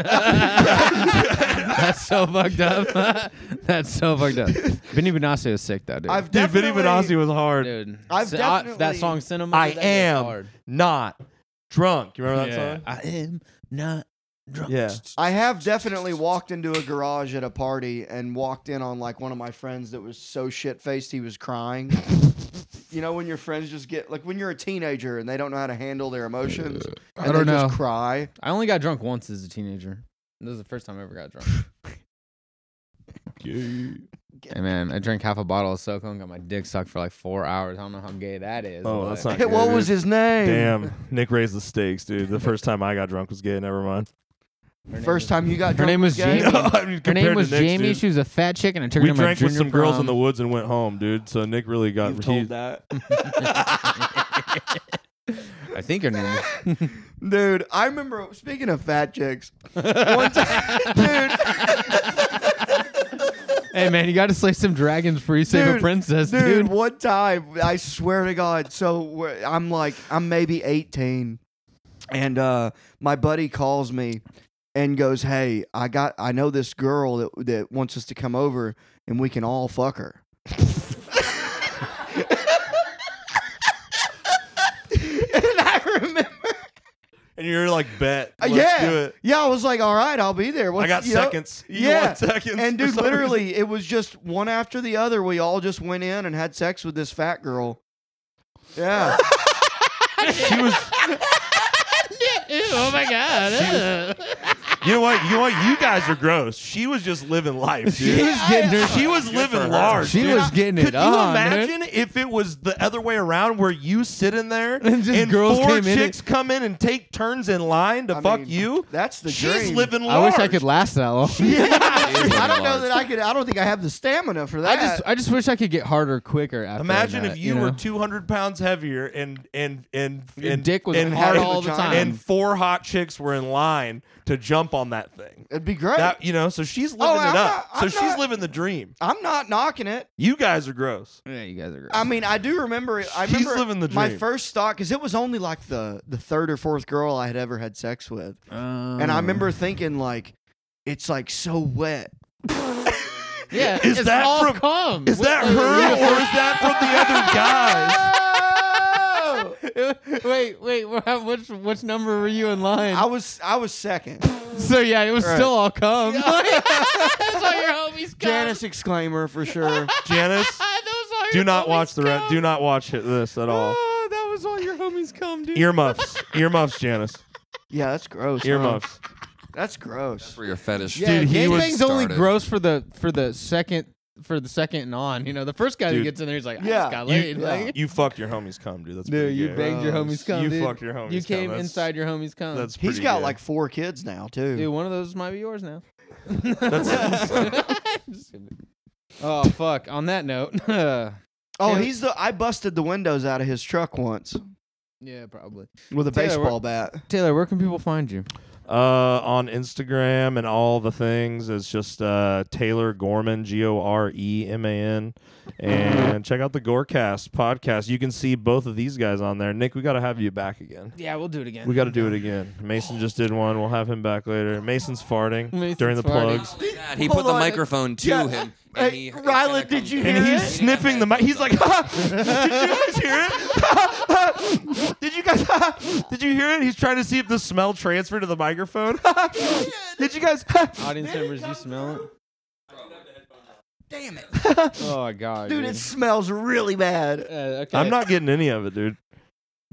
S4: (laughs)
S3: That's so fucked up. (laughs) That's so fucked up. Benny Benassi is sick though, dude.
S2: I've
S4: dude, Vinny
S2: definitely
S4: Benassi was hard.
S3: dude,
S2: I've
S3: Si- I- that
S2: definitely-
S3: song "Cinema."
S4: I
S3: that gets
S4: am
S3: hard.
S4: not drunk. You remember that
S3: Yeah.
S4: song?
S3: I am not drunk.
S4: Yeah.
S2: I have definitely walked into a garage at a party and walked in on like one of my friends that was so shit faced he was crying. you know when your friends just get like when you're a teenager and they don't know how to handle their emotions
S3: I
S2: and
S3: don't
S2: they
S3: know.
S2: just cry.
S3: I only got drunk once as a teenager. This is the first time I ever got drunk. hey man, I drank half a bottle of SoCo and got my dick sucked for like four hours. I don't know how gay that is.
S4: Oh,
S3: but-
S4: that's not-
S2: what
S4: good.
S2: was his name?
S4: Damn, Nick raised the stakes, dude. The first time I got drunk was gay. Never mind.
S3: Her
S2: First
S3: name
S2: time you got
S3: Her name was
S2: Jamie.
S3: Jamie.
S4: I mean,
S3: Her
S4: compared to
S3: name was
S4: Nick's,
S3: Jamie.
S4: dude.
S3: She was a fat chick, and I took
S4: we
S3: her to my
S4: drank with
S3: junior
S4: some girls
S3: prom.
S4: in the woods and went home, dude. So Nick really got. he-
S5: You've told that.
S3: I think her name. Was,
S2: (laughs) Dude, I remember speaking of fat
S3: (laughs)
S2: chicks. One time, dude,
S3: (laughs) hey man, you got to slay some dragons before you save a
S2: Dude,
S3: princess,
S2: dude,
S3: dude.
S2: one time, I swear to God. So we're- I'm like, I'm maybe 18, and uh, my buddy calls me and goes, "Hey, I got, I know this girl that that wants us to come over, and we can all fuck her." (laughs) and I remember,
S4: And you're like, bet. Let's
S2: Uh, yeah,
S4: do it.
S2: yeah, I was like, "All right, I'll be there."
S4: I
S2: What's-
S4: got
S2: you know?
S4: seconds. You
S2: yeah,
S4: want seconds
S2: And
S4: for
S2: dude,
S4: some reason.
S2: literally, it was just one after the other. We all just went in and had sex with this fat girl.
S4: (laughs)
S2: Yeah,
S4: she was.
S3: (laughs) oh my god.
S4: You know what? You know what? You guys are gross. She was just living life, dude.
S3: She was getting her.
S4: She was living large.
S3: She
S4: dude.
S3: was getting it
S4: Could
S3: on,
S4: you imagine if it was the other way around, where you sit in there and,
S3: (laughs) And just girls
S4: four
S3: came in
S4: chicks come in and take turns in line to
S2: I
S4: fuck
S2: mean,
S4: you?
S2: That's the
S4: She's
S2: dream.
S3: (laughs)
S4: living
S3: I
S4: large.
S3: wish I could last that long.
S2: (laughs) I don't know that I could. I don't think I have the stamina for
S3: I
S2: that.
S3: just, I just wish I could get harder quicker. After
S4: Imagine
S3: that,
S4: if you, were
S3: know?
S4: 200 pounds heavier and and and
S3: Your
S4: and
S3: dick was
S4: and
S3: hard
S4: had-
S3: all the
S2: vagina.
S3: time.
S4: and four hot chicks were in line to jump on that thing.
S2: It'd be great.
S4: That you know, so she's living
S2: I'm
S4: it
S2: not-
S4: up. so
S2: I'm
S4: she's
S2: not-
S4: living the dream.
S2: I'm not knocking it.
S4: You guys are gross.
S3: yeah, you guys are. Gross.
S2: I
S4: Um,
S2: mean, I do remember. It. I
S4: She's
S2: remember
S4: living the
S2: my
S4: dream.
S2: first thought because it was only like the the third or fourth girl I had ever had sex with,
S3: Um,
S2: and I
S4: Oh.
S2: remember thinking like, it's like so wet.
S3: Yeah,
S4: Is
S3: it's
S4: that
S3: all
S4: from-
S3: cum.
S4: Is
S3: What
S4: that her
S3: the-
S4: or is that from the other guys?
S3: (laughs) wait, wait. wha- Which which number were you in line?
S2: I was I was second.
S3: so yeah, it was
S2: Right.
S3: still all
S4: (laughs)
S3: cum. (laughs) That's all your homies. cum.
S2: Janice exclaimer for sure.
S4: (laughs) Janice,
S3: That was all your
S4: do not
S3: homies
S4: watch the re-
S3: cum.
S4: do not watch it- this at all.
S3: Oh, that was all your homies cum, dude.
S4: (laughs) Earmuffs, earmuffs, Janice,
S2: Yeah, that's gross. huh?
S4: earmuffs.
S2: That's gross.
S5: For your fetish.
S3: Yeah,
S4: Dude, he was
S3: gangbang's only
S5: started.
S3: gross for the for the second for the second and on. You know, the first guy who
S4: Dude.
S3: gets in there, he's like, I
S2: Yeah,
S3: just got
S4: you- (laughs)
S3: laid.
S2: yeah.
S3: like,
S4: You fucked your homies cum, dude.
S3: (laughs)
S4: That's
S3: dude,
S4: pretty
S3: you
S4: gay.
S3: banged your homies cum.
S4: You
S3: dude.
S4: fucked your homies.
S3: You
S4: cum.
S3: came
S4: That's-
S3: inside your homies cum.
S4: That's
S2: He's
S4: pretty
S2: got
S4: gay.
S2: like four kids now too.
S3: Dude, one of those might be yours now. (laughs) Just kidding. oh fuck! On that note, (laughs)
S2: oh,
S3: Dude.
S2: he's the I busted the windows out of his truck once
S3: yeah, probably.
S2: with a
S3: Taylor,
S2: baseball bat.
S3: Taylor, where can people find you?
S4: Uh, on Instagram and all the things, it's just uh, Taylor Gorman, G O R E M A N, and check out the Gorecast podcast. You can see both of these guys on there. Nick, we got to have you back again.
S3: Yeah, we'll do it again.
S4: We got to do it again. Mason just did one. We'll have him back later. Mason's farting
S3: Mason's
S4: during the
S3: farting.
S4: plugs.
S5: God, he
S2: Hold
S5: put the
S2: on.
S5: microphone to
S2: Yeah.
S5: him.
S2: Hey,
S5: and he- it's
S2: Rylan,
S5: gonna
S2: did
S5: come
S2: you
S5: back.
S4: And
S2: hear
S4: he's
S2: it?
S4: sniffing the mic. He's like, (laughs) "Did you guys hear it? Did you guys? Did you hear it? He's trying to see if the smell transferred to the microphone. (laughs) Did you guys?
S3: Audience members, you smell it?
S2: Damn it,
S3: (laughs) Oh my god,
S2: dude! It smells really bad.
S3: Uh, okay.
S4: I'm not getting any of it, dude.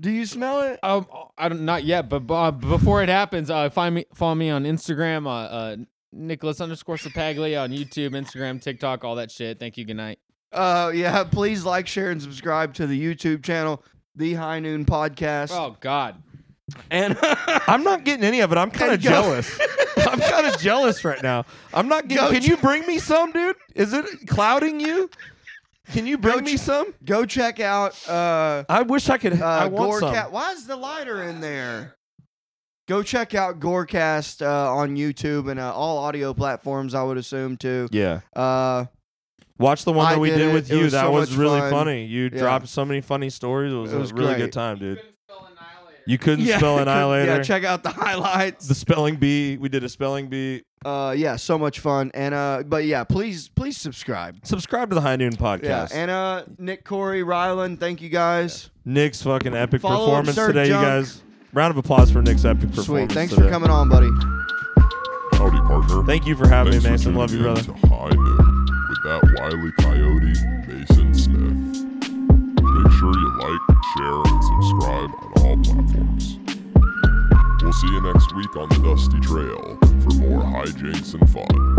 S2: Do you smell it?
S3: Um, I don't not yet, but uh, before it happens, uh, find me follow me on Instagram, uh, uh Nicholas underscore Sapaglia on YouTube, Instagram, TikTok, all that shit. Thank you. Good night.
S2: Uh, yeah. (laughs) Please like, share, and subscribe to the YouTube channel, The High Noon Podcast.
S3: Oh God.
S4: And (laughs) I'm not getting any of it. I'm kind of
S2: And go-
S4: jealous. (laughs) I'm kind of jealous right now. I'm not
S2: Go
S4: getting. Can
S2: ch-
S4: you bring me some, dude? Is it clouding you? Can you bring
S2: ch-
S4: me some?
S2: Go check out uh,
S4: I wish I could. I
S2: uh,
S4: want some.
S2: Gorecast. Why is the lighter in there? Go check out Gorecast uh, on YouTube and uh, all audio platforms. I would assume too.
S4: Yeah.
S2: Uh,
S4: Watch the one
S2: I
S4: that we
S2: did
S4: did,
S2: it.
S4: with
S2: It
S4: you.
S2: was
S4: that
S2: so
S4: was
S2: much
S4: really
S2: fun.
S4: funny. You
S2: Yeah.
S4: dropped so many funny stories. It was,
S2: It was
S4: a really
S2: great.
S4: good time, dude. You
S3: You
S4: couldn't spell annihilator.
S2: (laughs) Yeah, check out the highlights.
S4: the spelling bee. We did a spelling bee.
S2: Uh, yeah, so much fun. And uh, but yeah, please, please subscribe.
S4: Subscribe to the High Noon
S2: Yeah,
S4: podcast.
S2: and uh, Nick, Corey, Rylan, thank you guys.
S4: Nick's fucking epic
S2: Follow
S4: performance
S2: Absurd
S4: today,
S2: Junk.
S4: you guys. Round of applause for Nick's epic performance.
S2: Sweet, thanks
S4: today.
S2: for coming on, buddy.
S1: Howdy, partner.
S4: Thank you for having
S1: Thanks for
S4: me, Mason.
S1: tuning
S4: Love you,
S1: in
S4: brother.
S1: To High Noon with that wily coyote, Mason Smith. Make sure you like, share, and subscribe on all platforms. We'll see you next week on the Dusty Trail for more hijinks and fun.